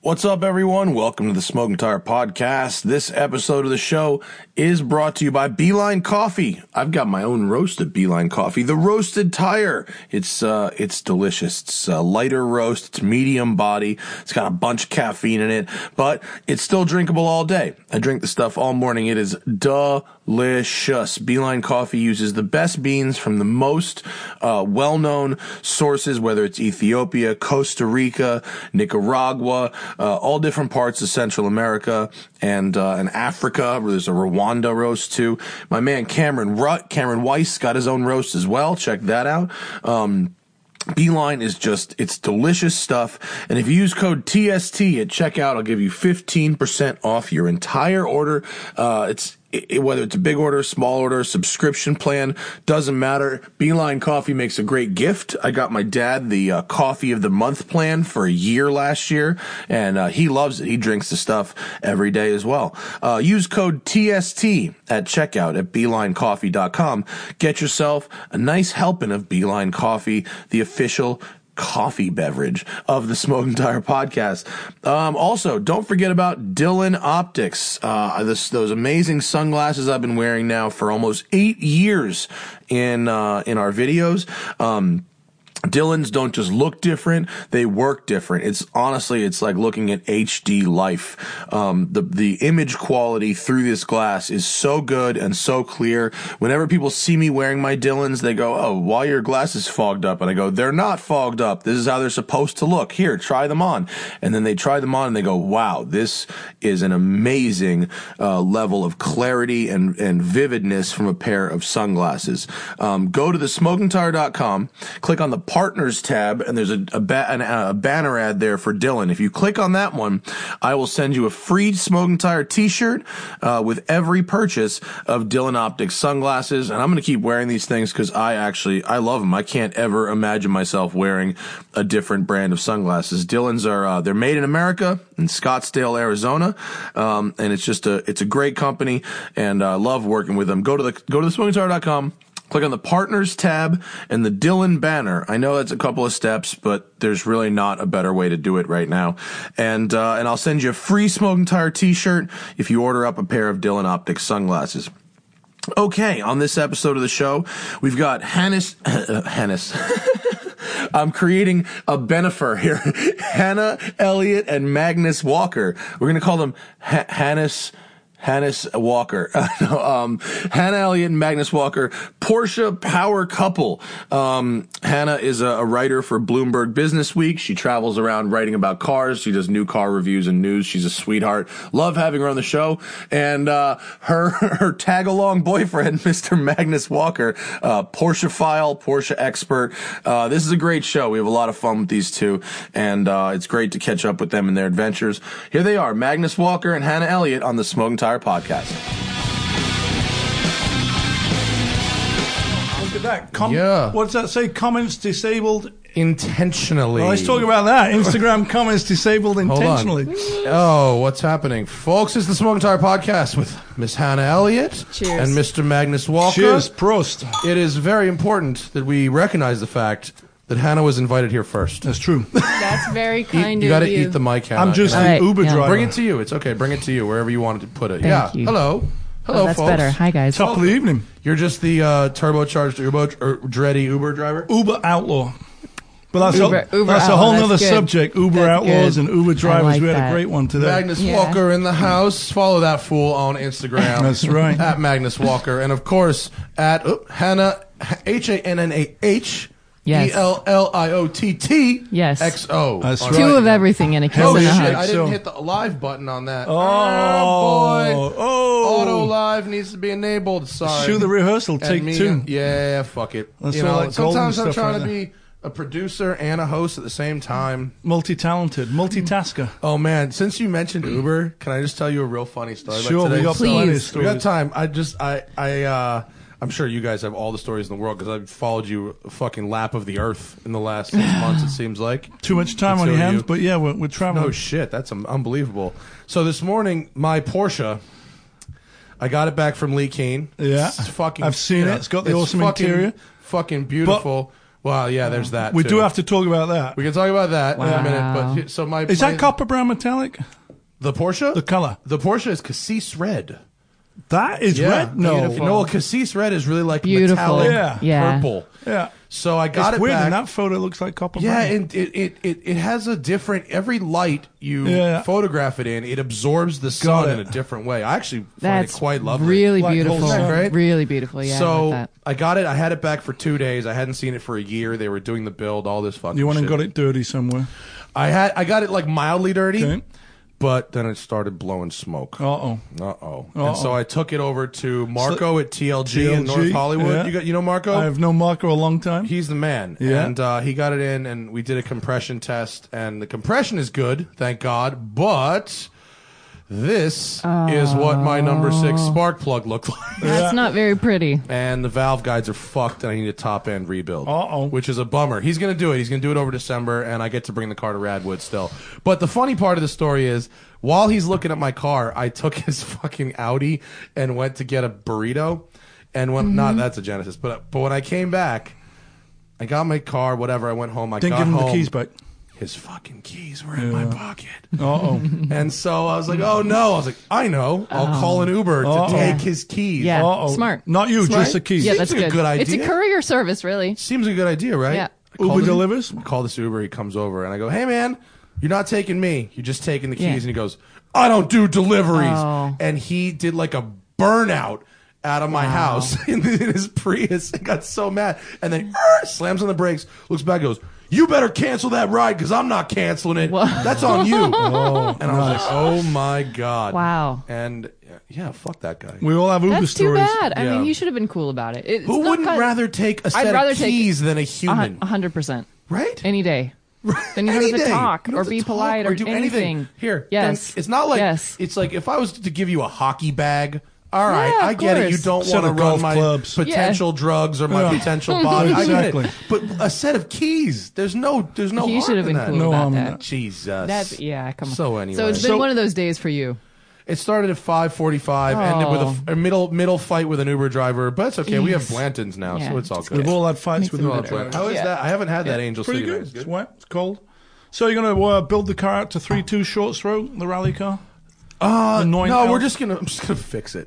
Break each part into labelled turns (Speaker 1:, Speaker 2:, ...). Speaker 1: What's up, everyone? Welcome to the Smoking Tire Podcast. This episode of the show is brought to you by Beeline Coffee. I've got my own roasted Beeline Coffee, the roasted tire. It's uh, it's delicious. It's a lighter roast. It's medium body. It's got a bunch of caffeine in it, but it's still drinkable all day. I drink the stuff all morning. It is delicious. Beeline Coffee uses the best beans from the most uh, well-known sources, whether it's Ethiopia, Costa Rica, Nicaragua, uh, all different parts of Central America and uh, and Africa. There's a Rwanda roast too. My man Cameron Rutt, Cameron Weiss got his own roast as well. Check that out. Um, Beeline is just, it's delicious stuff. And if you use code TST at checkout, I'll give you 15% off your entire order. Uh, it's, it, whether it's a big order, small order, subscription plan, doesn't matter. Beeline Coffee makes a great gift. I got my dad the uh, Coffee of the Month plan for a year last year, and uh, he loves it. He drinks the stuff every day as well. Uh, use code TST at checkout at beelinecoffee.com. Get yourself a nice helping of Beeline Coffee, the official coffee beverage of the Smoke and Tire podcast. Um, also, don't forget about Dylan Optics. Uh, this, those amazing sunglasses I've been wearing now for almost eight years in uh, in our videos. Um, Dylan's don't just look different; they work different. It's honestly, it's like looking at HD life. Um, the the image quality through this glass is so good and so clear. Whenever people see me wearing my Dylan's, they go, "Oh, why your glasses fogged up?" And I go, "They're not fogged up. This is how they're supposed to look. Here, try them on." And then they try them on, and they go, "Wow, this is an amazing uh, level of clarity and and vividness from a pair of sunglasses." Um, go to thesmokingtire.com, click on the partners tab and there's a, a, ba- an, a, banner ad there for Dylan. If you click on that one, I will send you a free Smoking Tire t-shirt uh, with every purchase of Dylan Optics sunglasses. And I'm going to keep wearing these things because I actually, I love them. I can't ever imagine myself wearing a different brand of sunglasses. Dylan's are, uh, they're made in America in Scottsdale, Arizona. Um, and it's just a, it's a great company and I uh, love working with them. Go to the, go to the smokingtire.com click on the partners tab and the Dylan banner. I know that's a couple of steps, but there's really not a better way to do it right now. And uh, and I'll send you a free smoking tire t-shirt if you order up a pair of Dylan Optics sunglasses. Okay, on this episode of the show, we've got Hannes Hannes I'm creating a benefer here. Hannah Elliott and Magnus Walker. We're going to call them ha- Hannes Hannes Walker, no, um, Hannah Elliott and Magnus Walker, Porsche power couple. Um, Hannah is a, a, writer for Bloomberg Business Week. She travels around writing about cars. She does new car reviews and news. She's a sweetheart. Love having her on the show. And, uh, her, her tag along boyfriend, Mr. Magnus Walker, uh, Porsche file, Porsche expert. Uh, this is a great show. We have a lot of fun with these two and, uh, it's great to catch up with them and their adventures. Here they are, Magnus Walker and Hannah Elliott on the Smoking Tire podcast.
Speaker 2: Look at that. Com-
Speaker 3: Yeah.
Speaker 2: What's that say? Comments disabled.
Speaker 3: intentionally.
Speaker 2: Well, let's talk about that. Instagram comments disabled
Speaker 3: Hold on.
Speaker 2: intentionally.
Speaker 3: Oh, what's happening, folks? It's the Smoking Tire Podcast with Miss Hannah Elliott
Speaker 4: Cheers.
Speaker 3: and Mr. Magnus Walker.
Speaker 2: Cheers, Prost.
Speaker 3: It is very important that we recognize the fact that Hannah was invited here first.
Speaker 2: That's true.
Speaker 4: That's very
Speaker 3: Eat-
Speaker 4: kind
Speaker 3: you
Speaker 4: of
Speaker 3: gotta
Speaker 4: you.
Speaker 3: eat the mic, Hannah.
Speaker 2: I'm just
Speaker 3: you
Speaker 2: an
Speaker 3: know?
Speaker 4: Alright,
Speaker 2: Uber
Speaker 4: yeah.
Speaker 2: driver.
Speaker 3: bring it to you. It's okay. Bring it to you wherever you wanted to put it. yeah.
Speaker 4: you.
Speaker 3: Hello. Hello,
Speaker 4: Oh, that's
Speaker 3: folks.
Speaker 4: better. Hi guys.
Speaker 2: Top of the evening.
Speaker 3: You're just the uh, turbocharged Uber er, dready Uber driver.
Speaker 2: Uber outlaw. But that's,
Speaker 4: Uber-
Speaker 2: a,
Speaker 4: Uber
Speaker 2: that's a
Speaker 4: outlaw,
Speaker 2: whole
Speaker 4: that's
Speaker 2: nother
Speaker 4: good.
Speaker 2: subject. Uber
Speaker 4: That's
Speaker 2: outlaws
Speaker 4: good.
Speaker 2: and Uber
Speaker 4: I
Speaker 2: drivers.
Speaker 4: like
Speaker 2: we had
Speaker 4: that.
Speaker 2: a great one today.
Speaker 3: Magnus
Speaker 4: Yeah.
Speaker 3: Walker in the house. Follow that fool on Instagram.
Speaker 2: That's right.
Speaker 3: At Magnus Walker. And of course, at oh, Hannah, H A N N A H E
Speaker 4: Yes.
Speaker 3: L L I O T T
Speaker 4: Yes.
Speaker 3: X O.
Speaker 2: That's
Speaker 3: On
Speaker 2: right.
Speaker 4: Two
Speaker 3: Instagram.
Speaker 4: of everything and a Uh-huh. kiss
Speaker 3: Oh,
Speaker 2: Holy
Speaker 4: and a
Speaker 3: shit.
Speaker 4: hug.
Speaker 3: I
Speaker 2: So-
Speaker 3: didn't hit the live button on that.
Speaker 2: Oh,
Speaker 1: Ah,
Speaker 3: boy.
Speaker 2: oh.
Speaker 3: Auto live needs to be enabled. Sorry.
Speaker 2: Show the rehearsal,
Speaker 3: And
Speaker 2: take
Speaker 3: me-
Speaker 2: two.
Speaker 3: Yeah, fuck it.
Speaker 2: That's
Speaker 3: you
Speaker 2: all
Speaker 3: know,
Speaker 2: that golden
Speaker 3: sometimes I'm
Speaker 2: stuff
Speaker 3: trying
Speaker 2: right
Speaker 3: to
Speaker 2: there.
Speaker 3: be a producer and a host at the same time.
Speaker 2: Multi-talented, multitasker.
Speaker 3: Oh man! Since you mentioned Uber, can I just tell you a real funny story? about
Speaker 2: Sure, we
Speaker 3: today?
Speaker 2: got
Speaker 4: Please.
Speaker 2: plenty of
Speaker 3: We got
Speaker 2: stories.
Speaker 3: time. I just I I uh, I'm sure you guys have all the stories in the world because I've followed you a fucking lap of the earth in the last six months. It seems like
Speaker 2: Too much time
Speaker 3: But
Speaker 2: on
Speaker 3: so
Speaker 2: your
Speaker 3: do
Speaker 2: hands,
Speaker 3: you.
Speaker 2: but yeah, we're, we're
Speaker 3: no
Speaker 1: Oh,
Speaker 2: traveling.
Speaker 3: shit, that's um, unbelievable. So this morning, my Porsche. I got it back from Lee Keen.
Speaker 2: Yeah.
Speaker 3: it's fucking.
Speaker 2: I've seen
Speaker 3: you
Speaker 2: it.
Speaker 3: know,
Speaker 2: It's got the awesome
Speaker 3: fucking-
Speaker 2: interior.
Speaker 3: Fucking beautiful.
Speaker 1: Well, yeah, there's that.
Speaker 2: We
Speaker 1: too.
Speaker 2: do have to talk about that.
Speaker 1: We can talk about that in a
Speaker 4: Wow.
Speaker 1: minute. But so my
Speaker 2: Is
Speaker 1: my-
Speaker 2: that copper brown metallic?
Speaker 1: the Porsche?
Speaker 2: The color.
Speaker 1: The Porsche is cassis red.
Speaker 2: That is red. No.
Speaker 1: Beautiful. no, cassis red is really like
Speaker 4: Beautiful.
Speaker 1: metallic
Speaker 2: Yeah.
Speaker 4: Yeah.
Speaker 1: purple.
Speaker 2: Yeah.
Speaker 1: So I got
Speaker 2: It's
Speaker 1: it
Speaker 2: weird.
Speaker 1: back.
Speaker 2: In that photo, it looks like copper
Speaker 1: yeah,
Speaker 2: brown.
Speaker 1: and it, it, it, it has a different every light you
Speaker 2: Yeah.
Speaker 1: photograph it in, it absorbs the sun in a
Speaker 2: it.
Speaker 1: different way. I actually find
Speaker 4: That's
Speaker 1: it quite lovely.
Speaker 4: Really
Speaker 2: Like
Speaker 4: beautiful.
Speaker 2: wholesome. Isn't that
Speaker 1: great?
Speaker 4: Really beautiful. Yeah. I like
Speaker 1: so
Speaker 4: that.
Speaker 1: I got it. I had it back for two days. I hadn't seen it for a year. They were doing the build, all this fucking.
Speaker 2: you went and
Speaker 1: shit.
Speaker 2: got it dirty somewhere.
Speaker 1: I had. I got it like mildly dirty,
Speaker 2: Okay.
Speaker 1: but then it started blowing smoke.
Speaker 2: Uh oh.
Speaker 1: Uh oh. And so I took it over to Marco at TLG, in
Speaker 2: TLG,
Speaker 1: North Hollywood.
Speaker 2: yeah.
Speaker 1: You got you know Marco?
Speaker 2: I have known Marco a long time.
Speaker 1: He's the man.
Speaker 2: Yeah.
Speaker 1: And uh, he got it in and we did a compression test and the compression is good, thank God. But this is what my number six spark plug looked like.
Speaker 4: That's not very pretty.
Speaker 1: And the valve guides are fucked, and I need a top end rebuild.
Speaker 2: Uh-oh.
Speaker 1: Which is a bummer. He's going to do it. He's going to do it over December, and I get to bring the car to Radwood still. But the funny part of the story is, while he's looking at my car, I took his fucking Audi and went to get a burrito. And when,
Speaker 2: Mm-hmm.
Speaker 1: not that's a Genesis, but but when I came back, I got my car, whatever. I went home. I
Speaker 2: Didn't
Speaker 1: got
Speaker 2: give him
Speaker 1: home.
Speaker 2: the keys back.
Speaker 1: His fucking keys were in my pocket.
Speaker 2: Uh oh.
Speaker 1: And so I was like, oh no. I was like, I know. I'll call an Uber to
Speaker 2: Uh-oh.
Speaker 1: take his keys.
Speaker 4: Yeah.
Speaker 2: Uh oh.
Speaker 4: Smart.
Speaker 2: Not you, just the keys.
Speaker 4: Yeah, that's
Speaker 1: like a
Speaker 4: good.
Speaker 1: good
Speaker 4: It's a
Speaker 1: idea.
Speaker 4: courier service, really.
Speaker 1: Seems like a good idea, right?
Speaker 4: Yeah.
Speaker 1: I call
Speaker 2: Uber
Speaker 1: this-
Speaker 2: delivers?
Speaker 1: I call this Uber. He comes over, and I go, "Hey, man, you're not taking me. You're just taking the keys."
Speaker 4: Yeah.
Speaker 1: And he goes, "I don't do deliveries."
Speaker 4: Oh.
Speaker 1: And he did like a burnout out of my house in, in his Prius. and got so mad, and then "Er," slams on the brakes, looks back, goes. You better cancel that ride because I'm not canceling it. That's on you. and I was like, "Oh my god!"
Speaker 4: Wow.
Speaker 1: And uh, yeah, fuck that guy.
Speaker 2: We all have Uber
Speaker 4: That's too
Speaker 2: stories.
Speaker 4: bad. I
Speaker 1: Yeah.
Speaker 4: mean, you should have been cool about it. It's
Speaker 1: Who
Speaker 4: not
Speaker 1: wouldn't
Speaker 4: cut-
Speaker 1: rather take a set
Speaker 4: rather
Speaker 1: of
Speaker 4: take- Uh-huh.
Speaker 1: keys than a
Speaker 4: A
Speaker 1: human?
Speaker 4: hun- a hundred percent.
Speaker 1: right?
Speaker 4: Any day. Then you don't
Speaker 1: Any
Speaker 4: have to
Speaker 1: day.
Speaker 4: talk
Speaker 1: You don't
Speaker 4: or
Speaker 1: have to
Speaker 4: be
Speaker 1: talk
Speaker 4: polite or
Speaker 1: do
Speaker 4: anything.
Speaker 1: Here,
Speaker 4: Yes.
Speaker 1: thank- It's not like
Speaker 4: Yes.
Speaker 1: it's like if I was to give you a hockey bag. All right,
Speaker 4: Yeah,
Speaker 1: I
Speaker 4: of
Speaker 1: get it. You
Speaker 4: course.
Speaker 1: don't
Speaker 2: Set
Speaker 1: want to
Speaker 2: of
Speaker 1: run
Speaker 2: golf
Speaker 1: my
Speaker 2: clubs.
Speaker 1: potential drugs or my
Speaker 2: Yeah.
Speaker 1: potential body. I
Speaker 2: Exactly.
Speaker 1: get it. But a set of keys. There's no. There's no.
Speaker 4: you should
Speaker 1: harm in
Speaker 4: have been
Speaker 1: that.
Speaker 4: cool
Speaker 2: No
Speaker 4: about
Speaker 2: harm in
Speaker 4: that.
Speaker 1: Jesus.
Speaker 4: That's yeah. Come on.
Speaker 1: So anyway.
Speaker 4: so it's been
Speaker 2: So-
Speaker 4: one of those days for you.
Speaker 1: It started at 5:45, ended with a
Speaker 4: Oh.
Speaker 1: f- a, middle middle fight with an Uber driver, but it's okay. We have
Speaker 4: Jeez.
Speaker 1: Blantons now,
Speaker 4: Yeah.
Speaker 1: so it's all good.
Speaker 2: We've all had fights
Speaker 4: Makes
Speaker 2: with
Speaker 4: it
Speaker 2: Uber
Speaker 4: better.
Speaker 2: drivers.
Speaker 1: How is
Speaker 4: Yeah.
Speaker 1: that? I haven't had that Angel
Speaker 2: Pretty
Speaker 1: City.
Speaker 2: good.
Speaker 1: It's
Speaker 2: It's wet. It's cold. So you're going to uh, build the car out to three two short throw the rally car.
Speaker 1: Uh,
Speaker 2: Annoying
Speaker 1: no,
Speaker 2: elf.
Speaker 1: we're just gonna I'm just gonna fix it.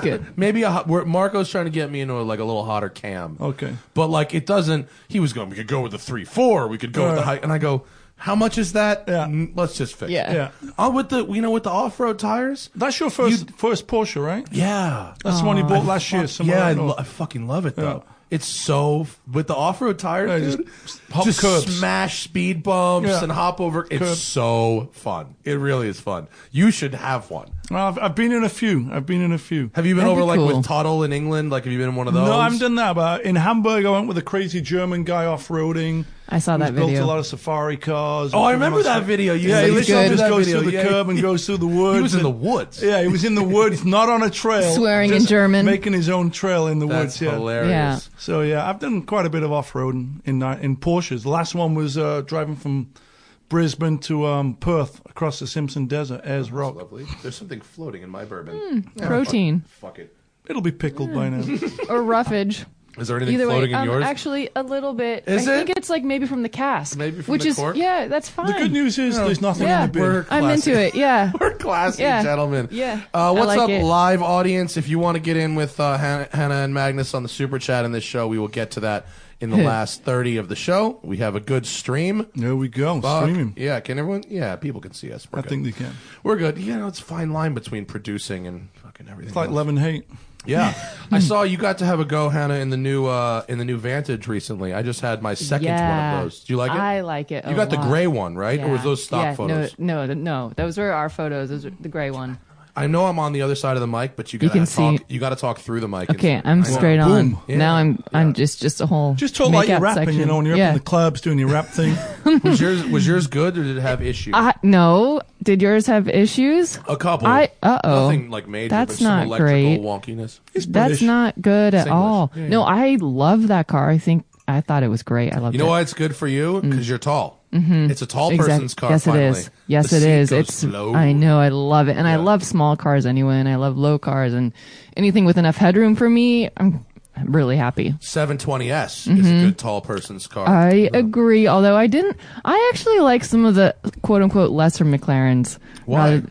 Speaker 4: good.
Speaker 1: Maybe a hot, we're, Marco's trying to get me into a, like a little hotter cam.
Speaker 2: Okay.
Speaker 1: but like it doesn't. He was going. We could go with the three four. We could go with the
Speaker 2: Yeah.
Speaker 1: high. And I go, how much is that?
Speaker 2: Yeah.
Speaker 1: Mm, let's just fix.
Speaker 4: Yeah.
Speaker 1: It.
Speaker 2: Yeah,
Speaker 1: Oh, with the you know with the off road tires.
Speaker 2: that's your first first Porsche, right?
Speaker 1: Yeah.
Speaker 2: That's the one you bought last year. Somewhere
Speaker 1: Oh, yeah, I,
Speaker 2: like that.
Speaker 1: lo- I fucking love it though. It's so f- with the off road
Speaker 2: Yeah,
Speaker 1: tires,
Speaker 2: just
Speaker 1: dude.
Speaker 2: hop
Speaker 1: just
Speaker 2: curbs.
Speaker 1: smash speed bumps
Speaker 2: Yeah.
Speaker 1: and hop over. It's
Speaker 2: Curb.
Speaker 1: so fun. It really is fun. You should have one.
Speaker 2: Well, I've, I've been in a few. I've been in a few.
Speaker 1: Have you been
Speaker 4: That'd
Speaker 1: over like
Speaker 4: be cool.
Speaker 1: with Toddle in England? Like, have you been in one of those?
Speaker 2: No, I haven't done that. But in Hamburg, I went with a crazy German guy off roading.
Speaker 4: I saw that
Speaker 2: built
Speaker 4: video.
Speaker 2: a lot of safari cars.
Speaker 1: Oh, I remember that video. You-
Speaker 2: yeah,
Speaker 1: you
Speaker 2: he
Speaker 1: showed
Speaker 2: literally
Speaker 1: me
Speaker 2: just
Speaker 1: that
Speaker 2: goes
Speaker 1: video.
Speaker 2: through the
Speaker 1: Yeah.
Speaker 2: curb and goes through the woods.
Speaker 1: He was in
Speaker 2: and-
Speaker 1: the woods.
Speaker 2: Yeah, he was in the woods, not on a trail.
Speaker 4: Swearing in
Speaker 2: just
Speaker 4: German.
Speaker 2: making his own trail in the
Speaker 1: That's
Speaker 2: woods. Yeah.
Speaker 1: hilarious.
Speaker 4: Yeah.
Speaker 2: So yeah, I've done quite a bit of off roading in uh, in Porsches. The last one was uh, driving from Brisbane to um, Perth across the Simpson Desert, Ayers Rock.
Speaker 1: Oh, Lovely. There's something floating in my bourbon.
Speaker 4: Hmm.
Speaker 1: Yeah,
Speaker 4: Protein
Speaker 1: Fuck, fuck it.
Speaker 2: It'll be pickled by now.
Speaker 4: or roughage.
Speaker 1: Is there anything
Speaker 4: Either
Speaker 1: floating
Speaker 4: way,
Speaker 1: in
Speaker 4: um,
Speaker 1: yours?
Speaker 4: actually a little bit.
Speaker 1: Is
Speaker 4: I think
Speaker 1: it?
Speaker 4: it's like maybe from the cask.
Speaker 1: Maybe from
Speaker 4: which
Speaker 1: the
Speaker 4: is
Speaker 1: cork?
Speaker 4: yeah, that's fine.
Speaker 2: the good news is there's nothing
Speaker 4: yeah,
Speaker 2: in the bin.
Speaker 1: we're-
Speaker 4: I'm
Speaker 1: Classic.
Speaker 4: into it. Yeah.
Speaker 1: We're classy
Speaker 4: Yeah.
Speaker 1: gentlemen.
Speaker 4: Yeah.
Speaker 1: Uh,
Speaker 4: I
Speaker 1: what's
Speaker 4: like
Speaker 1: up,
Speaker 4: it.
Speaker 1: live audience? If you want to get in with uh, Han- Hannah and Magnus on the super chat in this show, we will get to that in the last 30 of the show. We have a good stream.
Speaker 2: There we go.
Speaker 1: Fuck.
Speaker 2: Streaming.
Speaker 1: Yeah, can everyone? Yeah, people can see us. We're
Speaker 2: I
Speaker 1: good.
Speaker 2: think they can.
Speaker 1: We're good. You know, it's a fine line between producing and fucking everything.
Speaker 2: It's like
Speaker 1: else.
Speaker 2: love and hate.
Speaker 1: Yeah, I saw you got to have a go, Hannah, in the new uh, in the new Vantage recently. I just had my second one
Speaker 4: Yeah.
Speaker 1: of those. Do you like it?
Speaker 4: I like it a
Speaker 1: You got the
Speaker 4: lot.
Speaker 1: gray one, right? Or was those stock
Speaker 4: yeah,
Speaker 1: photos?
Speaker 4: No, no, no. Those were our photos. Those were the gray one.
Speaker 1: I know I'm on the other side of the mic, but you got
Speaker 4: can
Speaker 1: to talk.
Speaker 4: see-
Speaker 1: You got to talk through the mic.
Speaker 4: Okay,
Speaker 1: It's- I
Speaker 4: I'm
Speaker 1: know.
Speaker 4: straight on.
Speaker 2: Boom.
Speaker 1: Yeah.
Speaker 4: Now I'm I'm just just a whole
Speaker 2: Just talk like you're
Speaker 4: makeup
Speaker 2: rapping, you
Speaker 4: section.
Speaker 2: know, when you're
Speaker 4: yeah.
Speaker 2: up in the clubs doing your rap thing.
Speaker 1: Was yours was yours good or did it have issues?
Speaker 4: I, no, did yours have issues?
Speaker 1: a couple.
Speaker 4: I- uh-oh.
Speaker 1: Nothing like major.
Speaker 4: That's
Speaker 1: but
Speaker 4: not
Speaker 1: some electrical
Speaker 4: great.
Speaker 1: wonkiness.
Speaker 4: That's
Speaker 2: British.
Speaker 4: not good at
Speaker 1: English.
Speaker 4: all. No, I love that car. I think I thought it was great. I love
Speaker 1: You
Speaker 4: it.
Speaker 1: know why it's good for you? Because you're tall. Mm-hmm. It's a tall
Speaker 4: Mm. Exact-
Speaker 1: person's car.
Speaker 4: Yes,
Speaker 1: finally.
Speaker 4: it is. Yes,
Speaker 1: The
Speaker 4: it
Speaker 1: seat
Speaker 4: is.
Speaker 1: goes
Speaker 4: It's.
Speaker 1: slow.
Speaker 4: I know. I love it, and I love small cars anyway, and I love low cars and anything with enough headroom for me. I'm. really happy.
Speaker 1: 720S is a good tall person's car.
Speaker 4: Mm-hmm. I agree. Although I didn't, I actually like some of the quote unquote lesser McLarens.
Speaker 1: Why?
Speaker 4: rather-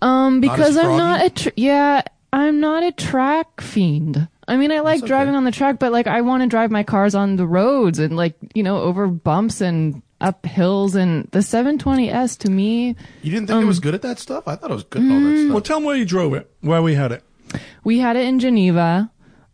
Speaker 4: um,
Speaker 1: as
Speaker 4: because I'm
Speaker 1: froggy?
Speaker 4: not a tr- yeah, I'm not a track fiend. I mean, I like driving on the track, but like I want to drive my cars on the roads and like you know over bumps and up hills. And the 720s to me,
Speaker 1: you didn't think it was
Speaker 4: Um,
Speaker 1: good at that stuff? I thought it was good at all that
Speaker 4: mm,
Speaker 1: stuff.
Speaker 2: Well, tell them where you drove it, where we had it.
Speaker 4: we had it in Geneva.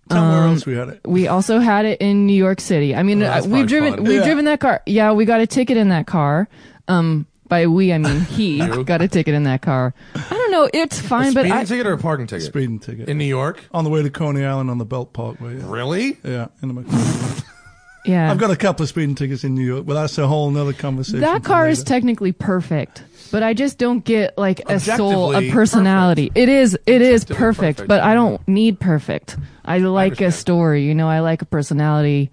Speaker 2: Tell them
Speaker 4: Um,
Speaker 2: where else we had it.
Speaker 4: We also had it in New York City. I mean,
Speaker 1: Well, Oh, that's
Speaker 4: uh, we've
Speaker 1: probably
Speaker 4: driven
Speaker 1: fun.
Speaker 4: we've
Speaker 2: Yeah.
Speaker 4: driven that car. Yeah, we got a ticket in that car. Um, by we I mean he got a ticket in that car. I don't know. It's fine, but
Speaker 1: speeding
Speaker 4: I,
Speaker 1: ticket or a parking ticket?
Speaker 2: Speeding ticket.
Speaker 1: In New York?
Speaker 2: on the way to Coney Island on the Belt Parkway. Yeah.
Speaker 1: Really?
Speaker 2: Yeah, in the
Speaker 4: yeah,
Speaker 2: I've got a couple of speeding tickets in New York, but that's a whole nother conversation.
Speaker 4: that
Speaker 2: for
Speaker 4: car is
Speaker 2: later.
Speaker 4: technically perfect. But I just don't get like a soul,
Speaker 1: Objectively
Speaker 4: a personality. It is, it is
Speaker 1: Objectively
Speaker 4: perfect,
Speaker 1: perfect.
Speaker 4: but I don't need perfect. I like a
Speaker 1: understand.
Speaker 4: story, you know. I like a personality.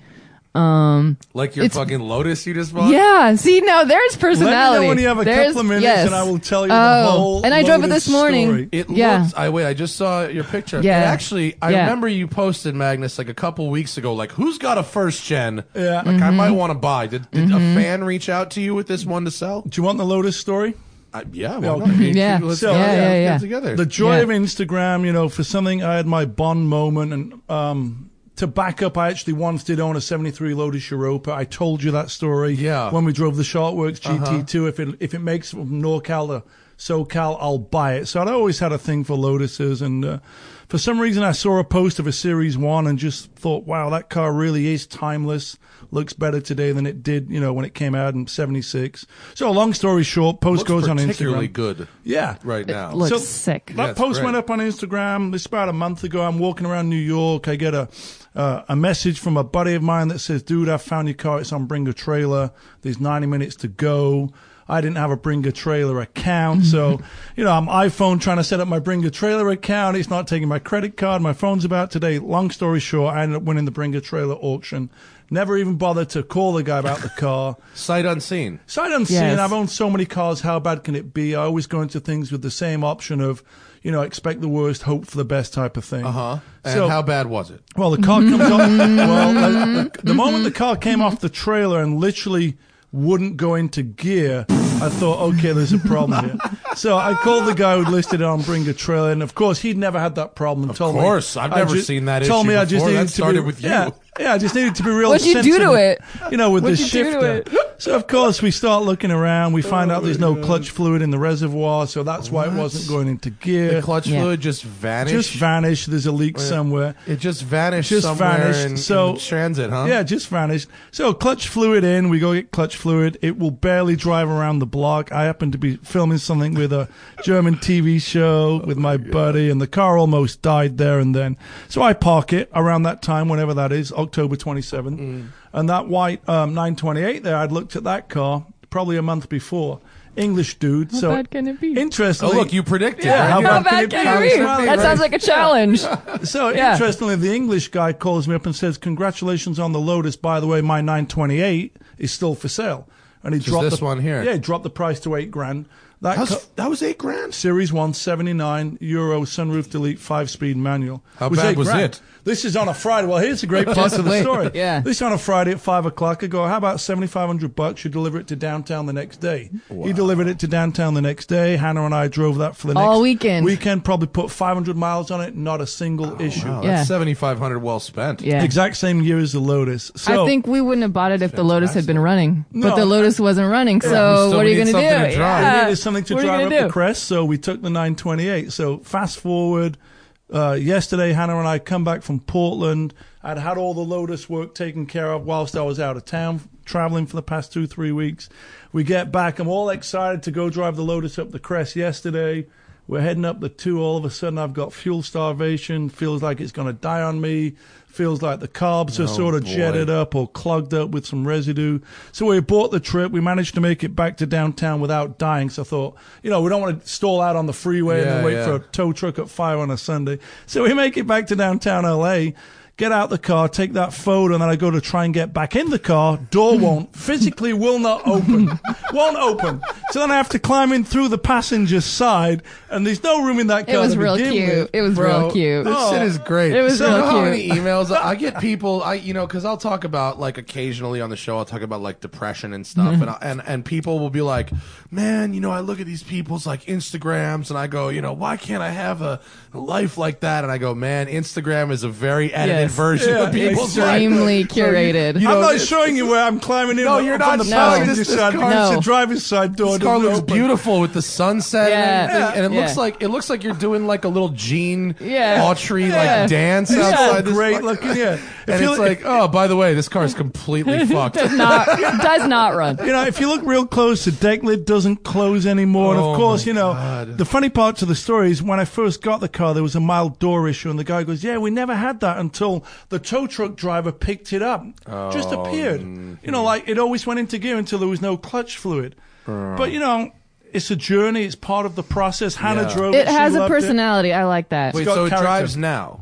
Speaker 4: Um,
Speaker 1: Like your
Speaker 4: It's-
Speaker 1: fucking Lotus you just bought?
Speaker 4: Yeah. See, now there's personality.
Speaker 2: Let me know when you have a
Speaker 4: There's-
Speaker 2: couple of minutes,
Speaker 4: yes.
Speaker 2: and I will tell you the
Speaker 4: Oh,
Speaker 2: whole.
Speaker 4: And I drove it
Speaker 2: loaded
Speaker 4: this morning.
Speaker 2: story.
Speaker 1: It
Speaker 4: Yeah.
Speaker 1: looks. I wait. I just saw your picture.
Speaker 4: Yeah.
Speaker 1: It actually, I
Speaker 4: Yeah.
Speaker 1: remember you posted Magnus like a couple weeks ago. Like, who's got a first gen?
Speaker 2: Yeah.
Speaker 1: Like,
Speaker 4: Mm-hmm.
Speaker 1: I might want to buy. Did, did a fan reach out to you with this one to sell?
Speaker 2: Do you want the Lotus story?
Speaker 1: I, yeah.
Speaker 2: Yeah.
Speaker 1: Well, I mean,
Speaker 4: Yeah.
Speaker 1: Let's
Speaker 2: So,
Speaker 1: get
Speaker 2: yeah,
Speaker 1: it
Speaker 4: yeah, yeah.
Speaker 1: together.
Speaker 2: The joy
Speaker 4: Yeah.
Speaker 2: of Instagram, you know, for something I had my Bond moment and um to back up, I actually once did own a 73 Lotus Europa. I told you that story.
Speaker 1: Yeah. Uh-huh.
Speaker 2: When we drove the Sharkworks GT2, if it if it makes it from NorCal to SoCal, I'll buy it. So I'd always had a thing for Lotuses, and uh, for some reason I saw a post of a Series One and just thought, wow, that car really is timeless. Looks better today than it did, you know, when it came out in '76. So long story short, post
Speaker 1: looks
Speaker 2: goes on
Speaker 1: particularly
Speaker 2: Instagram.
Speaker 1: good
Speaker 2: Yeah.
Speaker 1: right now.
Speaker 4: looks sick.
Speaker 2: That
Speaker 1: Yeah, it's
Speaker 2: post
Speaker 1: great.
Speaker 2: went up on Instagram. This is about a month ago. I'm walking around New York. I get a uh, a message from a buddy of mine that says, "Dude, I found your car. It's on Bringa Trailer. There's 90 minutes to go." I didn't have a Bringa Trailer account, so you know I'm iPhone trying to set up my Bringa Trailer account. It's not taking my credit card. My phone's about today. Long story short, I ended up winning the Bringa Trailer auction. Never even bothered to call the guy about the car.
Speaker 1: Sight unseen.
Speaker 2: Sight unseen.
Speaker 4: Yes.
Speaker 2: I've owned so many cars. How bad can it be? I always go into things with the same option of, you know, expect the worst, hope for the best type of thing. Uh
Speaker 1: Huh? Uh-huh. And
Speaker 2: So,
Speaker 1: how bad was it?
Speaker 2: well, the car comes off.
Speaker 1: Mm-hmm.
Speaker 2: Well, the, the moment the car came off the trailer and literally wouldn't go into gear, I thought, okay, there's a problem here. So I called the guy who listed it on Bring a Trailer, and of course, he'd never had that problem. Of told
Speaker 1: course,
Speaker 2: me,
Speaker 1: I've
Speaker 2: I
Speaker 1: never
Speaker 2: ju-
Speaker 1: seen that
Speaker 2: Told
Speaker 1: issue
Speaker 2: me I just
Speaker 1: before.
Speaker 2: needed
Speaker 1: That
Speaker 2: to
Speaker 1: started
Speaker 2: be,
Speaker 1: with
Speaker 2: yeah,
Speaker 1: you.
Speaker 2: yeah, I just needed to be real.
Speaker 4: What'd you do to
Speaker 2: sensitive,
Speaker 4: it?
Speaker 2: You know, with
Speaker 4: What'd
Speaker 2: this
Speaker 4: you do to
Speaker 2: shifter.
Speaker 4: it?
Speaker 2: So of course, we start looking around. We find out there's no clutch fluid in the reservoir, so that's why it wasn't going into gear.
Speaker 1: The clutch
Speaker 4: Yeah.
Speaker 1: fluid just vanished.
Speaker 2: just vanished. There's a leak somewhere.
Speaker 1: it just vanished.
Speaker 2: Just
Speaker 1: somewhere
Speaker 2: vanished.
Speaker 1: in- in
Speaker 2: So-
Speaker 1: transit, huh?
Speaker 2: Yeah, just vanished. So clutch fluid in. We go get clutch fluid. It will barely drive around the block. I happen to be filming something with a German TV show with my buddy, and the car almost died there and then. So I park it around that time, whenever that is, October 27th.
Speaker 1: Mm.
Speaker 2: And that white um, 928 there, I'd looked at that car probably a month before. English dude. so
Speaker 4: bad can it be?
Speaker 1: Oh,
Speaker 2: Interestingly,
Speaker 1: look, you predicted.
Speaker 2: Yeah,
Speaker 1: right?
Speaker 2: how
Speaker 4: How
Speaker 2: about-
Speaker 4: bad can
Speaker 2: Can
Speaker 4: it
Speaker 2: it
Speaker 4: be?
Speaker 2: be?
Speaker 4: That sounds like a challenge.
Speaker 2: So
Speaker 4: Yeah.
Speaker 2: interestingly, the English guy calls me up and says, "Congratulations on the Lotus. By the way, my 928 is still for sale." And he dropped
Speaker 1: this
Speaker 2: the,
Speaker 1: one here.
Speaker 2: Yeah, he dropped the price to eight grand.
Speaker 1: That
Speaker 2: That co-
Speaker 1: was, that was eight grand.
Speaker 2: Series 179 Euro sunroof delete five speed manual.
Speaker 1: How
Speaker 2: was
Speaker 1: bad
Speaker 2: eight
Speaker 1: was
Speaker 2: grand.
Speaker 1: it?
Speaker 2: This is on a Friday. Well, here's a great part of the
Speaker 4: Wait,
Speaker 2: story.
Speaker 4: yeah.
Speaker 2: This on a Friday at five o'clock. I go, how about 7,500 bucks? You deliver it to downtown the next day. He delivered it to downtown the next day. Hannah and I drove that for the next
Speaker 4: All weekend.
Speaker 2: Weekend probably put 500 miles on it. Not a single issue.
Speaker 1: Oh, Wow,
Speaker 4: Yeah.
Speaker 1: that's seventy five hundred well spent.
Speaker 4: yeah.
Speaker 2: Exact same year as the Lotus. So
Speaker 4: I think we wouldn't have bought it if the Lotus had been running,
Speaker 2: No.
Speaker 4: but the Lotus wasn't running. So
Speaker 1: So
Speaker 4: what
Speaker 1: we
Speaker 4: are you
Speaker 1: need
Speaker 4: going to do?
Speaker 1: something to drive.
Speaker 4: Yeah.
Speaker 2: we needed something to
Speaker 4: What are you
Speaker 2: drive up
Speaker 4: gonna
Speaker 2: the
Speaker 4: do?
Speaker 2: crest, so we took the 928. So fast forward, uh, yesterday Hannah and I come back from Portland. I'd had all the Lotus work taken care of whilst I was out of town traveling for the past two three weeks. We get back, I'm all excited to go drive the Lotus up the crest yesterday. We're heading up the two. All of a sudden, I've got fuel starvation. Feels like it's going to die on me. Feels like the carbs are sort of
Speaker 1: boy.
Speaker 2: jetted up or clogged up with some residue. So we bought the trip. We managed to make it back to downtown without dying. So I thought, you know, we don't want to stall out on the freeway and then
Speaker 1: Yeah,
Speaker 2: wait
Speaker 1: yeah.
Speaker 2: for a tow truck at five on a Sunday. So we make it back to downtown LA. get out the car, take that photo, and then I go to try and get back in the car.
Speaker 1: Mm.
Speaker 2: Door won't, physically will not open. won't open. So then I have to climb in through the passenger side, and there's no room in that car.
Speaker 4: It was
Speaker 2: to
Speaker 4: real
Speaker 2: begin
Speaker 4: cute.
Speaker 2: with. Oh,
Speaker 4: It was
Speaker 1: Bro,
Speaker 4: real cute.
Speaker 1: This shit is great.
Speaker 4: It was
Speaker 1: so
Speaker 4: real
Speaker 1: you know how
Speaker 4: cute.
Speaker 1: many emails I get people. I you know because I'll talk about like occasionally on the show I'll talk about like depression and stuff
Speaker 4: Mm-hmm.
Speaker 1: and I, and and people will be like, man, you know I look at these people's like Instagrams and I go, you know why can't I have a life like that? And I go, man, Instagram is a very edited
Speaker 4: Yes.
Speaker 1: version
Speaker 2: Yeah,
Speaker 1: of people's life.
Speaker 4: extremely curated.
Speaker 1: you
Speaker 2: I'm
Speaker 1: know,
Speaker 2: not
Speaker 1: it's-
Speaker 2: showing you where I'm climbing in.
Speaker 1: No, you're
Speaker 2: from
Speaker 1: not
Speaker 2: The
Speaker 4: showing
Speaker 2: passenger
Speaker 1: this
Speaker 4: this-
Speaker 2: side
Speaker 1: car-
Speaker 2: because
Speaker 4: No.
Speaker 2: the driver's side door.
Speaker 1: This car
Speaker 2: doesn't
Speaker 1: looks
Speaker 2: open.
Speaker 1: beautiful with the sunset and
Speaker 4: Yeah.
Speaker 1: everything, and it looks
Speaker 4: Yeah.
Speaker 1: like it looks like you're doing like a little Gene
Speaker 4: Yeah.
Speaker 1: Autry
Speaker 4: Yeah.
Speaker 1: like dance
Speaker 4: Yeah.
Speaker 1: outside. this
Speaker 2: Great
Speaker 1: fucking-
Speaker 2: looking. Yeah. If
Speaker 1: And
Speaker 2: you
Speaker 1: it's
Speaker 2: look-
Speaker 1: like, oh, by the way, this car is completely fucked.
Speaker 4: does not does not run.
Speaker 2: you know, if you look real close, the deck lid doesn't close anymore. and
Speaker 1: Oh
Speaker 2: of course,
Speaker 1: my
Speaker 2: you know,
Speaker 1: God.
Speaker 2: the funny part to the story is when I first got the car, there was a mild door issue, and the guy goes, "Yeah, we never had that until the tow truck driver picked it up. Just
Speaker 1: Oh,
Speaker 2: appeared. You know, like it always went into gear until there was no clutch fluid. But you know, it's a journey. It's part of the process. Hannah
Speaker 1: Yeah.
Speaker 2: drove it.
Speaker 4: It
Speaker 2: she
Speaker 4: has a
Speaker 2: loved it.
Speaker 4: personality. I like that.
Speaker 1: Wait,
Speaker 2: got
Speaker 1: so it
Speaker 2: character.
Speaker 1: drives now.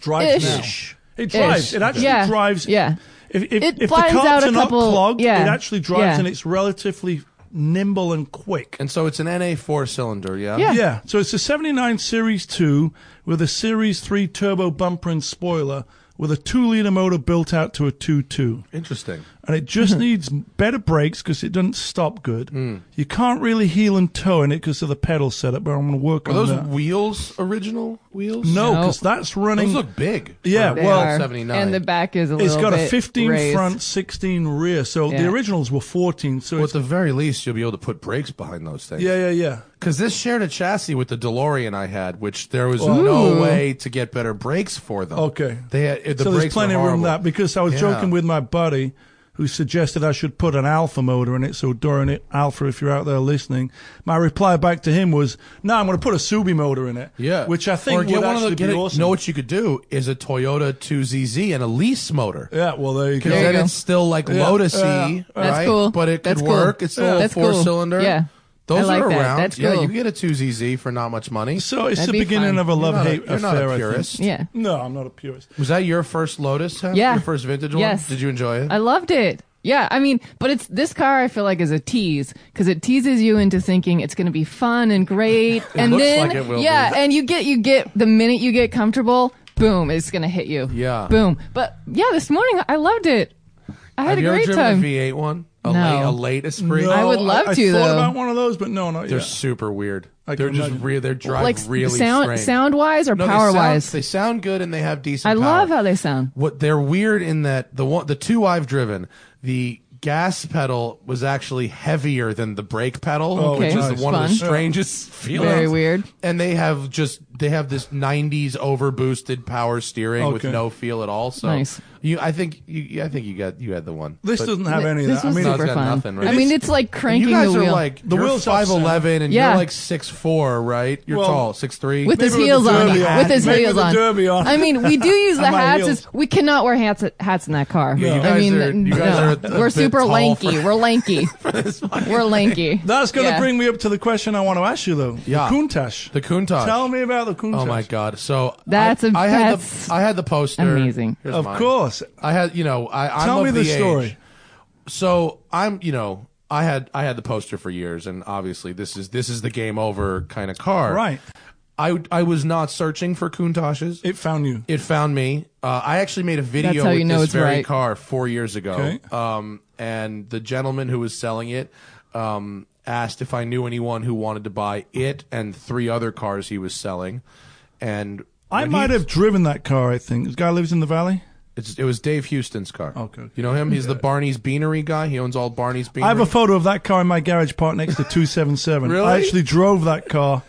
Speaker 2: Drives
Speaker 4: Ish.
Speaker 2: now. It drives.
Speaker 4: Ish.
Speaker 2: It actually
Speaker 4: Yeah.
Speaker 2: drives.
Speaker 4: Yeah.
Speaker 2: If, if,
Speaker 4: It
Speaker 2: if the
Speaker 4: flattens
Speaker 2: carts
Speaker 4: out a
Speaker 2: are not
Speaker 4: couple-
Speaker 2: clogged,
Speaker 4: yeah.
Speaker 2: it actually drives
Speaker 4: Yeah.
Speaker 2: and it's relatively nimble and quick.
Speaker 1: And so it's an NA four cylinder, yeah.
Speaker 4: Yeah.
Speaker 2: Yeah, so it's a 79 Series 2 with a Series 3 turbo bumper and spoiler with a 2 litre motor built out to a 2.2.
Speaker 1: Interesting.
Speaker 2: And it just
Speaker 4: Mm-hmm.
Speaker 2: needs better brakes because it doesn't stop good.
Speaker 1: Mm.
Speaker 2: You can't really heel and toe in it because of the pedal setup, but I'm going to work
Speaker 1: Are
Speaker 2: on
Speaker 1: those
Speaker 2: that.
Speaker 1: wheels original wheels?
Speaker 2: no,
Speaker 4: No.
Speaker 2: because that's running.
Speaker 1: Those look big.
Speaker 2: Yeah,
Speaker 4: They
Speaker 2: well,
Speaker 4: are.
Speaker 1: 79.
Speaker 4: and the back is a
Speaker 2: it's
Speaker 4: little
Speaker 2: got a
Speaker 4: bit
Speaker 2: 15
Speaker 4: raised.
Speaker 2: front, 16 rear. So the
Speaker 4: Yeah.
Speaker 2: originals were 14. So
Speaker 1: Well, at
Speaker 2: it's,
Speaker 1: the very least, you'll be able to put brakes behind those things.
Speaker 2: yeah, yeah, yeah.
Speaker 1: Because this shared a chassis with the DeLorean I had, which there was
Speaker 4: Ooh.
Speaker 1: no way to get better brakes for them.
Speaker 2: Okay.
Speaker 1: They had, the
Speaker 2: so there's
Speaker 1: brakes
Speaker 2: plenty
Speaker 1: were
Speaker 2: of room
Speaker 1: horrible.
Speaker 2: that because I was
Speaker 1: Yeah.
Speaker 2: joking with my buddy who suggested I should put an alpha motor in it. So during it, alpha, if you're out there listening, my reply back to him was, "No, I'm going to put a Subi motor in it."
Speaker 1: Yeah,
Speaker 2: which I think
Speaker 1: or get
Speaker 2: would
Speaker 1: one of
Speaker 2: actually
Speaker 1: the, get
Speaker 2: be
Speaker 1: a-
Speaker 2: awesome.
Speaker 1: Know what you could do is a Toyota 2ZZ and a lease motor.
Speaker 2: yeah, well there you go.
Speaker 1: Because
Speaker 4: you
Speaker 1: then
Speaker 4: go.
Speaker 1: it's still like
Speaker 2: Yeah.
Speaker 1: Lotus
Speaker 2: Yeah.
Speaker 1: y.
Speaker 4: That's cool.
Speaker 1: But it could
Speaker 4: That's cool.
Speaker 1: work. It's still
Speaker 4: Yeah.
Speaker 1: a
Speaker 4: That's
Speaker 1: four
Speaker 4: cool.
Speaker 1: cylinder.
Speaker 4: Yeah.
Speaker 1: Those
Speaker 4: I like
Speaker 1: are
Speaker 4: that.
Speaker 1: around.
Speaker 4: That's
Speaker 1: yeah,
Speaker 4: cool.
Speaker 1: you can get a 2ZZ for not much money.
Speaker 2: So it's
Speaker 4: That'd
Speaker 2: the
Speaker 4: be
Speaker 2: beginning
Speaker 4: fun.
Speaker 2: of a
Speaker 1: you're
Speaker 2: love
Speaker 1: not, a,
Speaker 2: hate
Speaker 1: you're not a
Speaker 2: affair. I think.
Speaker 1: purist.
Speaker 4: Yeah.
Speaker 2: No, I'm not a purist.
Speaker 1: Was that your first Lotus? Hem?
Speaker 4: Yeah.
Speaker 1: Your first vintage
Speaker 4: Yes.
Speaker 1: one? Did you enjoy it?
Speaker 4: I loved it. Yeah, I mean, but it's this car. I feel like is a tease because it teases you into thinking it's going to be fun and great, and
Speaker 1: looks
Speaker 4: then
Speaker 1: like it will
Speaker 4: yeah,
Speaker 1: be.
Speaker 4: and you get you get the minute you get comfortable, boom, it's going to hit you.
Speaker 1: Yeah.
Speaker 4: boom. But yeah, this morning I loved it. I had
Speaker 1: Have
Speaker 4: a
Speaker 1: you
Speaker 4: great
Speaker 1: ever driven
Speaker 4: time.
Speaker 1: a V8 one? A,
Speaker 4: No.
Speaker 1: late, a late Esprit?
Speaker 2: No,
Speaker 4: I would love
Speaker 2: I,
Speaker 4: to,
Speaker 2: thought
Speaker 4: though.
Speaker 2: about one of those, but no, not
Speaker 1: They're
Speaker 2: yet.
Speaker 1: super weird.
Speaker 2: I
Speaker 1: They're
Speaker 2: can
Speaker 1: just
Speaker 2: imagine.
Speaker 1: re- they're drive
Speaker 4: like
Speaker 1: really
Speaker 4: sound
Speaker 1: strange.
Speaker 4: sound wise or
Speaker 1: No, they
Speaker 4: power
Speaker 1: sound-
Speaker 4: wise.
Speaker 1: They sound good and they have decent
Speaker 4: I
Speaker 1: power.
Speaker 4: love how they sound.
Speaker 1: what they're weird in that the one the two I've driven the gas pedal was actually heavier than the brake pedal
Speaker 4: Okay.
Speaker 1: which is
Speaker 4: nice.
Speaker 1: one of the
Speaker 4: Fun.
Speaker 1: strangest feelings
Speaker 4: Very weird.
Speaker 1: and they have just they have this 90s overboosted power steering with
Speaker 2: Okay.
Speaker 1: no feel at all so
Speaker 4: Nice.
Speaker 1: you I think you I think you got you had the one
Speaker 2: This
Speaker 1: But-
Speaker 2: doesn't have any of
Speaker 4: this
Speaker 2: that. I
Speaker 4: was
Speaker 2: mean,
Speaker 1: No, it's
Speaker 4: super
Speaker 1: got
Speaker 4: fun.
Speaker 1: nothing, right?
Speaker 4: I mean, it's like
Speaker 1: you
Speaker 4: cranking
Speaker 1: guys
Speaker 4: the wheel
Speaker 1: are like
Speaker 2: The
Speaker 1: you're
Speaker 2: wheel's offset.
Speaker 1: 5'11 and
Speaker 4: Yeah.
Speaker 1: you're like 6'4 right you're
Speaker 2: Well,
Speaker 1: tall 6'3
Speaker 4: with his
Speaker 2: Maybe with
Speaker 4: heels
Speaker 2: the
Speaker 4: on,
Speaker 2: derby on.
Speaker 4: with his
Speaker 2: Maybe
Speaker 4: heels
Speaker 2: with the
Speaker 4: on.
Speaker 2: derby on.
Speaker 4: I mean, we do use the
Speaker 2: And my
Speaker 4: hats.
Speaker 2: heels.
Speaker 4: It's- we cannot wear hats hats in that car.
Speaker 2: Yeah, you
Speaker 4: I
Speaker 1: guys
Speaker 4: mean,
Speaker 1: are- you guys
Speaker 4: no.
Speaker 1: are a bit
Speaker 4: we're super
Speaker 1: tall for-
Speaker 4: lanky. We're lanky. we're lanky.
Speaker 2: that's going to
Speaker 4: Yeah.
Speaker 2: bring me up to the question I want to ask you, though.
Speaker 1: Yeah.
Speaker 2: The Countach.
Speaker 1: the Countach
Speaker 2: Tell me about the Countach.
Speaker 1: Oh my god! So
Speaker 4: That's
Speaker 1: I,
Speaker 4: a-
Speaker 1: I had
Speaker 4: that's
Speaker 1: the I had the poster.
Speaker 4: amazing.
Speaker 1: Here's
Speaker 2: Of
Speaker 1: mine.
Speaker 2: course.
Speaker 1: I had you know I
Speaker 2: Tell
Speaker 1: I'm
Speaker 2: me
Speaker 1: of
Speaker 2: the
Speaker 1: age.
Speaker 2: story.
Speaker 1: So I'm you know I had I had the poster for years, and obviously this is this is the game over kind of car.
Speaker 2: Right.
Speaker 1: I I was not searching for Countaches. It,
Speaker 2: It found you.
Speaker 1: found me. Uh, I actually made a video
Speaker 4: That's how
Speaker 1: with
Speaker 4: you know
Speaker 1: this
Speaker 4: it's
Speaker 1: very
Speaker 4: right.
Speaker 1: car four years ago.
Speaker 2: Okay.
Speaker 1: Um, and the gentleman who was selling it. Um, asked if I knew anyone who wanted to buy it and three other cars he was selling, and
Speaker 2: I
Speaker 1: when he-
Speaker 2: might have driven that car, I think. This guy lives in the valley.
Speaker 1: It's, it was Dave Houston's car.
Speaker 2: Okay.
Speaker 1: You know him? He's the Barney's Beanery guy. He owns all Barney's Beanery.
Speaker 2: I have a photo of that car in my garage parked next to 277.
Speaker 1: Really?
Speaker 2: I actually drove that car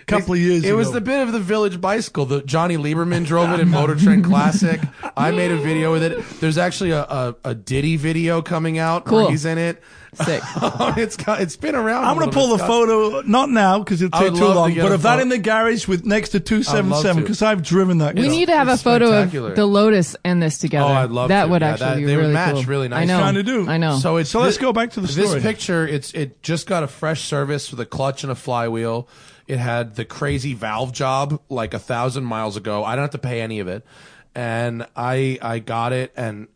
Speaker 2: a couple of years
Speaker 1: it
Speaker 2: ago.
Speaker 1: was the bit of the village bicycle. The Johnny Lieberman drove it in Motor Trend Classic. I made a video with it. There's actually a, a, a Diddy video coming out where
Speaker 4: Cool.
Speaker 1: he's in it.
Speaker 4: Sick.
Speaker 1: Oh, it's got, it's been around.
Speaker 2: I'm
Speaker 1: going to
Speaker 2: pull the photo, not now because it'll
Speaker 1: I would
Speaker 2: take too
Speaker 1: love to
Speaker 2: long,
Speaker 1: get
Speaker 2: but
Speaker 1: a
Speaker 2: of that
Speaker 1: photo.
Speaker 2: in the garage with next to
Speaker 1: I'd love
Speaker 2: 277
Speaker 1: to.
Speaker 2: because I've driven that
Speaker 4: we
Speaker 2: car.
Speaker 4: need to have a
Speaker 1: it's
Speaker 4: photo
Speaker 1: spectacular.
Speaker 4: of the Lotus and this together.
Speaker 1: Oh, I'd love
Speaker 4: that.
Speaker 1: to.
Speaker 4: Would
Speaker 1: Yeah, that-
Speaker 4: actually
Speaker 1: they
Speaker 4: be
Speaker 1: would
Speaker 4: really
Speaker 1: match
Speaker 4: cool.
Speaker 1: really
Speaker 4: I
Speaker 1: nice.
Speaker 4: know.
Speaker 2: Kinda do.
Speaker 4: I know.
Speaker 1: So it's
Speaker 2: So let's go back to the story.
Speaker 1: This picture, it's it just got a fresh service with a clutch and a flywheel. It had the crazy valve job like a thousand miles ago. I don't have to pay any of it. and I I got it, and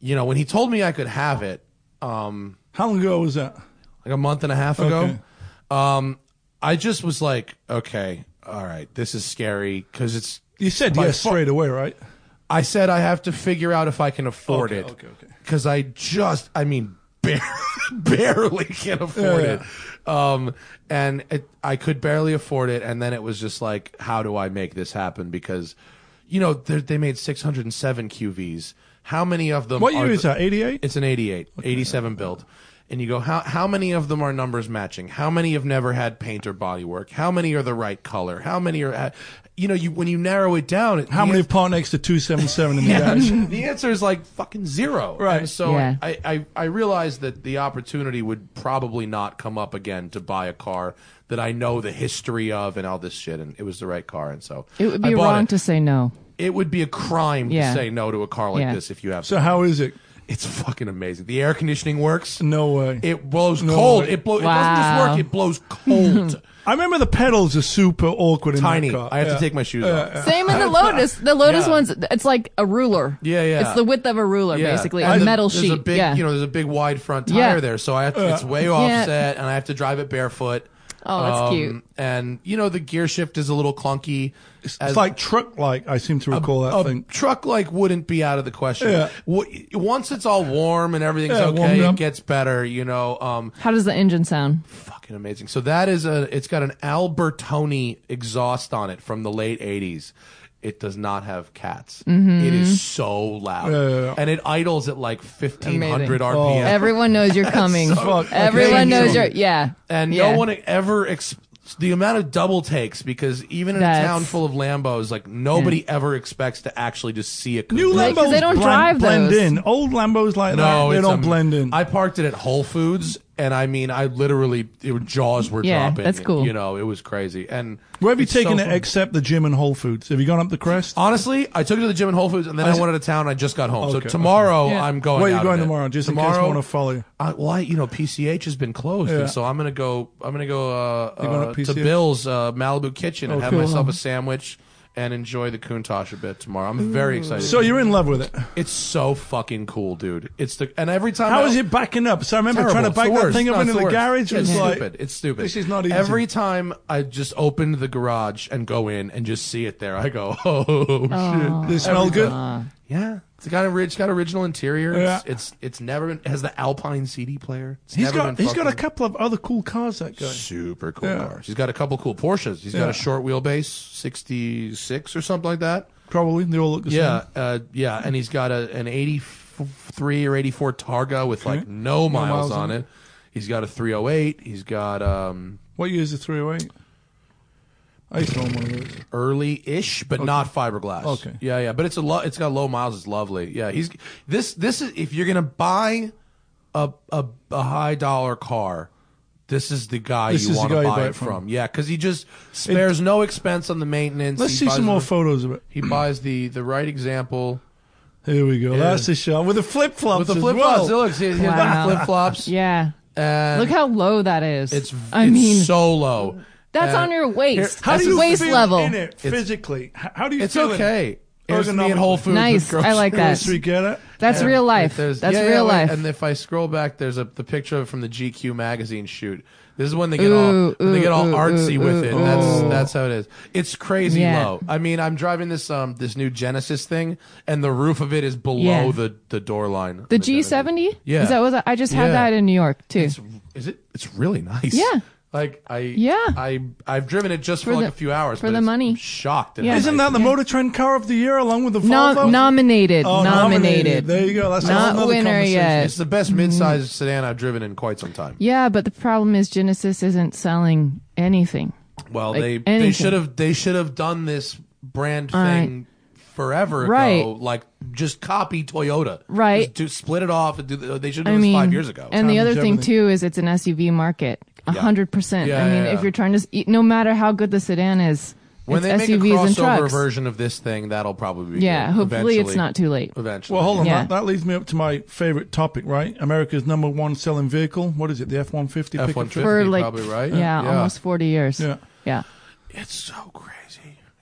Speaker 1: you know when he told me I could have it, um,
Speaker 2: How long ago was that?
Speaker 1: like a month and a half ago.
Speaker 2: Okay.
Speaker 1: Um, I just was like, okay, all right, this is scary because it's.
Speaker 2: You said
Speaker 1: My
Speaker 2: yes
Speaker 1: fu-
Speaker 2: straight away, right?
Speaker 1: I said I have to figure out if I can afford
Speaker 2: Okay,
Speaker 1: it.
Speaker 2: okay, okay.
Speaker 1: Because I just, I mean, barely, barely can afford
Speaker 2: Yeah,
Speaker 1: it. Um, and it, I could barely afford it, and then it was just like, how do I make this happen? Because, you know, they're- they made 607 QVs. How many of them?
Speaker 2: What year
Speaker 1: are
Speaker 2: is
Speaker 1: the-
Speaker 2: that? 88?
Speaker 1: it's an 88, 87 build. And you go, how, how many of them are numbers matching? How many have never had paint or body work? How many are the right color? How many are, you know, you when you narrow it down, it,
Speaker 2: How
Speaker 1: the
Speaker 2: many have parked next to 277 in the garage?
Speaker 1: yeah. the answer is like fucking zero.
Speaker 2: Right.
Speaker 1: And so
Speaker 4: Yeah.
Speaker 1: I, I, I realized that the opportunity would probably not come up again to buy a car that I know the history of and all this shit. And it was the right car. And so
Speaker 4: It would
Speaker 1: I
Speaker 4: be
Speaker 1: bought
Speaker 4: wrong
Speaker 1: it.
Speaker 4: to say no.
Speaker 1: It would be a crime
Speaker 4: Yeah.
Speaker 1: to say no to a car like
Speaker 4: Yeah.
Speaker 1: this if you have.
Speaker 2: So how is it?
Speaker 1: it's fucking amazing. The air conditioning works.
Speaker 2: No way.
Speaker 1: It blows cold.
Speaker 2: way.
Speaker 1: It blows. It doesn't
Speaker 4: Wow.
Speaker 1: just work. It blows cold.
Speaker 2: I remember the pedals are super awkward in
Speaker 1: Tiny.
Speaker 2: that car.
Speaker 1: I have
Speaker 2: Yeah.
Speaker 1: to take my shoes off.
Speaker 4: Same in the Lotus. The Lotus
Speaker 1: Yeah.
Speaker 4: one's it's like a ruler.
Speaker 1: Yeah, yeah.
Speaker 4: It's the width of a ruler,
Speaker 1: Yeah.
Speaker 4: basically,
Speaker 1: And
Speaker 4: a
Speaker 1: the-
Speaker 4: metal
Speaker 1: there's
Speaker 4: sheet.
Speaker 1: A big,
Speaker 4: yeah.
Speaker 1: You know, there's a big wide front tire
Speaker 4: Yeah.
Speaker 1: there, so I have to, it's way offset, and I have to drive it barefoot. Um,
Speaker 4: Oh, that's cute.
Speaker 1: And you know, the gear shift is a little clunky.
Speaker 2: It's like truck like, I seem to recall that
Speaker 1: a
Speaker 2: thing.
Speaker 1: truck like wouldn't be out of the question.
Speaker 2: Yeah.
Speaker 1: Wha- once it's all warm and everything's
Speaker 2: Yeah, warmed
Speaker 1: okay, it
Speaker 2: up.
Speaker 1: gets better. You know, um,
Speaker 4: How does the engine sound?
Speaker 1: fucking amazing. So that is a. It's got an Albertoni exhaust on it from the late '80s. It does not have cats.
Speaker 4: Mm-hmm.
Speaker 1: It is so loud,
Speaker 2: yeah, yeah.
Speaker 1: and it idles at like 1,500
Speaker 4: Amazing.
Speaker 1: RPM.
Speaker 4: Everyone knows you're coming.
Speaker 2: Fuck,
Speaker 4: Everyone
Speaker 2: okay.
Speaker 4: knows you're yeah.
Speaker 1: and
Speaker 4: yeah.
Speaker 1: no one ever ex- the amount of double takes because even in a
Speaker 4: That's-
Speaker 1: town full of Lambos, like nobody ever expects to actually just see a coupe.
Speaker 2: New
Speaker 4: Right, 'cause
Speaker 2: Lambos
Speaker 4: they don't
Speaker 2: blend,
Speaker 4: drive
Speaker 2: blend
Speaker 4: those.
Speaker 2: in. Old Lambos like
Speaker 1: No,
Speaker 2: that, they
Speaker 1: it's
Speaker 2: don't
Speaker 1: a-
Speaker 2: blend in.
Speaker 1: I parked it at Whole Foods, and I mean, I literally it, jaws were
Speaker 4: Yeah,
Speaker 1: dropping.
Speaker 4: that's cool.
Speaker 1: You know, it was crazy. And
Speaker 2: Where have you
Speaker 1: it's so
Speaker 2: taken it
Speaker 1: fun.
Speaker 2: except the gym and Whole Foods? Have you gone up the crest?
Speaker 1: Honestly, I took it to the gym and Whole Foods, and then I,
Speaker 2: s-
Speaker 1: went out of town. I just got home,
Speaker 2: Okay,
Speaker 1: so
Speaker 2: okay.
Speaker 1: tomorrow I'm going.
Speaker 2: Where are you
Speaker 1: out
Speaker 2: going
Speaker 1: in it.
Speaker 2: tomorrow? Just in case I wanna follow you.
Speaker 1: I, uh, well, I, you know, PCH has been closed,
Speaker 2: Yeah.
Speaker 1: and so I'm gonna go. I'm gonna go uh,
Speaker 2: You're going
Speaker 1: uh,
Speaker 2: to
Speaker 1: to
Speaker 2: PCH?
Speaker 1: Bill's uh, Malibu Kitchen and
Speaker 2: Oh,
Speaker 1: have
Speaker 2: cool.
Speaker 1: myself a sandwich and enjoy the Countach a bit tomorrow. I'm very excited.
Speaker 2: So you're in love with it.
Speaker 1: it's so fucking cool, dude. It's the and every time
Speaker 2: How
Speaker 1: I,
Speaker 2: is it backing up? So I remember
Speaker 1: Terrible.
Speaker 2: trying to
Speaker 1: It's the
Speaker 2: back that
Speaker 1: worst.
Speaker 2: thing up
Speaker 1: No,
Speaker 2: into
Speaker 1: it's
Speaker 2: the,
Speaker 1: worst.
Speaker 2: garage. It
Speaker 1: It's
Speaker 2: was like,
Speaker 1: stupid. It's stupid.
Speaker 2: This is not easy.
Speaker 1: Every time I just opened the garage and go in and just see it there, I go, oh, shit.
Speaker 2: They smell good.
Speaker 1: Ah. Yeah. It's got a ri- it's got original interior. It's,
Speaker 2: Yeah.
Speaker 1: it's it's never been has the Alpine CD player. It's
Speaker 2: He's
Speaker 1: never
Speaker 2: got
Speaker 1: been
Speaker 2: he's got a
Speaker 1: fucking-
Speaker 2: couple of other cool cars. That guy.
Speaker 1: super cool
Speaker 2: Yeah.
Speaker 1: cars. He's got a couple cool Porsches. He's got
Speaker 2: Yeah.
Speaker 1: a short wheelbase, sixty six or something like that.
Speaker 2: Probably they all look the
Speaker 1: Yeah, uh, yeah, and he's got a an eighty three or eighty four Targa with like no, miles,
Speaker 2: Mm-hmm. miles
Speaker 1: on
Speaker 2: on
Speaker 1: it. He's got a three hundred eight. He's got um,
Speaker 2: same. What year is the 308? I used to own one of those.
Speaker 1: early ish, but not fiberglass.
Speaker 2: Okay.
Speaker 1: yeah, yeah, but it's a lo- it's got low miles. It's lovely. Yeah, he's this this is if you're gonna buy a a, a high dollar car. This is the guy
Speaker 2: This
Speaker 1: you
Speaker 2: is the
Speaker 1: want to
Speaker 2: guy you
Speaker 1: buy,
Speaker 2: buy
Speaker 1: it
Speaker 2: it
Speaker 1: from.
Speaker 2: from.
Speaker 1: Yeah, because he just spares no expense on the maintenance.
Speaker 2: Let's
Speaker 1: He
Speaker 2: see
Speaker 1: buys
Speaker 2: some more
Speaker 1: the-
Speaker 2: photos of it.
Speaker 1: he buys the the right example.
Speaker 2: Here we go. That's the shot with the flip flops.
Speaker 1: With the flip flops,
Speaker 2: Well.
Speaker 1: look, he- he's got
Speaker 4: Wow.
Speaker 1: flip flops.
Speaker 4: Yeah.
Speaker 1: And
Speaker 4: Look how low that is.
Speaker 1: it's
Speaker 4: I
Speaker 1: it's
Speaker 4: mean
Speaker 1: so low.
Speaker 4: that's
Speaker 1: and-
Speaker 4: on your waist.
Speaker 2: How
Speaker 4: that's
Speaker 2: do you
Speaker 4: waist
Speaker 2: feel
Speaker 4: level.
Speaker 2: in it physically? H- How do you
Speaker 1: It's
Speaker 2: feel? in it?
Speaker 1: okay. Here's me at
Speaker 2: Ergonomically.
Speaker 1: Whole Foods. with
Speaker 4: Nice. I
Speaker 1: groceries.
Speaker 4: like that.
Speaker 2: Yes, we get it.
Speaker 4: That's real life.
Speaker 1: If there's-
Speaker 4: That's
Speaker 1: yeah, yeah,
Speaker 4: real
Speaker 1: wait,
Speaker 4: life.
Speaker 1: And if I scroll back, there's a the picture of- from the GQ magazine shoot. This is when they get all
Speaker 4: Ooh,
Speaker 1: when they get all
Speaker 4: ooh, ooh,
Speaker 1: artsy
Speaker 4: ooh,
Speaker 1: with
Speaker 4: ooh,
Speaker 1: it.
Speaker 4: ooh.
Speaker 1: That's that's how it is. It's crazy
Speaker 4: Yeah.
Speaker 1: low. I mean, I'm driving this um this new Genesis thing, and the roof of it is below
Speaker 4: Yeah.
Speaker 1: the the door line. of
Speaker 4: the G
Speaker 1: Genesis.
Speaker 4: seventy?
Speaker 1: Yeah.
Speaker 4: Is that was I just had
Speaker 1: Yeah.
Speaker 4: that in New York too.
Speaker 1: It's, is it? It's really nice.
Speaker 4: Yeah.
Speaker 1: Like I.
Speaker 4: Yeah.
Speaker 1: I I've driven it just for,
Speaker 4: For
Speaker 1: like
Speaker 4: the-
Speaker 1: a few hours
Speaker 4: for
Speaker 1: but
Speaker 4: the
Speaker 1: it's-
Speaker 4: money.
Speaker 1: I'm shocked. at
Speaker 4: Yeah.
Speaker 1: how
Speaker 2: Isn't
Speaker 1: nice
Speaker 2: that the
Speaker 1: it is.
Speaker 2: Motor Trend Car of the Year along with the
Speaker 4: No,
Speaker 2: Volvo?
Speaker 4: nominated,
Speaker 2: Oh,
Speaker 4: nominated.
Speaker 2: nominated. There you go. That's
Speaker 4: not
Speaker 2: another
Speaker 4: winner
Speaker 2: conversation.
Speaker 4: yet.
Speaker 1: It's the best mid-sized
Speaker 4: Mm.
Speaker 1: sedan I've driven in quite some time.
Speaker 4: Yeah, but the problem is Genesis isn't selling anything.
Speaker 1: Well,
Speaker 4: Like
Speaker 1: they they
Speaker 4: anything.
Speaker 1: should have they should have done this brand
Speaker 4: All right.
Speaker 1: thing forever
Speaker 4: Right.
Speaker 1: ago. Like just copy Toyota.
Speaker 4: Right.
Speaker 1: Just do split it off. And do, the- they should have
Speaker 4: I
Speaker 1: done this
Speaker 4: mean,
Speaker 1: five years ago.
Speaker 4: And the
Speaker 2: Times
Speaker 4: other thing
Speaker 2: everything.
Speaker 4: too is it's an SUV market. A
Speaker 1: Yeah.
Speaker 4: hundred percent.
Speaker 1: Yeah,
Speaker 4: I mean,
Speaker 1: yeah, yeah.
Speaker 4: if you're trying to, s- e, no matter how good the sedan is,
Speaker 1: when
Speaker 4: it's
Speaker 1: they make a
Speaker 4: SUVs and
Speaker 1: crossover
Speaker 4: trucks.
Speaker 1: version of this thing, that'll probably be
Speaker 4: yeah,
Speaker 1: good.
Speaker 4: hopefully it's
Speaker 1: Eventually.
Speaker 4: not too late.
Speaker 1: Eventually,
Speaker 2: Well, hold on.
Speaker 4: Yeah.
Speaker 2: That, that leads me up to my favorite topic, right? America's number one selling vehicle. What is it? The F one fifty
Speaker 1: F
Speaker 2: pickup
Speaker 1: one
Speaker 2: truck.
Speaker 4: For
Speaker 1: fifty
Speaker 4: like,
Speaker 1: probably right.
Speaker 4: yeah, almost forty years.
Speaker 2: Yeah.
Speaker 4: yeah.
Speaker 1: It's so crazy.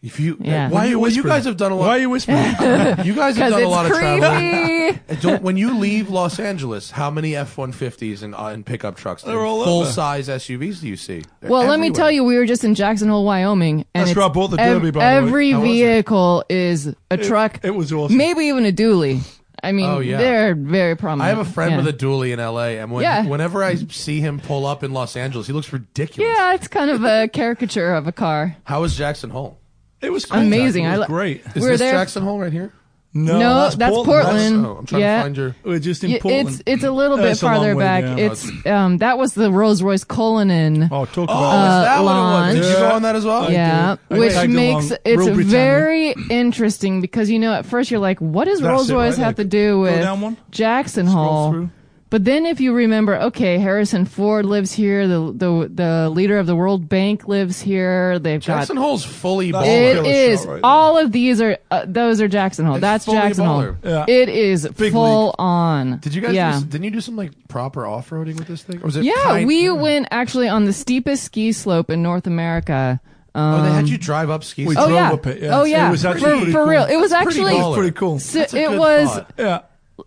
Speaker 1: If you
Speaker 4: Yeah.
Speaker 1: why you, well, you
Speaker 2: whispering?
Speaker 1: guys have done a lot.
Speaker 2: Why are you whispering?
Speaker 1: You guys have
Speaker 4: because
Speaker 1: done a lot
Speaker 4: it's
Speaker 1: of traveling.
Speaker 4: creepy.
Speaker 1: And don't- when you leave Los Angeles, how many F one fifties and uh, and pickup trucks,
Speaker 2: They're all
Speaker 1: full
Speaker 2: over.
Speaker 1: size SUVs, do you see? They're
Speaker 4: Well, let me
Speaker 1: everywhere.
Speaker 4: tell you, we were just in Jackson Hole, Wyoming, and
Speaker 2: That's
Speaker 4: it's
Speaker 2: where I bought the Derby, by the way.
Speaker 4: every
Speaker 2: How was it?
Speaker 4: vehicle is a truck.
Speaker 2: it was awesome.
Speaker 4: Maybe even a dually. I mean,
Speaker 1: Oh, yeah.
Speaker 4: they're very prominent.
Speaker 1: I have a friend
Speaker 4: Mm-hmm. yeah.
Speaker 1: with a dually in LA, and when,
Speaker 4: Yeah.
Speaker 1: whenever I see him pull up in Los Angeles, he looks ridiculous.
Speaker 4: Yeah, it's kind of a caricature of a car.
Speaker 1: How is Jackson Hole?
Speaker 2: It was cool.
Speaker 4: Amazing.
Speaker 2: It
Speaker 4: I
Speaker 2: was
Speaker 4: lo-
Speaker 2: great.
Speaker 1: Is
Speaker 4: We were
Speaker 1: this
Speaker 4: there-
Speaker 1: Jackson Hole right here?
Speaker 2: No,
Speaker 4: no, that's Portland.
Speaker 1: Oh, I'm trying
Speaker 4: Yeah.
Speaker 1: to find your.
Speaker 2: We're just in
Speaker 4: Y-
Speaker 2: Portland.
Speaker 4: It's it's a little bit
Speaker 2: That's a long
Speaker 4: farther
Speaker 2: way
Speaker 4: back.
Speaker 2: down.
Speaker 4: it's um that was the Rolls Royce Cullinan.
Speaker 2: oh, talk
Speaker 1: Oh,
Speaker 2: about
Speaker 1: is that what it
Speaker 4: lawn.
Speaker 1: was? Did you
Speaker 2: Yeah.
Speaker 1: go on that as well?
Speaker 4: Uh, yeah,
Speaker 2: do. I
Speaker 4: which
Speaker 2: tagged
Speaker 4: makes
Speaker 2: along.
Speaker 4: it's
Speaker 2: Rule Britannia.
Speaker 4: very interesting because you know at first you're like, what does
Speaker 2: That's
Speaker 4: Rolls
Speaker 2: it,
Speaker 4: Royce
Speaker 2: right?
Speaker 4: have to do with
Speaker 2: down one.
Speaker 4: Jackson
Speaker 2: Scroll
Speaker 4: Hole?
Speaker 2: through.
Speaker 4: But then if you remember, okay, Harrison Ford lives here. The the the leader of the World Bank lives here. They've
Speaker 1: Jackson Hole's fully
Speaker 2: That's
Speaker 4: got
Speaker 2: Hole
Speaker 4: it
Speaker 2: killer
Speaker 1: baller.
Speaker 4: is
Speaker 2: shot right
Speaker 4: all of these are uh, those are Jackson Hole.
Speaker 1: It's
Speaker 4: That's
Speaker 1: fully
Speaker 4: Jackson Hole.
Speaker 1: baller.
Speaker 2: Yeah.
Speaker 4: It is
Speaker 2: Big
Speaker 4: full on.
Speaker 1: Did you guys?
Speaker 4: Yeah.
Speaker 1: Do, s- didn't you do some like proper off roading with this thing? Or was it?
Speaker 4: Yeah,
Speaker 1: kind-
Speaker 4: we went actually on the steepest ski slope in North America. Um,
Speaker 1: Oh, they had you drive up skis.
Speaker 2: we
Speaker 4: oh
Speaker 2: drove
Speaker 4: yeah,
Speaker 2: up it, yeah.
Speaker 4: oh
Speaker 2: It
Speaker 4: yeah,
Speaker 2: was actually
Speaker 4: for,
Speaker 2: pretty
Speaker 4: for
Speaker 2: cool.
Speaker 4: real. It was
Speaker 1: That's pretty
Speaker 4: actually
Speaker 1: baller.
Speaker 2: pretty cool.
Speaker 4: so-
Speaker 1: That's a
Speaker 4: it
Speaker 1: good
Speaker 4: was.
Speaker 1: thought.
Speaker 2: Yeah.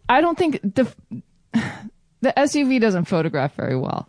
Speaker 4: I don't think the the SUV doesn't photograph very well.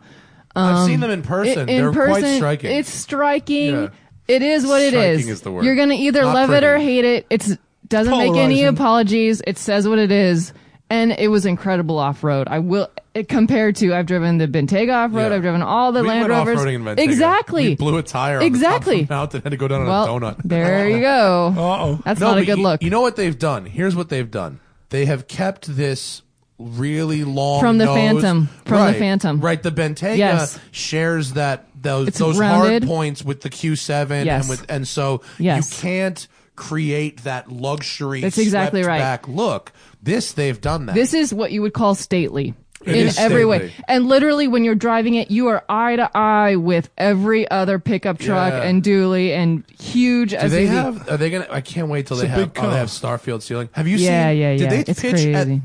Speaker 1: I've seen them in person.
Speaker 4: um, in
Speaker 1: They're
Speaker 4: person,
Speaker 1: quite striking.
Speaker 4: It's striking.
Speaker 1: Yeah.
Speaker 4: It is what it
Speaker 1: Striking
Speaker 4: is.
Speaker 1: is the word.
Speaker 4: You're gonna either
Speaker 1: Not
Speaker 4: love it or
Speaker 1: pretty.
Speaker 4: hate it. It's doesn't make any
Speaker 2: Polarizing.
Speaker 4: apologies. It says what it is, and it was incredible off road. I will it, compared to I've driven the Bentayga off road.
Speaker 1: Yeah.
Speaker 4: I've driven all the
Speaker 1: we
Speaker 4: Land
Speaker 1: went
Speaker 4: Rovers.
Speaker 1: off-roading in Ventura.
Speaker 4: exactly.
Speaker 1: We blew a tire.
Speaker 4: Exactly.
Speaker 1: On the top of a mountain had to go down on
Speaker 4: well,
Speaker 1: a donut.
Speaker 4: there you go.
Speaker 2: Uh-oh.
Speaker 4: That's
Speaker 1: No,
Speaker 4: not a
Speaker 1: but
Speaker 4: good
Speaker 1: you-
Speaker 4: look.
Speaker 1: You know what they've done? Here's what they've done. They have kept this really long
Speaker 4: From the
Speaker 1: nose-
Speaker 4: Phantom. From the
Speaker 1: Right,
Speaker 4: Phantom.
Speaker 1: Right. The Bentayga
Speaker 4: Yes.
Speaker 1: shares that those
Speaker 4: It's
Speaker 1: those
Speaker 4: rounded.
Speaker 1: hard points with the Q7
Speaker 4: Yes.
Speaker 1: and with and so
Speaker 4: Yes.
Speaker 1: you can't create that luxury
Speaker 4: That's exactly
Speaker 1: swept
Speaker 4: right.
Speaker 1: back look. This they've done that.
Speaker 4: This is what you would call stately in
Speaker 1: is
Speaker 4: every way.
Speaker 1: stately.
Speaker 4: And literally, when you're driving it, you are eye to eye with every other pickup truck
Speaker 1: Yeah.
Speaker 4: and dually and huge
Speaker 1: do
Speaker 4: SUV.
Speaker 1: they have? Are they gonna? I can't wait till they
Speaker 2: a
Speaker 1: have.
Speaker 2: big
Speaker 1: Oh, they
Speaker 2: car.
Speaker 1: have Starfield ceiling. Have you
Speaker 4: Yeah,
Speaker 1: seen?
Speaker 4: yeah,
Speaker 1: Did
Speaker 4: yeah.
Speaker 1: they
Speaker 4: It's
Speaker 1: pitch at-
Speaker 4: crazy.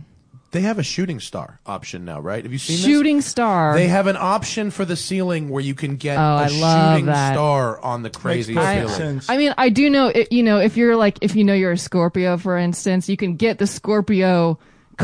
Speaker 1: they have a shooting star option now, right? Have you seen this?
Speaker 4: shooting star?
Speaker 1: They have an option for the ceiling where you can get
Speaker 4: Oh,
Speaker 1: a
Speaker 4: I love
Speaker 1: shooting
Speaker 4: that.
Speaker 1: star on the crazy
Speaker 2: Makes perfect
Speaker 1: ceiling.
Speaker 2: sense.
Speaker 4: I mean, I do know. It, you know, if you're like, if you know you're a Scorpio, for instance, you can get the Scorpio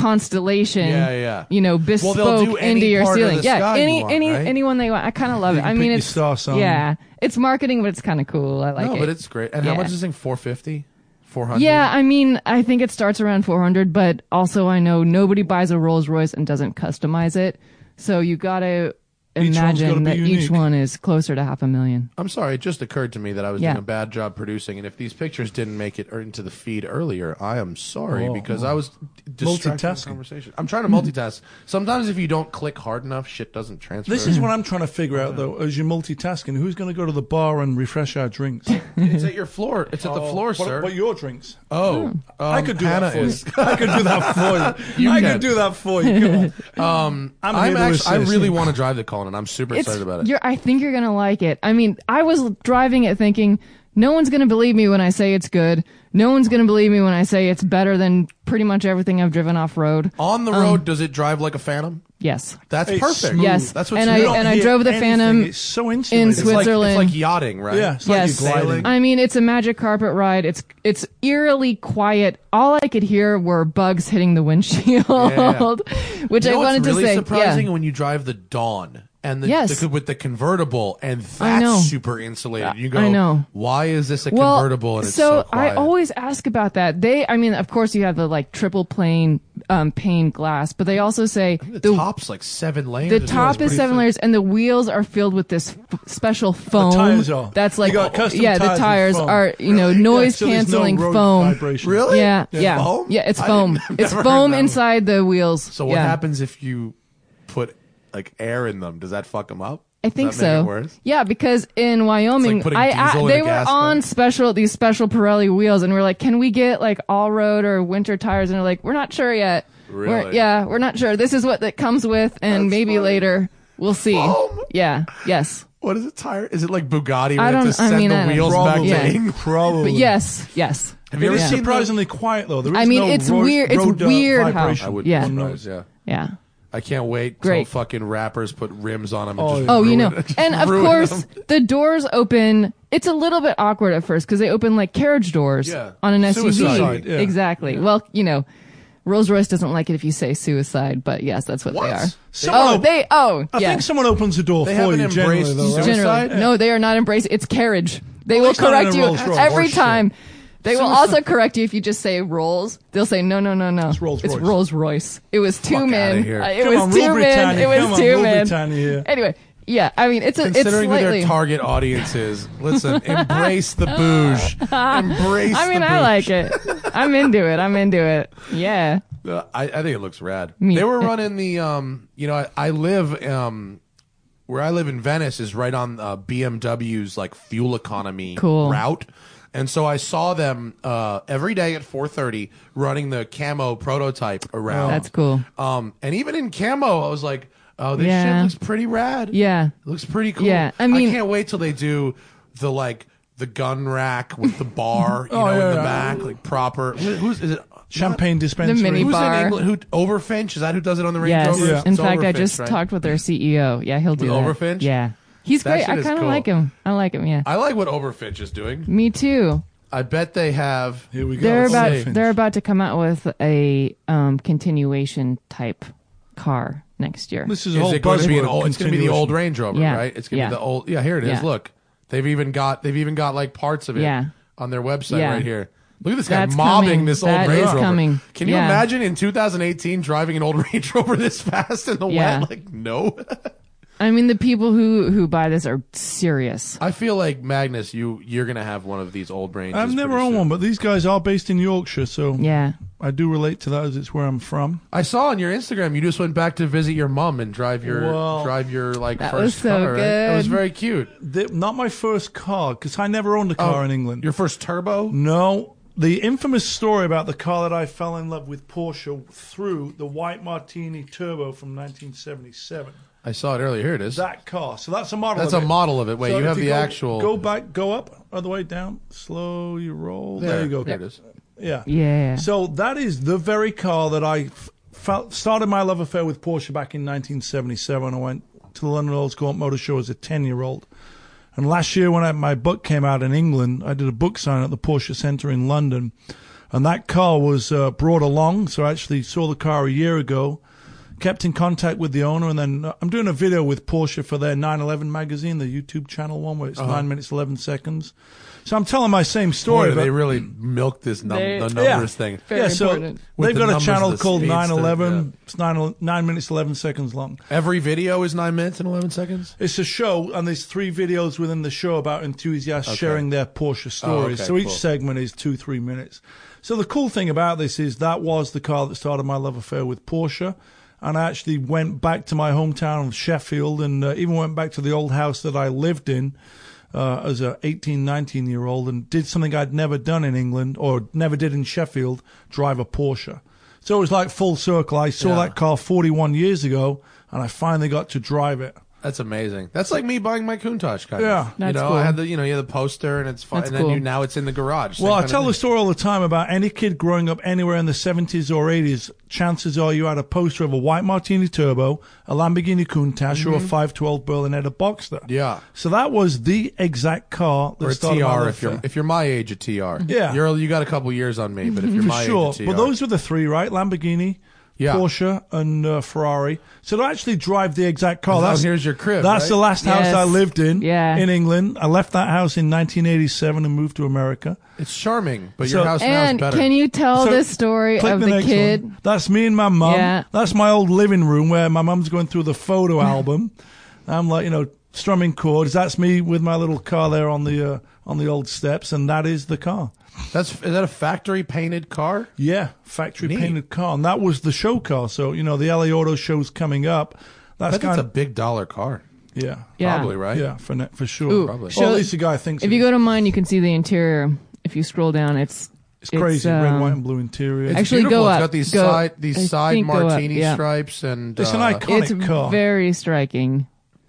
Speaker 4: constellation.
Speaker 1: Yeah, yeah.
Speaker 4: You know,
Speaker 1: they'll
Speaker 4: bespoke
Speaker 1: do any
Speaker 4: into your
Speaker 1: part of
Speaker 4: ceiling.
Speaker 1: the
Speaker 4: yeah,
Speaker 1: sky you
Speaker 4: any
Speaker 1: want,
Speaker 4: any
Speaker 1: right?
Speaker 4: anyone they want. I kind of love it.
Speaker 2: can
Speaker 4: I
Speaker 2: pick
Speaker 4: mean,
Speaker 2: your
Speaker 4: it's
Speaker 2: star sign.
Speaker 4: yeah, it's marketing, but it's kind of cool. I like
Speaker 1: no,
Speaker 4: it.
Speaker 1: but it's great. And how
Speaker 4: Yeah.
Speaker 1: much is this thing? Four fifty. Four hundred.
Speaker 4: Yeah, I mean, I think it starts around 400, but also I know nobody buys a Rolls Royce and doesn't customize it. So you got to
Speaker 2: one's gotta
Speaker 4: imagine
Speaker 2: be
Speaker 4: that each
Speaker 2: unique.
Speaker 4: one is closer to half a million.
Speaker 1: I'm sorry. It just occurred to me that I was
Speaker 4: Yeah.
Speaker 1: doing a bad job producing, and if these pictures didn't make it er- into the feed earlier, I am sorry because I was distracted in the
Speaker 2: Oh, Multitasking.
Speaker 1: conversation. I'm trying to multitask. Sometimes if you don't click hard enough, shit doesn't transfer.
Speaker 2: This is what I'm trying to figure out, though, as you're multitasking. Who's going to go to the bar and refresh our drinks?
Speaker 1: it's at your floor. It's at
Speaker 4: Oh,
Speaker 1: the floor,
Speaker 2: what,
Speaker 1: sir.
Speaker 2: What your drinks?
Speaker 1: oh,
Speaker 2: I
Speaker 1: um,
Speaker 2: could do
Speaker 1: Hannah
Speaker 2: that for
Speaker 1: is-
Speaker 2: you. I could do that for you.
Speaker 1: You
Speaker 2: I
Speaker 1: can.
Speaker 2: could do that for you. Come on. Um, I'm,
Speaker 1: I'm
Speaker 2: here to
Speaker 1: actually. I
Speaker 2: assist.
Speaker 1: really want to drive the Cullinan. I'm super excited about it.
Speaker 4: You're, I think you're going to like it. I mean, I was driving it thinking, no one's going to believe me when I say it's good. No one's going to believe me when I say it's better than pretty much everything I've driven off road.
Speaker 1: On the road, does it drive like a Phantom?
Speaker 4: Yes.
Speaker 1: That's
Speaker 2: It's
Speaker 1: perfect.
Speaker 2: smooth.
Speaker 4: Um, Yes.
Speaker 1: that's what
Speaker 4: And
Speaker 1: you
Speaker 4: I-
Speaker 2: You
Speaker 1: don't
Speaker 2: don't
Speaker 4: and I
Speaker 2: hear
Speaker 4: drove the
Speaker 2: anything.
Speaker 4: Phantom
Speaker 2: It's so insulated.
Speaker 4: in Switzerland.
Speaker 1: It's like, it's like yachting, right?
Speaker 2: Yeah, it's
Speaker 4: Yes.
Speaker 2: like you're gliding.
Speaker 1: Sailing.
Speaker 4: I mean, it's a magic carpet ride. It's it's eerily quiet. All I could hear were bugs hitting the windshield,
Speaker 1: You
Speaker 4: which
Speaker 1: know
Speaker 4: I
Speaker 1: what's
Speaker 4: wanted
Speaker 1: really
Speaker 4: to say.
Speaker 1: surprising
Speaker 4: yeah.
Speaker 1: when you drive the Dawn and the,
Speaker 4: Yes.
Speaker 1: the- with the convertible, and that's
Speaker 4: I know.
Speaker 1: super insulated. You go,
Speaker 4: I know.
Speaker 1: Why is this a
Speaker 4: Well,
Speaker 1: convertible? And it's
Speaker 4: so,
Speaker 1: so,
Speaker 4: I
Speaker 1: quiet?
Speaker 4: always ask about that. They, I mean, of course, you have the like triple plane um, pane glass, but they also say
Speaker 1: the,
Speaker 4: the
Speaker 1: top's like seven layers.
Speaker 4: the
Speaker 1: It's
Speaker 4: top
Speaker 1: pretty
Speaker 4: is seven
Speaker 1: thick.
Speaker 4: layers, and the wheels are filled with this f- special foam.
Speaker 2: tires are.
Speaker 4: That's
Speaker 2: You
Speaker 4: like
Speaker 2: got custom
Speaker 4: yeah,
Speaker 2: tires
Speaker 4: the
Speaker 2: with
Speaker 4: tires
Speaker 2: foam.
Speaker 4: are you know
Speaker 2: Yeah,
Speaker 4: noise
Speaker 2: so there's no
Speaker 4: canceling
Speaker 2: road
Speaker 4: foam.
Speaker 2: vibration.
Speaker 1: Really?
Speaker 4: Yeah, yeah,
Speaker 1: foam?
Speaker 4: yeah. It's
Speaker 1: I
Speaker 4: foam.
Speaker 1: didn't- I've
Speaker 4: It's
Speaker 1: never
Speaker 4: foom
Speaker 1: heard that.
Speaker 4: inside the wheels.
Speaker 1: So what
Speaker 4: yeah.
Speaker 1: happens if you put like air in them? Does that fuck them up?
Speaker 4: I
Speaker 1: Does
Speaker 4: think
Speaker 1: that make
Speaker 4: so.
Speaker 1: It worse?
Speaker 4: Yeah, because in Wyoming,
Speaker 1: It's like putting
Speaker 4: I, I-
Speaker 1: diesel in a
Speaker 4: they were
Speaker 1: gas
Speaker 4: on
Speaker 1: tank.
Speaker 4: special these special Pirelli wheels, and we are like, can we get like all road or winter tires? And they're like, we're not sure yet. We're-
Speaker 1: Really?
Speaker 4: yeah, we're not sure. This is what that comes with, and maybe
Speaker 1: funny.
Speaker 4: later we'll see.
Speaker 1: Foam?
Speaker 4: Yeah. Yes.
Speaker 1: What is a tire? Is it like Bugatti? Where
Speaker 4: I
Speaker 1: they
Speaker 4: don't-
Speaker 1: have to
Speaker 4: I
Speaker 1: send
Speaker 4: mean, I
Speaker 1: the
Speaker 4: don't-
Speaker 1: wheels back
Speaker 2: Probably.
Speaker 1: to
Speaker 4: Yeah.
Speaker 1: England.
Speaker 2: Probably.
Speaker 4: But yes. Yes.
Speaker 1: Have
Speaker 2: It
Speaker 1: you ever
Speaker 2: is
Speaker 1: seen those?
Speaker 2: surprisingly quiet, though. There is
Speaker 4: I mean,
Speaker 2: no
Speaker 4: it's
Speaker 2: road-
Speaker 4: weird- it's
Speaker 2: road, uh,
Speaker 4: weird how-
Speaker 2: vibration.
Speaker 4: I would- Yeah.
Speaker 1: yeah.
Speaker 4: Yeah.
Speaker 1: I can't wait till
Speaker 4: Great.
Speaker 1: fucking rappers put rims on them. And
Speaker 2: Oh,
Speaker 1: just
Speaker 2: yeah.
Speaker 4: Oh, you
Speaker 1: ruin
Speaker 4: know,
Speaker 1: it. Just
Speaker 4: and of
Speaker 1: ruin
Speaker 4: course
Speaker 1: them.
Speaker 4: the doors open It's a little bit awkward at first because they open like carriage doors
Speaker 1: Yeah.
Speaker 4: on an SUV.
Speaker 1: Suicide,
Speaker 2: yeah.
Speaker 4: Exactly. Well, you know, Rolls Royce doesn't like it if you say suicide, but yes, that's what,
Speaker 1: What?
Speaker 4: they are.
Speaker 2: Someone
Speaker 4: oh,
Speaker 2: op-
Speaker 4: they. Oh,
Speaker 2: I
Speaker 4: yeah.
Speaker 2: think someone opens the door
Speaker 1: They
Speaker 2: for
Speaker 1: haven't
Speaker 2: you generally,
Speaker 1: embraced
Speaker 2: though, right?
Speaker 1: suicide.
Speaker 4: Generally, no, they are not embraced. It's carriage. They will
Speaker 2: it's not in
Speaker 4: correct
Speaker 2: a
Speaker 4: you
Speaker 2: Rolls Royce.
Speaker 4: every
Speaker 2: Horseshit.
Speaker 4: time. They will also correct you if you just say Rolls. They'll say no, no, no, no. It's
Speaker 2: Rolls Royce.
Speaker 4: Rolls Royce. It was two
Speaker 1: outta
Speaker 4: men.
Speaker 1: here.
Speaker 4: Uh, It
Speaker 2: Come
Speaker 4: was
Speaker 2: on,
Speaker 4: two
Speaker 2: Rule
Speaker 4: men.
Speaker 2: Britannia.
Speaker 4: It was
Speaker 2: Come on,
Speaker 4: two
Speaker 2: Rule
Speaker 4: men.
Speaker 2: Britannia here.
Speaker 4: Anyway, yeah. I mean, it's a, it's
Speaker 1: Considering who
Speaker 4: slightly.
Speaker 1: their target audience is, listen, embrace the bouge. Embrace
Speaker 4: I mean,
Speaker 1: the
Speaker 4: I
Speaker 1: bouge.
Speaker 4: like it. I'm into it. I'm into it. Yeah.
Speaker 1: Uh, I, I think it looks rad.
Speaker 4: Me-
Speaker 1: They were running the, um, you know, I, I live, um, where I live in Venice is right on uh, BMW's like fuel economy
Speaker 4: Cool.
Speaker 1: route, and so I saw them uh, every day at four thirty running the camo prototype around.
Speaker 4: That's cool.
Speaker 1: Um, and even in camo, I was like, oh, this
Speaker 4: Yeah.
Speaker 1: shit looks pretty rad.
Speaker 4: Yeah.
Speaker 1: It looks pretty cool.
Speaker 4: Yeah, I mean-
Speaker 1: I can't wait till they do the like. The gun rack with the bar, you
Speaker 2: Oh,
Speaker 1: know,
Speaker 2: yeah,
Speaker 1: in the
Speaker 2: yeah.
Speaker 1: back, like proper. Who- Who's is it?
Speaker 2: Champagne dispensary.
Speaker 4: mini
Speaker 1: Who's
Speaker 4: bar.
Speaker 1: in England? Who Overfinch? Is that who does it on the Range
Speaker 4: Yes.
Speaker 1: Rover?
Speaker 2: Yeah.
Speaker 4: In
Speaker 1: It's
Speaker 4: fact, I
Speaker 1: Overfinch,
Speaker 4: just
Speaker 1: right?
Speaker 4: talked with their CEO. Yeah, he'll do
Speaker 1: With
Speaker 4: that.
Speaker 1: Overfinch?
Speaker 4: Yeah. He's
Speaker 1: That
Speaker 4: great.
Speaker 1: shit
Speaker 4: I
Speaker 1: is
Speaker 4: kind of
Speaker 1: cool.
Speaker 4: like him. I like him. Yeah.
Speaker 1: I like what Overfinch is doing.
Speaker 4: Me too.
Speaker 1: I bet they have.
Speaker 2: Here we go.
Speaker 4: They're
Speaker 2: Let's
Speaker 4: about
Speaker 2: see.
Speaker 4: they're about to come out with a um, continuation type car next year.
Speaker 2: This is a
Speaker 1: Is
Speaker 2: whole
Speaker 1: it going to be an
Speaker 2: buzzword
Speaker 1: old? It's going to be the old
Speaker 2: continuation.
Speaker 1: Range Rover,
Speaker 4: Yeah.
Speaker 1: right? It's going to
Speaker 4: Yeah.
Speaker 1: be the old. Yeah, here it is.
Speaker 4: Yeah.
Speaker 1: Look, they've even got they've even got like parts of it
Speaker 4: Yeah.
Speaker 1: on their website
Speaker 4: Yeah.
Speaker 1: right here. Look at this guy
Speaker 4: That's
Speaker 1: mobbing
Speaker 4: coming.
Speaker 1: this old
Speaker 4: That
Speaker 1: Range
Speaker 4: is
Speaker 1: Rover.
Speaker 4: coming.
Speaker 1: Can you
Speaker 4: Yeah.
Speaker 1: imagine in 2018 driving an old Range Rover this fast in the
Speaker 4: Yeah.
Speaker 1: wet? Like no.
Speaker 4: I mean, the people who who buy this are serious.
Speaker 1: I feel like Magnus, you you're going to have one of these old Ranges.
Speaker 2: I've never
Speaker 1: pretty
Speaker 2: owned
Speaker 1: soon.
Speaker 2: one, but these guys are based in Yorkshire, so
Speaker 4: Yeah.
Speaker 2: I do relate to that as it's where I'm from.
Speaker 1: I saw on your Instagram you just went back to visit your mom and drive your
Speaker 2: Well,
Speaker 1: drive your like
Speaker 4: That
Speaker 1: first
Speaker 4: was so
Speaker 1: car. Right? That was
Speaker 4: good.
Speaker 1: very cute.
Speaker 2: They- not my first car, because I never owned a car
Speaker 1: Oh.
Speaker 2: in England.
Speaker 1: Your first turbo.
Speaker 2: No, the infamous story about the car that I fell in love with Porsche through the White Martini Turbo from 1977.
Speaker 1: I saw it earlier. Here it is.
Speaker 2: That car. So that's a model.
Speaker 1: That's
Speaker 2: of
Speaker 1: a
Speaker 2: it.
Speaker 1: model of it. Wait,
Speaker 2: So
Speaker 1: you
Speaker 2: if
Speaker 1: have the
Speaker 2: go-
Speaker 1: actual.
Speaker 2: Go back, go up, other way down, slow. You roll. There, you go.
Speaker 1: There it is.
Speaker 2: Yeah.
Speaker 4: Yeah.
Speaker 2: So that is the very car that I f- felt started my love affair with Porsche back in 1977. I went to the London Old Court Motor Show as a 10 year old. And last year, when I, my book came out in England, I did a book sign at the Porsche Centre in London. And that car was uh, brought along. So I actually saw the car a year ago, kept in contact with the owner. And then uh, I'm doing a video with Porsche for their 911 magazine, the YouTube channel one, where it's
Speaker 1: Uh-huh.
Speaker 2: 9 minutes, 11 seconds. So I'm telling my same story.
Speaker 1: Boy,
Speaker 2: but-
Speaker 1: they really milked this num-
Speaker 4: They-
Speaker 1: the
Speaker 2: yeah.
Speaker 1: numbers thing.
Speaker 4: Very
Speaker 2: yeah, so
Speaker 4: important.
Speaker 1: With
Speaker 2: they've
Speaker 1: the
Speaker 2: got a
Speaker 1: numbers of
Speaker 2: channel
Speaker 1: the
Speaker 2: called
Speaker 1: speedster,
Speaker 2: 911. It's nine, nine minutes, 11 seconds long.
Speaker 1: Every video is nine minutes and eleven seconds.
Speaker 2: It's a show, and there's three videos within the show about enthusiasts sharing their Porsche stories.
Speaker 1: Oh, okay,
Speaker 2: so each
Speaker 1: cool.
Speaker 2: segment is two, three minutes. So the cool thing about this is that was the car that started my love affair with Porsche. And I actually went back to my hometown of Sheffield and uh, even went back to the old house that I lived in uh, as a 18, 19 year old and did something I'd never done in England or never did in Sheffield drive a Porsche. So it was like full circle. I saw
Speaker 1: Yeah.
Speaker 2: that car 41 years ago and I finally got to drive it.
Speaker 1: That's amazing. That's like me buying my Countach kind
Speaker 2: Yeah.
Speaker 1: of. you
Speaker 4: That's
Speaker 1: know,
Speaker 4: cool.
Speaker 1: I had the you know you had the poster and it's fun,
Speaker 4: That's
Speaker 1: and then
Speaker 4: cool.
Speaker 1: you now it's in the garage.
Speaker 2: Well,
Speaker 1: Same
Speaker 2: I
Speaker 1: kinda
Speaker 2: tell
Speaker 1: thing.
Speaker 2: the story all the time about any kid growing up anywhere in the 70s or 80s. Chances are you had a poster of a white Martini Turbo, a Lamborghini Countach, or a 512 Berlinetta Boxster.
Speaker 1: Mm-hmm. Yeah.
Speaker 2: So that was the exact car that
Speaker 1: or a
Speaker 2: started my
Speaker 1: TR
Speaker 2: love
Speaker 1: if you're
Speaker 2: affair.
Speaker 1: if you're my age a TR.
Speaker 2: Yeah.
Speaker 1: you're you got a couple years on me, but if you're
Speaker 2: For
Speaker 1: my
Speaker 2: sure.
Speaker 1: age a TR.
Speaker 2: But those were the three, right? Lamborghini.
Speaker 1: Yeah.
Speaker 2: Porsche and uh, Ferrari. So to actually drive the exact car.
Speaker 1: And
Speaker 2: That's
Speaker 1: here's your crib,
Speaker 2: That's
Speaker 1: right?
Speaker 2: the last house
Speaker 4: Yes.
Speaker 2: I lived in.
Speaker 4: Yeah.
Speaker 2: In England, I left that house in 1987 and moved to America.
Speaker 1: it's charming, but
Speaker 2: So-
Speaker 1: your house now is
Speaker 4: And
Speaker 1: better.
Speaker 4: can you tell
Speaker 2: So,
Speaker 4: the story
Speaker 2: Click
Speaker 4: of the,
Speaker 2: next
Speaker 4: kid?
Speaker 2: one. That's me and my mum.
Speaker 4: Yeah.
Speaker 2: That's my old living room where my mum's going through the photo album. I'm like, you know, strumming chords. That's me with my little car there on the uh, on the old steps, and that is the car.
Speaker 1: That's is that a factory painted car?
Speaker 2: Yeah, factory
Speaker 1: Neat.
Speaker 2: painted car, and that was the show car. So you know, the LA Auto Show's coming up. That's
Speaker 1: That's,
Speaker 2: kind
Speaker 1: a
Speaker 2: of
Speaker 1: big dollar car.
Speaker 2: yeah,
Speaker 4: Yeah.
Speaker 1: Probably right.
Speaker 2: yeah, for ne- for sure.
Speaker 4: Ooh,
Speaker 2: Probably.
Speaker 4: show-
Speaker 2: Or at least the guy thinks.
Speaker 4: If
Speaker 2: it
Speaker 4: you
Speaker 2: is.
Speaker 4: go to mine, you can see the interior. If you scroll down, it's
Speaker 2: it's crazy, red,
Speaker 4: um,
Speaker 2: white, and blue interior.
Speaker 1: It's
Speaker 2: It's,
Speaker 4: Actually,
Speaker 1: beautiful.
Speaker 4: go
Speaker 1: It's
Speaker 4: up.
Speaker 1: got these
Speaker 4: Go-
Speaker 1: side
Speaker 4: I
Speaker 1: these side
Speaker 4: think go up,
Speaker 1: martini
Speaker 4: yeah.
Speaker 1: stripes and
Speaker 2: It's an
Speaker 1: uh,
Speaker 2: iconic
Speaker 4: It's
Speaker 2: car.
Speaker 4: very striking.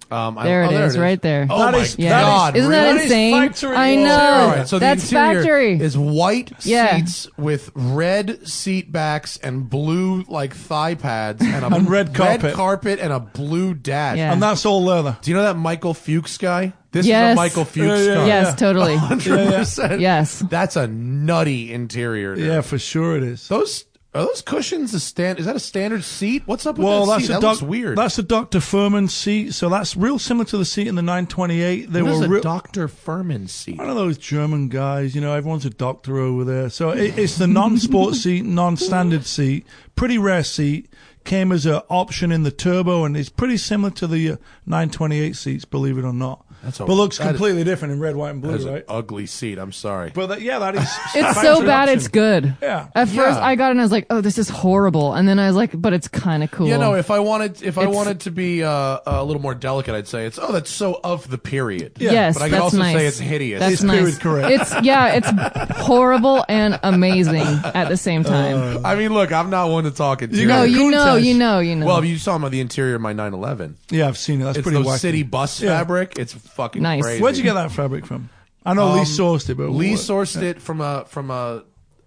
Speaker 1: Um, I-
Speaker 4: There it
Speaker 1: oh,
Speaker 4: is, right there.
Speaker 1: Oh
Speaker 2: That
Speaker 1: my
Speaker 2: is-
Speaker 1: god!
Speaker 4: Yeah.
Speaker 2: that
Speaker 1: God,
Speaker 4: Isn't
Speaker 1: really?
Speaker 4: that
Speaker 2: That is
Speaker 4: insane?
Speaker 2: factory
Speaker 4: I
Speaker 2: wall.
Speaker 4: know.
Speaker 1: All right, so
Speaker 4: That's
Speaker 1: the interior
Speaker 4: factory.
Speaker 1: is white
Speaker 4: Yeah.
Speaker 1: seats with red seat backs and blue like thigh pads and a
Speaker 2: And red carpet.
Speaker 1: carpet and a blue dash.
Speaker 4: Yeah.
Speaker 2: and that's all leather.
Speaker 1: Do you know that Michael Fuchs guy? This is a
Speaker 4: Yes.
Speaker 1: Michael Fuchs
Speaker 2: Yeah, yeah,
Speaker 1: car.
Speaker 4: Yes, totally.
Speaker 1: 100%.
Speaker 4: Yes.
Speaker 1: That's a nutty interior. nerd.
Speaker 2: Yeah, for sure it is.
Speaker 1: Those are those cushions a stand is that a standard seat? What's up with
Speaker 2: Well,
Speaker 1: that
Speaker 2: that's
Speaker 1: seat?
Speaker 2: a
Speaker 1: That
Speaker 2: doc-
Speaker 1: looks weird.
Speaker 2: That's a Dr. Furman seat, so that's real similar to the seat in the 928. They
Speaker 1: What is
Speaker 2: were
Speaker 1: a
Speaker 2: real-
Speaker 1: Dr. Furman seat.
Speaker 2: one of those German guys, you know, everyone's a doctor over there. So it, it's the non-sport seat, non-standard seat, pretty rare seat. Came as an option in the turbo, and it's pretty similar to the uh, 928 seats, believe it or not.
Speaker 1: That's a-
Speaker 2: but looks
Speaker 1: that is-
Speaker 2: completely different in red, white, and blue,
Speaker 1: That's
Speaker 2: right?
Speaker 1: an ugly seat. I'm sorry.
Speaker 2: but that, yeah, that is.
Speaker 4: It's so
Speaker 2: factory
Speaker 4: bad,
Speaker 2: option.
Speaker 4: it's good.
Speaker 2: Yeah.
Speaker 4: At first,
Speaker 1: Yeah.
Speaker 4: I got it and I was like, oh, this is horrible. And then I was like, but it's kind of cool.
Speaker 1: you know, if I wanted if I
Speaker 4: It's-
Speaker 1: wanted to be uh, a little more delicate, I'd say it's oh that's so of the period.
Speaker 4: Yes,
Speaker 1: but I could
Speaker 4: that's
Speaker 1: also
Speaker 4: nice.
Speaker 1: say it's hideous.
Speaker 4: That's
Speaker 2: It's
Speaker 4: nice.
Speaker 2: period correct.
Speaker 4: It's yeah, it's horrible and amazing at the
Speaker 1: Uh,
Speaker 4: same time.
Speaker 1: I mean, look, I'm not one to talk interior.
Speaker 4: no,
Speaker 2: got a
Speaker 4: you
Speaker 2: cool
Speaker 4: know,
Speaker 2: touch.
Speaker 4: you know, you know.
Speaker 1: well, if you saw my the interior of my 911.
Speaker 2: Yeah, I've seen it. That's
Speaker 1: It's
Speaker 2: pretty
Speaker 1: those
Speaker 2: wacky.
Speaker 1: city bus
Speaker 2: Yeah.
Speaker 1: fabric. It's fucking
Speaker 4: Nice.
Speaker 1: crazy.
Speaker 2: Where'd you get that fabric from? I know Lee sourced it, but
Speaker 1: Um, Lee
Speaker 2: what-
Speaker 1: sourced it from a from a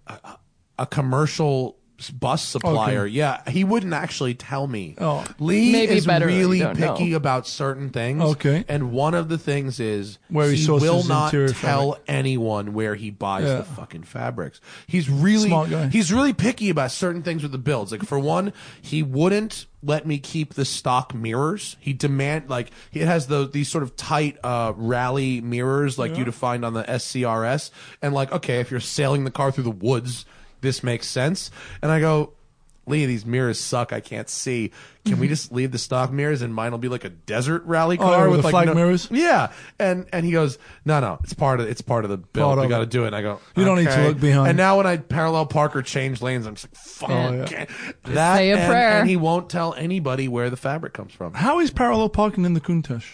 Speaker 1: a, a commercial s- bus supplier.
Speaker 2: Okay.
Speaker 1: Yeah, he wouldn't actually tell me.
Speaker 2: Oh.
Speaker 1: Lee
Speaker 4: Maybe
Speaker 1: is
Speaker 4: better if you
Speaker 1: really
Speaker 4: don't
Speaker 1: picky
Speaker 4: know.
Speaker 1: about certain things.
Speaker 2: Okay.
Speaker 1: and one of the things is
Speaker 2: Where he
Speaker 1: he
Speaker 2: sources
Speaker 1: will
Speaker 2: his
Speaker 1: not
Speaker 2: interior
Speaker 1: tell anyone where he buys
Speaker 2: Yeah.
Speaker 1: the fucking fabrics. He's really
Speaker 2: Smart guy.
Speaker 1: he's really picky about certain things with the builds. Like for one, he wouldn't let me keep the stock mirrors. He demand like it has those these sort of tight uh, rally mirrors like you to find on the SCRS. And like, okay, if you're sailing the car through the woods, this makes sense. And I go, Lee, these mirrors suck. I can't see. Can we just leave the stock mirrors and mine will be like a desert rally car with
Speaker 2: with Mm-hmm. Oh, the
Speaker 1: like
Speaker 2: flag
Speaker 1: no-
Speaker 2: mirrors?
Speaker 1: Yeah, and and he goes, no, no, it's part of it's part of the
Speaker 2: Part
Speaker 1: build.
Speaker 2: of
Speaker 1: we got to
Speaker 2: it.
Speaker 1: do it. And I go,
Speaker 2: You don't need to
Speaker 1: okay.
Speaker 2: look behind.
Speaker 1: And now when I parallel park or change lanes, I'm just like, fuck.
Speaker 4: Yeah.
Speaker 1: can't- That
Speaker 4: say a
Speaker 1: and,
Speaker 4: prayer.
Speaker 1: and he won't tell anybody where the fabric comes from.
Speaker 2: How is parallel parking in the Countach?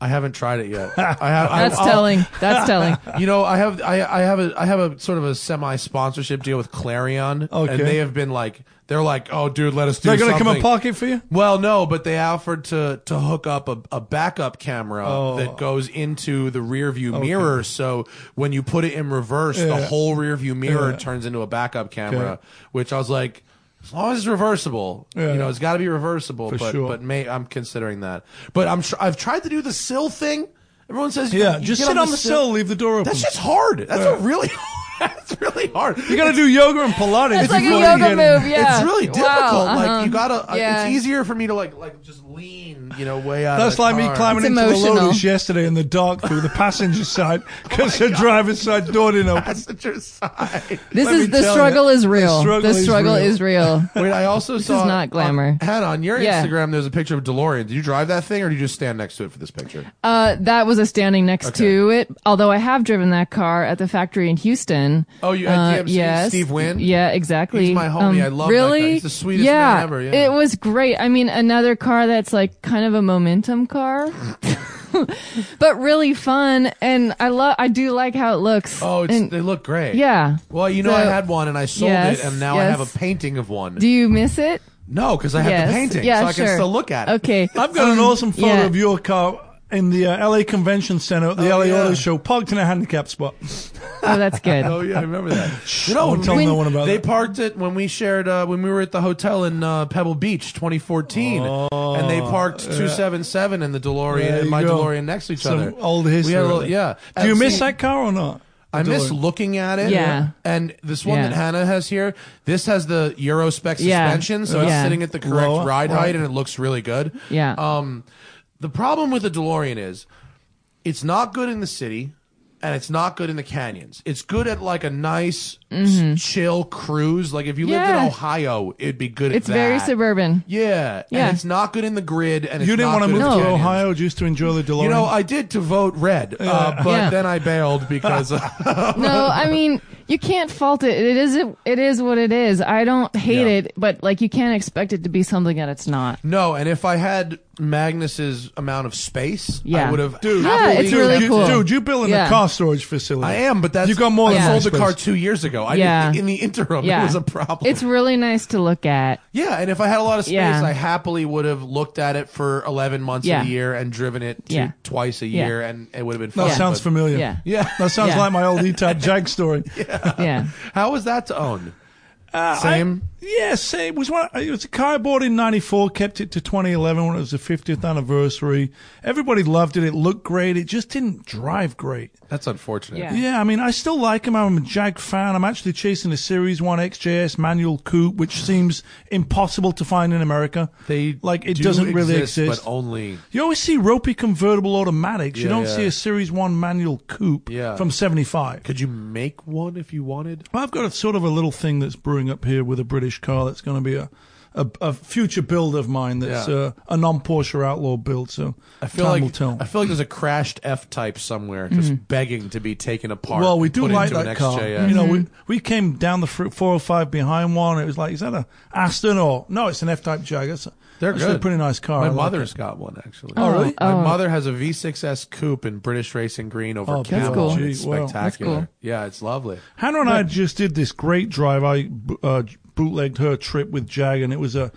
Speaker 1: I haven't tried it yet. I have.
Speaker 4: That's
Speaker 1: I, I'll-
Speaker 4: telling. That's telling.
Speaker 1: You know, I have I, I have a I have a sort of a semi sponsorship deal with Clarion,
Speaker 2: Okay.
Speaker 1: and they have been like they're like, oh, dude, let us do.
Speaker 2: They're going to
Speaker 1: something.
Speaker 2: come and park it for you?
Speaker 1: Well, no, but they offered to to hook up a, a backup camera
Speaker 2: Oh.
Speaker 1: that goes into the rear view mirror. So when you put it in reverse, the
Speaker 2: Yeah.
Speaker 1: whole rear view mirror
Speaker 2: Yeah.
Speaker 1: turns into a backup camera.
Speaker 2: Okay.
Speaker 1: Which I was like, as long as it's reversible,
Speaker 2: Yeah.
Speaker 1: you know, it's got to be reversible.
Speaker 2: For
Speaker 1: but
Speaker 2: sure.
Speaker 1: but may, I'm considering that. But I'm tr- I've tried to do the sill thing. Everyone says you
Speaker 2: Yeah,
Speaker 1: can- you
Speaker 2: just
Speaker 1: get
Speaker 2: sit on the sill, leave the door open.
Speaker 1: That's just hard. That's a really that's really hard.
Speaker 2: You gotta do yoga and Pilates.
Speaker 4: It's like a
Speaker 2: before you
Speaker 4: yoga
Speaker 2: get in.
Speaker 4: move. Yeah.
Speaker 1: It's really difficult.
Speaker 4: Wow, uh-huh.
Speaker 1: Like you gotta. uh,
Speaker 4: Yeah.
Speaker 1: It's easier for me to like like just lean, you know, way out.
Speaker 2: That's
Speaker 1: of the
Speaker 2: like me
Speaker 1: car.
Speaker 2: climbing
Speaker 4: It's
Speaker 2: into the
Speaker 4: emotional.
Speaker 2: Lotus yesterday in the dark through the passenger side
Speaker 1: Oh
Speaker 2: because the driver's side door didn't open.
Speaker 1: passenger side.
Speaker 4: This
Speaker 2: Let me
Speaker 4: is the
Speaker 2: tell
Speaker 4: struggle
Speaker 2: ya,
Speaker 4: is real. The
Speaker 2: struggle
Speaker 4: struggle,
Speaker 2: is real.
Speaker 4: is real.
Speaker 1: Wait, I also saw
Speaker 4: is not glamour.
Speaker 1: On, Hannah, on your
Speaker 4: Yeah.
Speaker 1: Instagram, there's a picture of DeLorean. Did you drive that thing, or did you just stand next to it for this picture?
Speaker 4: Uh, that was a standing next to it. Although I have driven that car at the factory in Houston.
Speaker 1: Oh, you had
Speaker 4: uh,
Speaker 1: DMC,
Speaker 4: yes,
Speaker 1: Steve Wynn?
Speaker 4: Yeah, exactly. Um,
Speaker 1: He's my homie. I love that guy.
Speaker 4: really?
Speaker 1: He's the sweetest
Speaker 4: yeah,
Speaker 1: man ever, yeah.
Speaker 4: it was great. I mean, another car that's like kind of a momentum car, but really fun. And I love. I do like how it looks.
Speaker 1: Oh, it's,
Speaker 4: And-
Speaker 1: they look great.
Speaker 4: yeah.
Speaker 1: Well, you know,
Speaker 4: So-
Speaker 1: I had one and I sold
Speaker 4: Yes,
Speaker 1: it, and now I
Speaker 4: yes.
Speaker 1: have a painting of one.
Speaker 4: Do you miss it?
Speaker 1: no, because I have
Speaker 4: yes.
Speaker 1: the painting,
Speaker 4: Yeah,
Speaker 1: so I
Speaker 4: sure.
Speaker 1: can still look at it.
Speaker 4: Okay.
Speaker 2: I've got an
Speaker 1: um,
Speaker 2: awesome photo
Speaker 4: yeah.
Speaker 2: of your car in the uh, LA Convention Center at the
Speaker 1: Oh,
Speaker 2: LA
Speaker 1: yeah.
Speaker 2: Auto Show, parked in a handicap spot.
Speaker 4: Oh, that's good.
Speaker 1: Oh yeah, I remember that. You know,
Speaker 2: Don't
Speaker 1: when
Speaker 2: tell
Speaker 1: we-
Speaker 2: no one about
Speaker 1: they
Speaker 2: that.
Speaker 1: parked it when we shared uh, when we were at the hotel in uh, Pebble Beach, 2014, and they parked 277 and the DeLorean
Speaker 2: Oh. There
Speaker 1: and
Speaker 2: you
Speaker 1: my
Speaker 2: go.
Speaker 1: DeLorean next to each
Speaker 2: Some
Speaker 1: other.
Speaker 2: old
Speaker 1: We
Speaker 2: history
Speaker 1: had a
Speaker 2: there.
Speaker 1: little, yeah.
Speaker 2: Do you
Speaker 1: And
Speaker 2: miss
Speaker 1: see,
Speaker 2: that car or not?
Speaker 1: I miss
Speaker 2: DeLorean?
Speaker 1: looking at it.
Speaker 4: Yeah.
Speaker 1: And this one that
Speaker 4: Yeah.
Speaker 1: Hannah has here, this has the Euro spec
Speaker 4: Yeah.
Speaker 1: suspension, so it's
Speaker 4: Yeah.
Speaker 1: sitting at the correct
Speaker 2: Lower,
Speaker 1: ride
Speaker 2: right.
Speaker 1: height and it looks really good.
Speaker 4: Yeah.
Speaker 1: Um, the problem with the DeLorean is it's not good in the city and it's not good in the canyons. It's good at like a nice s- chill cruise. Like if you lived
Speaker 4: Mm-hmm. Yeah.
Speaker 1: in Ohio, it'd be good at
Speaker 4: It's
Speaker 1: that.
Speaker 4: very suburban.
Speaker 1: Yeah.
Speaker 4: Yeah.
Speaker 1: And it's not good in the grid and it's
Speaker 2: You didn't
Speaker 1: not
Speaker 2: want to
Speaker 1: good
Speaker 2: move
Speaker 1: in the
Speaker 2: to
Speaker 1: canyons.
Speaker 2: Ohio just to enjoy the DeLorean.
Speaker 1: You know, I did to vote red, uh, but
Speaker 4: Yeah.
Speaker 1: then I bailed because
Speaker 4: No, I mean you can't fault it. It is it is what it is. I don't hate
Speaker 1: Yeah.
Speaker 4: it, but like you can't expect it to be something that it's not.
Speaker 1: No, and if I had Magnus's amount of space, I
Speaker 4: Yeah.
Speaker 1: would have.
Speaker 2: Dude,
Speaker 4: Yeah,
Speaker 1: happily
Speaker 4: it's really
Speaker 1: kept
Speaker 2: you,
Speaker 4: cool.
Speaker 1: it.
Speaker 2: dude, you're building
Speaker 4: Yeah.
Speaker 2: a car storage facility.
Speaker 1: I am, but that's
Speaker 2: You got more
Speaker 1: I
Speaker 2: than
Speaker 1: sold
Speaker 2: floor
Speaker 1: the car
Speaker 2: space.
Speaker 1: two years ago. I
Speaker 4: Yeah.
Speaker 1: didn't- in the interim,
Speaker 4: Yeah,
Speaker 1: it was a problem.
Speaker 4: It's really nice to look at.
Speaker 1: yeah, and if I had a lot of space,
Speaker 4: Yeah.
Speaker 1: I happily would have looked at it for eleven months
Speaker 4: Yeah.
Speaker 1: a year and driven it to
Speaker 4: Yeah.
Speaker 1: twice a
Speaker 4: Yeah.
Speaker 1: year, and it would have been.
Speaker 2: That
Speaker 1: Fun,
Speaker 2: sounds
Speaker 1: but-
Speaker 2: familiar.
Speaker 4: Yeah,
Speaker 1: Yeah.
Speaker 2: That sounds
Speaker 4: Yeah.
Speaker 2: like my old E-Type Jag story.
Speaker 4: yeah.
Speaker 1: How was that to own?
Speaker 2: Uh, I-
Speaker 1: Same?
Speaker 2: Yes, it was one. It was a car I bought in '94. Kept it to 2011 when it was the 50th anniversary. Everybody loved it. It looked great. It just didn't drive great.
Speaker 1: That's unfortunate.
Speaker 4: Yeah.
Speaker 2: Yeah, I mean, I still like him. I'm a Jag fan. I'm actually chasing a Series 1 XJS manual coupe, which seems impossible to find in America.
Speaker 1: They
Speaker 2: like it
Speaker 1: do
Speaker 2: doesn't really exist.
Speaker 1: but only
Speaker 2: you always see ropey convertible automatics. you
Speaker 1: Yeah,
Speaker 2: don't
Speaker 1: yeah.
Speaker 2: see a Series 1 manual coupe
Speaker 1: Yeah.
Speaker 2: from 75.
Speaker 1: could you make one if you wanted?
Speaker 2: Well, I've got a sort of a little thing that's brewing up here with a British car that's going to be a, a, a future build of mine that's
Speaker 1: Yeah.
Speaker 2: uh, a non Porsche Outlaw build. So
Speaker 1: I feel
Speaker 2: time
Speaker 1: like
Speaker 2: will tell.
Speaker 1: I feel like there's a crashed F type somewhere just begging to be taken apart.
Speaker 2: Mm-hmm. Well, we
Speaker 1: and
Speaker 2: do
Speaker 1: put
Speaker 2: like
Speaker 1: into an
Speaker 2: that car. Mm-hmm.
Speaker 1: XJS.
Speaker 2: You know, we we came down the fr- 405 behind one. It was like, is that a Aston or no? It's an F-type Jag. That's a,
Speaker 1: They're
Speaker 2: actually a
Speaker 1: good.
Speaker 2: pretty nice car. I
Speaker 1: My
Speaker 2: like
Speaker 1: mother's
Speaker 2: it.
Speaker 1: got one actually.
Speaker 4: Oh, really?
Speaker 1: My
Speaker 4: oh.
Speaker 1: mother has a V6S coupe in British Racing Green over
Speaker 2: Oh,
Speaker 1: Camel.
Speaker 4: cool.
Speaker 1: and It's
Speaker 2: Gee, wow. That's
Speaker 1: spectacular.
Speaker 4: cool.
Speaker 1: Yeah, it's lovely.
Speaker 2: Hannah and I just did this great drive. I b- uh, bootlegged her trip with Jag, and it was a.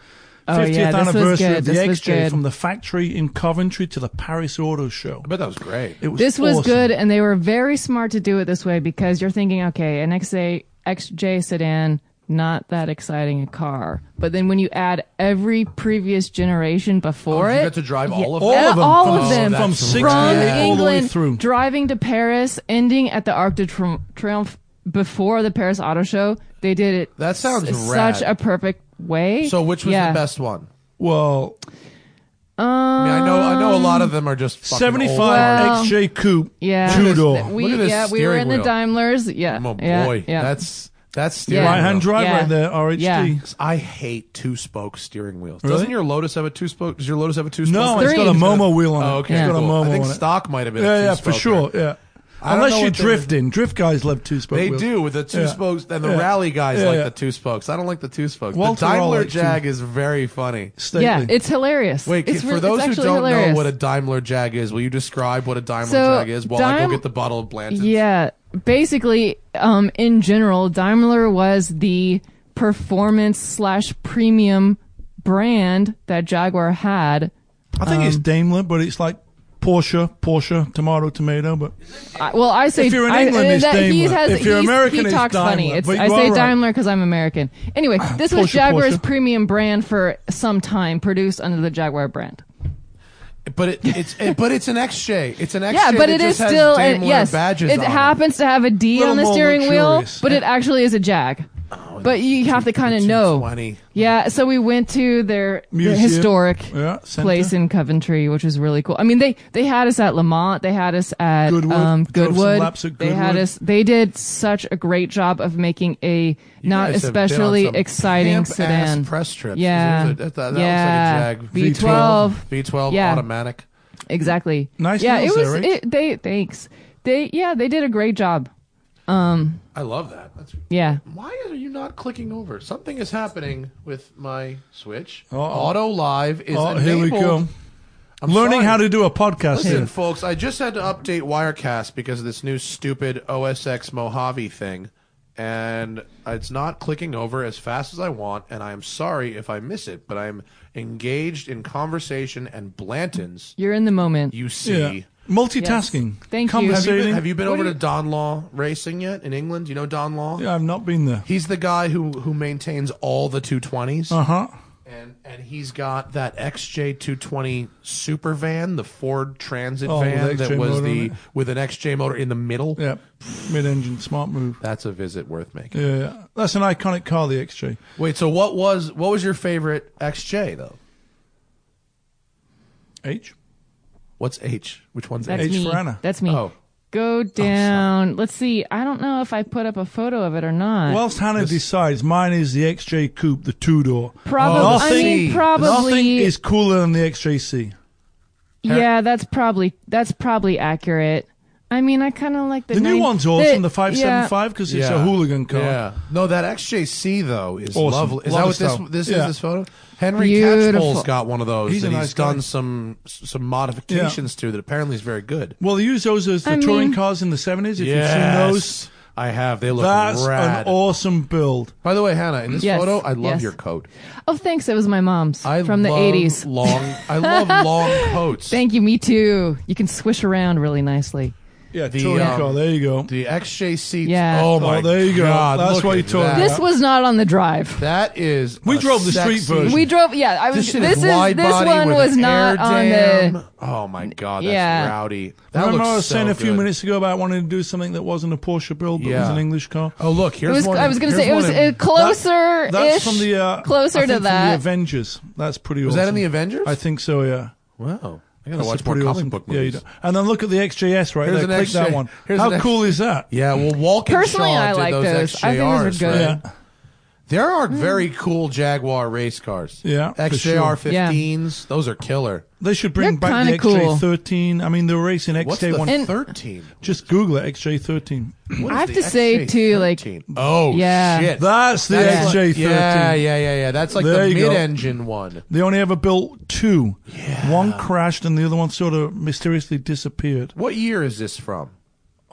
Speaker 4: Oh,
Speaker 2: 50th
Speaker 4: yeah, this was
Speaker 2: anniversary
Speaker 4: good.
Speaker 2: of the
Speaker 4: This was
Speaker 2: XJ
Speaker 4: good.
Speaker 2: from the factory in Coventry to the Paris Auto Show.
Speaker 1: I bet that was great.
Speaker 2: It was
Speaker 4: This was
Speaker 2: awesome.
Speaker 4: good, and they were very smart to do it this way because you're thinking, okay, an XA, XJ sedan, not that exciting a car. But then when you add every previous generation before
Speaker 1: Oh, you
Speaker 4: it,
Speaker 1: got to drive all of
Speaker 2: All
Speaker 1: them.
Speaker 4: Yeah,
Speaker 2: of them.
Speaker 4: all
Speaker 2: from,
Speaker 4: of them.
Speaker 2: From
Speaker 1: That's
Speaker 2: 68
Speaker 4: from
Speaker 2: all
Speaker 4: England,
Speaker 2: the way through.
Speaker 4: driving to Paris, ending at the Arc de Tri- Triomphe before the Paris Auto Show. They did it.
Speaker 1: That sounds
Speaker 4: s-
Speaker 1: rad.
Speaker 4: such a perfect way.
Speaker 1: So which was
Speaker 4: Yeah.
Speaker 1: the best one?
Speaker 2: Well,
Speaker 1: I, mean,
Speaker 4: Um,
Speaker 1: I know I know a lot
Speaker 2: Um,
Speaker 1: of them are just fucking old
Speaker 2: 75
Speaker 1: cars.
Speaker 4: Wow.
Speaker 2: XJ Coupe,
Speaker 4: Yeah,
Speaker 2: two-door.
Speaker 4: Th- We,
Speaker 1: Look at this
Speaker 4: yeah, we were
Speaker 1: steering
Speaker 4: in the
Speaker 1: wheel.
Speaker 4: Daimlers. Yeah,
Speaker 1: Oh
Speaker 4: yeah,
Speaker 1: boy,
Speaker 4: yeah.
Speaker 1: that's that's steering
Speaker 4: Yeah.
Speaker 2: Right hand
Speaker 1: wheel.
Speaker 2: drive
Speaker 4: Yeah.
Speaker 2: right there, RHD.
Speaker 4: Yeah.
Speaker 1: I hate two spoke steering wheels.
Speaker 2: Really?
Speaker 1: Doesn't your Lotus have a two spoke? Does your Lotus have a two spoke?
Speaker 2: No,
Speaker 4: It's
Speaker 2: it's got a
Speaker 4: three.
Speaker 2: Momo wheel on it.
Speaker 1: Oh, okay.
Speaker 2: It's got a
Speaker 1: cool.
Speaker 2: Momo
Speaker 1: I think
Speaker 2: on it.
Speaker 1: stock might have been.
Speaker 2: yeah,
Speaker 1: a
Speaker 2: yeah, for
Speaker 1: two-spoke
Speaker 2: sure. Yeah.
Speaker 1: I don't know
Speaker 2: Unless you're
Speaker 1: what they were-
Speaker 2: drifting. Drift guys love two spoke.
Speaker 1: They do with the two
Speaker 2: Yeah.
Speaker 1: spokes and the
Speaker 2: Yeah.
Speaker 1: rally guys
Speaker 2: Yeah,
Speaker 1: like
Speaker 2: yeah.
Speaker 1: the two spokes. I don't like the two spokes.
Speaker 2: Walter
Speaker 1: the Daimler
Speaker 2: Rolex, too.
Speaker 1: Jag is very funny.
Speaker 4: yeah, it's hilarious.
Speaker 1: Wait,
Speaker 4: it's
Speaker 1: for
Speaker 4: re-
Speaker 1: those
Speaker 4: it's
Speaker 1: who
Speaker 4: actually
Speaker 1: don't
Speaker 4: hilarious.
Speaker 1: know what a Daimler Jag is, will you describe what a Daimler
Speaker 4: So,
Speaker 1: Jag is while I
Speaker 4: Daim-
Speaker 1: go get the bottle of Blanton's?
Speaker 4: Yeah, basically, um, in general, Daimler was the performance slash premium brand that Jaguar had.
Speaker 2: I think
Speaker 4: um,
Speaker 2: it's Daimler, but it's like Porsche, Porsche, tomato, tomato. But
Speaker 4: I, well, I say
Speaker 2: If you're in
Speaker 4: I- uh,
Speaker 2: England, it's
Speaker 4: that he
Speaker 2: Daimler.
Speaker 4: has-
Speaker 2: If you're
Speaker 4: he's-
Speaker 2: American,
Speaker 4: he
Speaker 2: it's
Speaker 4: talks
Speaker 2: Daimler.
Speaker 4: funny. It's,
Speaker 2: But
Speaker 4: I
Speaker 2: you
Speaker 4: say
Speaker 2: are right.
Speaker 4: Daimler because I'm American. Anyway, this was
Speaker 2: Porsche,
Speaker 4: Jaguar's
Speaker 2: Porsche.
Speaker 4: premium brand for some time, produced under the Jaguar brand.
Speaker 1: But it, it's it, but it's an XJ. It's an XJ.
Speaker 4: Yeah, but
Speaker 1: that
Speaker 4: it
Speaker 1: just
Speaker 4: is
Speaker 1: has
Speaker 4: still
Speaker 1: Daimler
Speaker 4: and yes,
Speaker 1: badges
Speaker 4: it
Speaker 1: on
Speaker 4: happens to have a D
Speaker 2: Little
Speaker 4: on the
Speaker 2: more
Speaker 4: steering
Speaker 2: luxurious.
Speaker 4: wheel, but it actually is a Jag.
Speaker 1: Oh,
Speaker 4: but you have to kind of know.
Speaker 1: 220.
Speaker 4: Yeah, so we went to their, their
Speaker 2: Museum.
Speaker 4: historic
Speaker 2: Yeah, center.
Speaker 4: place in Coventry, which was really cool. I mean, they they had us at Lamont, they had us at
Speaker 2: Goodwood.
Speaker 4: um,
Speaker 2: Drove some
Speaker 4: Goodwood.
Speaker 2: laps at
Speaker 4: They had
Speaker 2: Goodwood.
Speaker 4: us. They did such a great job of making a not
Speaker 1: guys have been on
Speaker 4: especially
Speaker 1: some
Speaker 4: exciting
Speaker 1: pimp-ass
Speaker 4: sedan.
Speaker 1: press trips.
Speaker 4: Yeah,
Speaker 1: That- that- that looks like a
Speaker 4: yeah.
Speaker 1: Jag.
Speaker 4: V12.
Speaker 1: V12
Speaker 4: Yeah.
Speaker 1: automatic.
Speaker 4: Exactly.
Speaker 2: Nice
Speaker 4: Yeah,
Speaker 2: deals
Speaker 4: it was.
Speaker 2: there, right?
Speaker 4: It, they thanks. They yeah, they did a great job.
Speaker 1: I love that. That's
Speaker 4: Yeah.
Speaker 1: Why are you not clicking over? Something is happening with my Switch.
Speaker 2: Uh-oh.
Speaker 1: Auto Live is
Speaker 2: oh,
Speaker 1: enabled.
Speaker 2: here we go.
Speaker 1: I'm
Speaker 2: Learning
Speaker 1: sorry.
Speaker 2: how to do a podcast
Speaker 1: Listen,
Speaker 2: here.
Speaker 1: folks, I just had to update Wirecast because of this new stupid OSX Mojave thing, and it's not clicking over as fast as I want, and I am sorry if I miss it, but I'm engaged in conversation and Blanton's,
Speaker 4: You're in the moment.
Speaker 1: you see.
Speaker 2: Yeah. Multitasking.
Speaker 4: Yes. Thank you.
Speaker 1: Have, you
Speaker 2: Conversating.
Speaker 1: been, have you been
Speaker 4: What
Speaker 1: over
Speaker 4: do
Speaker 1: to
Speaker 4: you-
Speaker 1: Don Law Racing yet in England? Do you know Don Law?
Speaker 2: Yeah, I've not been there.
Speaker 1: He's the guy who, who maintains all the 220s.
Speaker 2: Uh huh.
Speaker 1: and and he's got that XJ220 super van, the Ford Transit
Speaker 2: Oh, with
Speaker 1: van
Speaker 2: the
Speaker 1: that
Speaker 2: XJ
Speaker 1: was
Speaker 2: motor in
Speaker 1: the
Speaker 2: it.
Speaker 1: with an XJ motor in the middle.
Speaker 2: Yeah. Mid engine, smart move.
Speaker 1: That's a visit worth making.
Speaker 2: Yeah, yeah. That's an iconic car, the XJ.
Speaker 1: Wait, so what was what was your favorite XJ though?
Speaker 2: H?
Speaker 1: What's H? Which one's
Speaker 4: That's
Speaker 1: H?
Speaker 2: H
Speaker 4: me.
Speaker 2: for Anna.
Speaker 4: That's me.
Speaker 1: Oh.
Speaker 4: Go down. Let's see. I don't know if I put up a photo of it or not.
Speaker 2: Whilst Hannah decides, mine is the XJ Coupe, the two door.
Speaker 4: Probably-
Speaker 1: I
Speaker 2: Nothing,
Speaker 1: mean,
Speaker 4: probably-
Speaker 2: nothing is cooler than the XJC.
Speaker 4: yeah, that's probably that's probably accurate. I mean, I kind of like the
Speaker 2: The new
Speaker 4: nine-
Speaker 2: one's awesome,
Speaker 4: the-
Speaker 2: the five seven five, because it's a hooligan car.
Speaker 1: Yeah. No, that XJC though is
Speaker 2: Awesome.
Speaker 1: lovely. Is that
Speaker 2: Love
Speaker 1: what
Speaker 2: his
Speaker 1: this
Speaker 2: style.
Speaker 1: this
Speaker 2: Yeah.
Speaker 1: is this photo? Henry
Speaker 4: Beautiful.
Speaker 1: Catchpole's got one of those
Speaker 2: He's a
Speaker 1: that
Speaker 2: nice
Speaker 1: he's done
Speaker 2: guy.
Speaker 1: some some modifications to that apparently is very good.
Speaker 2: Well, they use those as the
Speaker 4: I
Speaker 2: touring
Speaker 4: mean-
Speaker 2: cars in the seventies. If you've seen those,
Speaker 1: I have. They look
Speaker 2: that's
Speaker 1: rad.
Speaker 2: an awesome build.
Speaker 1: By the way, Hannah, in this
Speaker 4: Yes.
Speaker 1: photo, I love
Speaker 4: Yes.
Speaker 1: your coat.
Speaker 4: Yeah. Oh, thanks. It was my mom's
Speaker 1: I
Speaker 4: from the
Speaker 1: love
Speaker 4: '80s.
Speaker 1: Long, I love long coats.
Speaker 4: Thank you. Me too. You can swish around really nicely.
Speaker 2: Yeah,
Speaker 1: The,
Speaker 2: touring
Speaker 1: um,
Speaker 2: car. There you go.
Speaker 1: The XJC.
Speaker 4: Yeah.
Speaker 1: Oh
Speaker 4: Oh,
Speaker 1: my.
Speaker 2: there you go.
Speaker 1: God,
Speaker 2: That's
Speaker 1: look
Speaker 2: what
Speaker 1: at
Speaker 2: you're talking
Speaker 1: that.
Speaker 2: about.
Speaker 4: This was not on the drive.
Speaker 1: That is.
Speaker 2: We
Speaker 1: a
Speaker 2: drove the street
Speaker 1: sexy-
Speaker 2: version.
Speaker 4: We drove. Yeah, I
Speaker 1: This,
Speaker 4: was. This,
Speaker 1: shit
Speaker 4: is,
Speaker 1: wide
Speaker 4: this
Speaker 1: body
Speaker 4: one
Speaker 1: with
Speaker 4: was
Speaker 1: an
Speaker 4: not
Speaker 1: air
Speaker 4: on
Speaker 1: dam.
Speaker 4: the.
Speaker 1: Oh my god, that's
Speaker 4: Yeah.
Speaker 1: rowdy. That
Speaker 2: Remember,
Speaker 1: looks
Speaker 2: I was
Speaker 1: so
Speaker 2: saying a few
Speaker 1: good.
Speaker 2: minutes ago about wanting to do something that wasn't a Porsche build, but was
Speaker 1: Yeah.
Speaker 2: an English car.
Speaker 1: Oh look,
Speaker 4: It
Speaker 1: here's
Speaker 4: was.
Speaker 1: one.
Speaker 4: I was going to say it
Speaker 1: here's
Speaker 4: was
Speaker 1: one in-
Speaker 4: uh, closer.
Speaker 2: That- that's from the uh, I
Speaker 4: closer
Speaker 2: think
Speaker 4: to
Speaker 2: from The
Speaker 4: that.
Speaker 2: Avengers. That's pretty.
Speaker 1: Was
Speaker 2: awesome.
Speaker 1: that in the Avengers?
Speaker 2: I think so. Yeah.
Speaker 1: Wow. I gotta
Speaker 2: That's
Speaker 1: watch
Speaker 2: a
Speaker 1: more
Speaker 2: pretty
Speaker 1: comic
Speaker 2: awesome-
Speaker 1: book
Speaker 2: Yeah, you
Speaker 1: movies.
Speaker 2: do. and then look at the XJS right
Speaker 1: Here's
Speaker 2: there.
Speaker 1: an
Speaker 2: Click that
Speaker 1: XJ
Speaker 2: one.
Speaker 1: here's
Speaker 2: How
Speaker 1: an X-
Speaker 2: cool is that?
Speaker 1: Yeah, well, Walk and
Speaker 4: Personally,
Speaker 1: Shaw
Speaker 4: I
Speaker 1: did
Speaker 4: like
Speaker 1: those.
Speaker 4: those. I think those were
Speaker 1: XJRs,
Speaker 4: good.
Speaker 1: right?
Speaker 2: Yeah.
Speaker 1: There are
Speaker 4: Mm-hmm.
Speaker 1: very cool Jaguar race cars.
Speaker 2: Yeah, for
Speaker 1: XJR
Speaker 2: sure.
Speaker 4: Yeah.
Speaker 1: 15s. Those are killer.
Speaker 2: They should bring
Speaker 4: They're
Speaker 2: back the
Speaker 4: kinda cool.
Speaker 2: XJ13. I mean, they're racing
Speaker 1: What's the
Speaker 2: XJ1.
Speaker 4: And-
Speaker 1: 13?
Speaker 2: Just Google it, XJ13.
Speaker 1: What
Speaker 4: I
Speaker 1: is
Speaker 4: have
Speaker 1: the
Speaker 4: to say, too, like- uh,
Speaker 1: XJ13? Oh,
Speaker 4: Yeah.
Speaker 1: shit.
Speaker 2: That's the
Speaker 1: That's like-
Speaker 2: XJ13.
Speaker 1: Yeah, yeah, yeah, yeah. That's like
Speaker 2: There
Speaker 1: the
Speaker 2: you go.
Speaker 1: mid-engine one.
Speaker 2: They only ever built two. One crashed and the other one sort of mysteriously disappeared.
Speaker 1: What year is this from?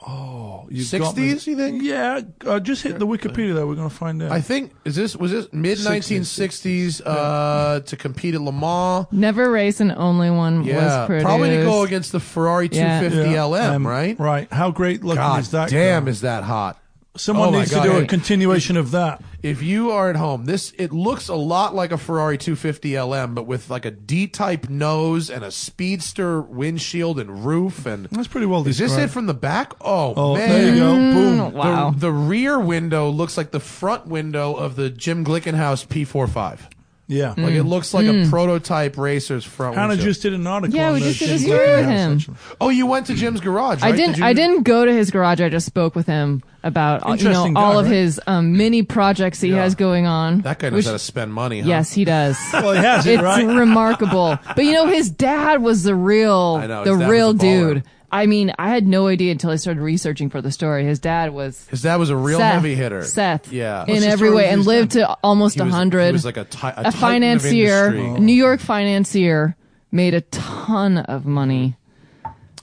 Speaker 2: Oh, you've got me.
Speaker 1: 60s, you think?
Speaker 2: Yeah, uh, just hit the Wikipedia there. We're going to find out.
Speaker 1: I think is this was this mid 1960s uh, to compete at Le Mans.
Speaker 4: Never race and only one
Speaker 1: Yeah,
Speaker 4: was produced.
Speaker 1: probably to go against the Ferrari
Speaker 4: Yeah.
Speaker 1: 250
Speaker 2: Yeah,
Speaker 1: LM,
Speaker 2: um,
Speaker 1: right?
Speaker 2: Right. How great looking
Speaker 1: God
Speaker 2: is that?
Speaker 1: damn,
Speaker 2: car?
Speaker 1: is that hot?
Speaker 2: Someone
Speaker 1: oh my
Speaker 2: needs to
Speaker 1: God.
Speaker 2: do a
Speaker 4: Right.
Speaker 2: continuation of that.
Speaker 1: If you are at home, this it looks a lot like a Ferrari 250 LM, but with like a D-type nose and a speedster windshield and roof. And
Speaker 2: That's pretty well
Speaker 1: is this
Speaker 2: described.
Speaker 1: it from the back? Oh,
Speaker 2: Oh,
Speaker 1: man.
Speaker 2: there you go. Boom.
Speaker 4: Mm, wow.
Speaker 1: The, the rear window looks like the front window of the Jim Glickenhaus P45.
Speaker 2: Yeah.
Speaker 1: Like
Speaker 4: Mm.
Speaker 1: it looks like a prototype racer's front.
Speaker 2: Hannah
Speaker 1: windshield.
Speaker 2: just did an article.
Speaker 4: Yeah,
Speaker 2: on
Speaker 4: we
Speaker 2: the
Speaker 4: just did a
Speaker 2: Jim
Speaker 4: story
Speaker 2: Gaffigan
Speaker 4: with
Speaker 2: house,
Speaker 4: him.
Speaker 2: actually.
Speaker 1: Oh, you went to Jim's garage.
Speaker 4: I
Speaker 1: right?
Speaker 4: didn't.
Speaker 1: Did you-
Speaker 4: I didn't go to his garage. I just spoke with him about uh, you know
Speaker 2: Interesting guy,
Speaker 4: all of
Speaker 2: right?
Speaker 4: his um, mini projects he has going on.
Speaker 1: That guy knows
Speaker 4: which-
Speaker 1: how to spend money. Huh?
Speaker 4: Yes, he does.
Speaker 2: Well, he has it,
Speaker 4: it's
Speaker 2: right?
Speaker 4: remarkable. But you know, his dad was the real,
Speaker 1: I know, his
Speaker 4: the
Speaker 1: dad
Speaker 4: real
Speaker 1: was a baller.
Speaker 4: dude. I mean, I had no idea until I started researching for the story. His dad was
Speaker 1: His dad was a real
Speaker 4: Seth,
Speaker 1: heavy hitter.
Speaker 4: Seth,
Speaker 1: Yeah.
Speaker 4: in
Speaker 2: the
Speaker 4: every
Speaker 2: story
Speaker 4: way,
Speaker 2: with
Speaker 4: and
Speaker 2: his
Speaker 4: lived to almost
Speaker 1: He was-
Speaker 4: hundred.
Speaker 1: he was like a ti- a titan of
Speaker 4: financier,
Speaker 1: industry.
Speaker 4: New York financier, made a ton of money.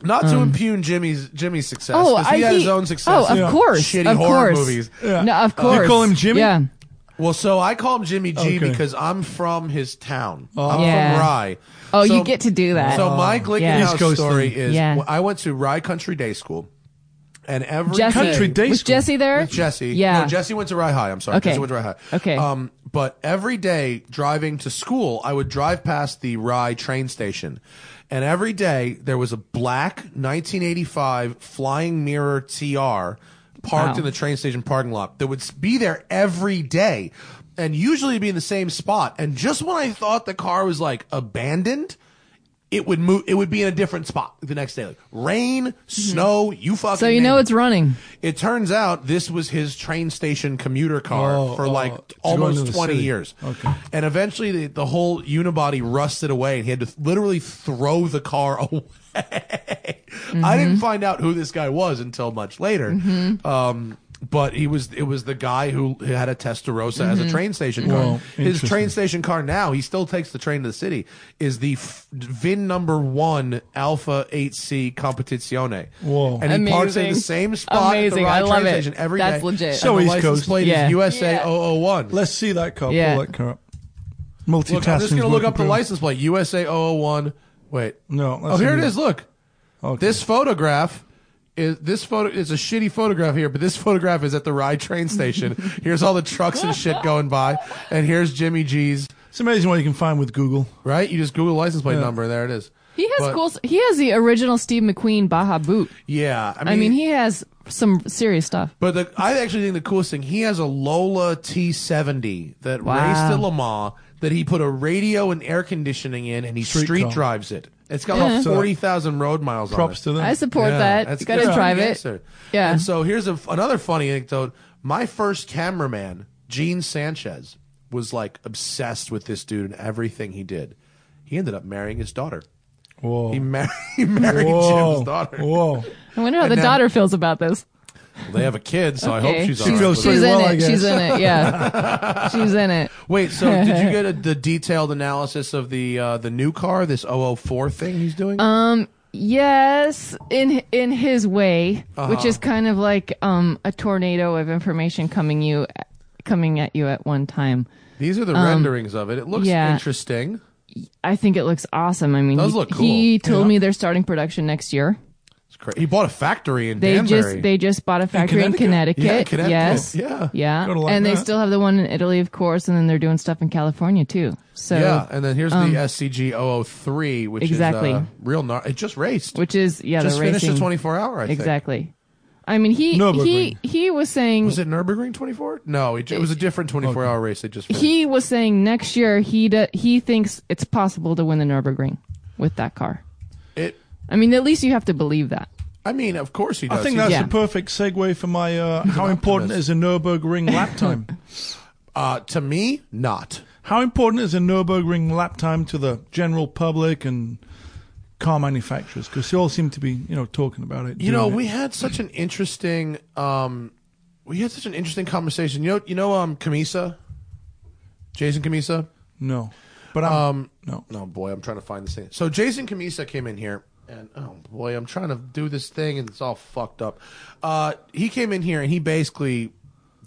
Speaker 1: Not to impugn Jimmy's Jimmy's success.
Speaker 4: Um, Oh,
Speaker 1: 'cause he
Speaker 4: I-
Speaker 1: had
Speaker 4: he-
Speaker 1: his own success.
Speaker 4: Oh, of
Speaker 1: in
Speaker 4: course,
Speaker 1: Shitty
Speaker 4: of
Speaker 1: horror
Speaker 4: course.
Speaker 1: movies.
Speaker 2: Yeah.
Speaker 4: No, of
Speaker 2: You
Speaker 4: course.
Speaker 2: call him Jimmy?
Speaker 4: Yeah.
Speaker 1: Well, so I call him Jimmy G
Speaker 2: Okay.
Speaker 1: because I'm from his town. I'm
Speaker 4: Yeah.
Speaker 1: from Rye.
Speaker 4: Oh,
Speaker 1: So-
Speaker 4: you get to do that.
Speaker 1: So my
Speaker 4: Yeah.
Speaker 1: Glickenhaus
Speaker 2: East Coast
Speaker 1: story
Speaker 2: thing.
Speaker 1: is
Speaker 4: Yeah.
Speaker 1: well, I went to Rye Country Day School, and every
Speaker 4: Jesse.
Speaker 2: Country day
Speaker 4: was
Speaker 2: school.
Speaker 4: Jesse there?
Speaker 1: with Jesse.
Speaker 4: Yeah.
Speaker 1: No, Jesse went to Rye High. I'm sorry.
Speaker 4: Okay.
Speaker 1: Jesse went to Rye High.
Speaker 4: Okay.
Speaker 1: Um, but every day driving to school, I would drive past the Rye train station. And every day there was a black 1985 flying mirror TR parked
Speaker 4: Wow.
Speaker 1: in the train station parking lot that would be there every day and usually be in the same spot. And just when I thought the car was like abandoned, it would move. It would be in a different spot the next day. Like rain, snow, you fucking.
Speaker 4: Mm-hmm. So you know
Speaker 1: name it.
Speaker 4: it's running.
Speaker 1: It turns out this was his train station commuter car
Speaker 2: Oh,
Speaker 1: for
Speaker 2: oh,
Speaker 1: like
Speaker 2: to go into
Speaker 1: almost
Speaker 2: the
Speaker 1: 20
Speaker 2: city.
Speaker 1: years.
Speaker 2: Okay.
Speaker 1: And eventually the, the whole unibody rusted away and he had to th- literally throw the car away. I didn't find out who this guy was until much later. Um, but he was it was the guy who had a Testarossa as a train station car.
Speaker 2: Whoa,
Speaker 1: His
Speaker 2: interesting.
Speaker 1: train station car now, he still takes the train to the city, is the f- VIN number 1 Alpha 8C Competizione.
Speaker 2: Whoa.
Speaker 1: And he parks in the
Speaker 4: Amazing.
Speaker 1: same spot
Speaker 4: Amazing.
Speaker 1: at
Speaker 4: I
Speaker 1: the Rye
Speaker 4: love
Speaker 1: train
Speaker 4: it.
Speaker 1: station every day.
Speaker 4: That's legit.
Speaker 1: And
Speaker 2: So
Speaker 1: the
Speaker 2: East
Speaker 1: license
Speaker 2: Coast.
Speaker 1: plate
Speaker 4: Yeah.
Speaker 1: is USA
Speaker 4: Yeah.
Speaker 1: 001.
Speaker 2: Let's see that car.
Speaker 4: Yeah.
Speaker 2: Pull that car up.
Speaker 1: look, I'm just
Speaker 2: Multitasking.
Speaker 1: going to look up the license plate. USA 001. Wait.
Speaker 2: No,
Speaker 1: Oh,
Speaker 2: that's
Speaker 1: here
Speaker 2: a
Speaker 1: it
Speaker 2: new-
Speaker 1: is. Look.
Speaker 2: Okay.
Speaker 1: This photograph is this photo is a shitty photograph here, but this photograph is at the Rye train station. here's all the trucks and shit going by, and here's Jimmy G's.
Speaker 2: It's amazing what you can find with Google.
Speaker 1: Right? You just Google license plate number, and there it is.
Speaker 4: He has
Speaker 1: But-
Speaker 4: cool. s- He has the original Steve McQueen Baja boot.
Speaker 1: Yeah,
Speaker 4: I mean, he has some serious stuff.
Speaker 1: But the, I actually think the coolest thing he has a Lola T70 that
Speaker 4: Wow.
Speaker 1: raced at Le Mans that he put a radio and air conditioning in and he street,
Speaker 2: Street car.
Speaker 1: drives it. It's got like
Speaker 2: Props to that.
Speaker 1: forty thousand road miles
Speaker 2: Props
Speaker 1: on
Speaker 2: to
Speaker 1: it.
Speaker 2: them.
Speaker 4: I support that. You got to
Speaker 1: good.
Speaker 4: drive it.
Speaker 1: Answer.
Speaker 4: Yeah.
Speaker 1: And so here's a, another funny anecdote. My first cameraman, Gene Sanchez, was like obsessed with this dude and everything he did. He ended up marrying his daughter.
Speaker 2: Whoa.
Speaker 1: He, mar- he married
Speaker 2: Whoa.
Speaker 1: Jim's daughter.
Speaker 2: Whoa.
Speaker 4: I wonder how the
Speaker 1: now-
Speaker 4: daughter feels about this.
Speaker 1: They have a kid, so I
Speaker 4: Okay.
Speaker 1: hope she's
Speaker 4: She
Speaker 1: all right
Speaker 2: feels
Speaker 1: with it.
Speaker 2: pretty
Speaker 4: She's in
Speaker 2: well, I
Speaker 4: it. She's in it. Yeah, she's in it.
Speaker 1: Wait, so did you get a, the detailed analysis of the uh, the new car, this 004 thing he's doing?
Speaker 4: Um, Yes, in in his way,
Speaker 1: Uh-huh.
Speaker 4: which is kind of like um, a tornado of information coming you coming at you at one time.
Speaker 1: These are the renderings of it. It looks
Speaker 4: um, yeah.
Speaker 1: interesting.
Speaker 4: I think it looks awesome. I mean,
Speaker 1: Does
Speaker 4: he,
Speaker 1: look cool.
Speaker 4: he told me they're starting production next year.
Speaker 1: It's cra- he bought a factory in
Speaker 4: They
Speaker 1: Danbury.
Speaker 4: just they just bought a factory in
Speaker 1: Connecticut.
Speaker 4: Connecticut.
Speaker 1: Yeah, Connecticut.
Speaker 4: Yes.
Speaker 1: Yeah.
Speaker 4: Yeah.
Speaker 2: Gotta like
Speaker 4: and they
Speaker 2: that.
Speaker 4: still have the one in Italy, of course, and then they're doing stuff in California too. So Um,
Speaker 1: yeah, and then here's the SCG 003, which
Speaker 4: Exactly.
Speaker 1: is uh, real. Nar- it just raced.
Speaker 4: which is yeah,
Speaker 1: just
Speaker 4: the
Speaker 1: finished
Speaker 4: racing.
Speaker 1: the 24 hour. I think.
Speaker 4: exactly. I mean, he he
Speaker 2: Nürburgring.
Speaker 4: he was saying
Speaker 1: Was it Nurburgring 24? No, it, it was a different 24 hour race. They just finished.
Speaker 4: he was saying next year he do, he thinks it's possible to win the Nurburgring with that car.
Speaker 1: it.
Speaker 4: I mean, at least you have to believe that.
Speaker 1: I mean, of course he does.
Speaker 2: I think
Speaker 1: He's-
Speaker 2: that's
Speaker 4: Yeah.
Speaker 2: a perfect segue for my uh, how important is a Nurburgring lap time?
Speaker 1: uh, to me, not.
Speaker 2: how important is a Nurburgring lap time to the general public and car manufacturers? Because they all seem to be, you know, talking about it.
Speaker 1: You know,
Speaker 2: doing it.
Speaker 1: we had such an interesting, um, we had such an interesting conversation. You know, you know, um, Camisa, Jason Camisa.
Speaker 2: no, but I'm, um no.
Speaker 1: No, boy, I'm trying to find this thing. So Jason Camisa came in here, and oh boy, I'm trying to do this thing, and it's all fucked up. Uh, he came in here, and he basically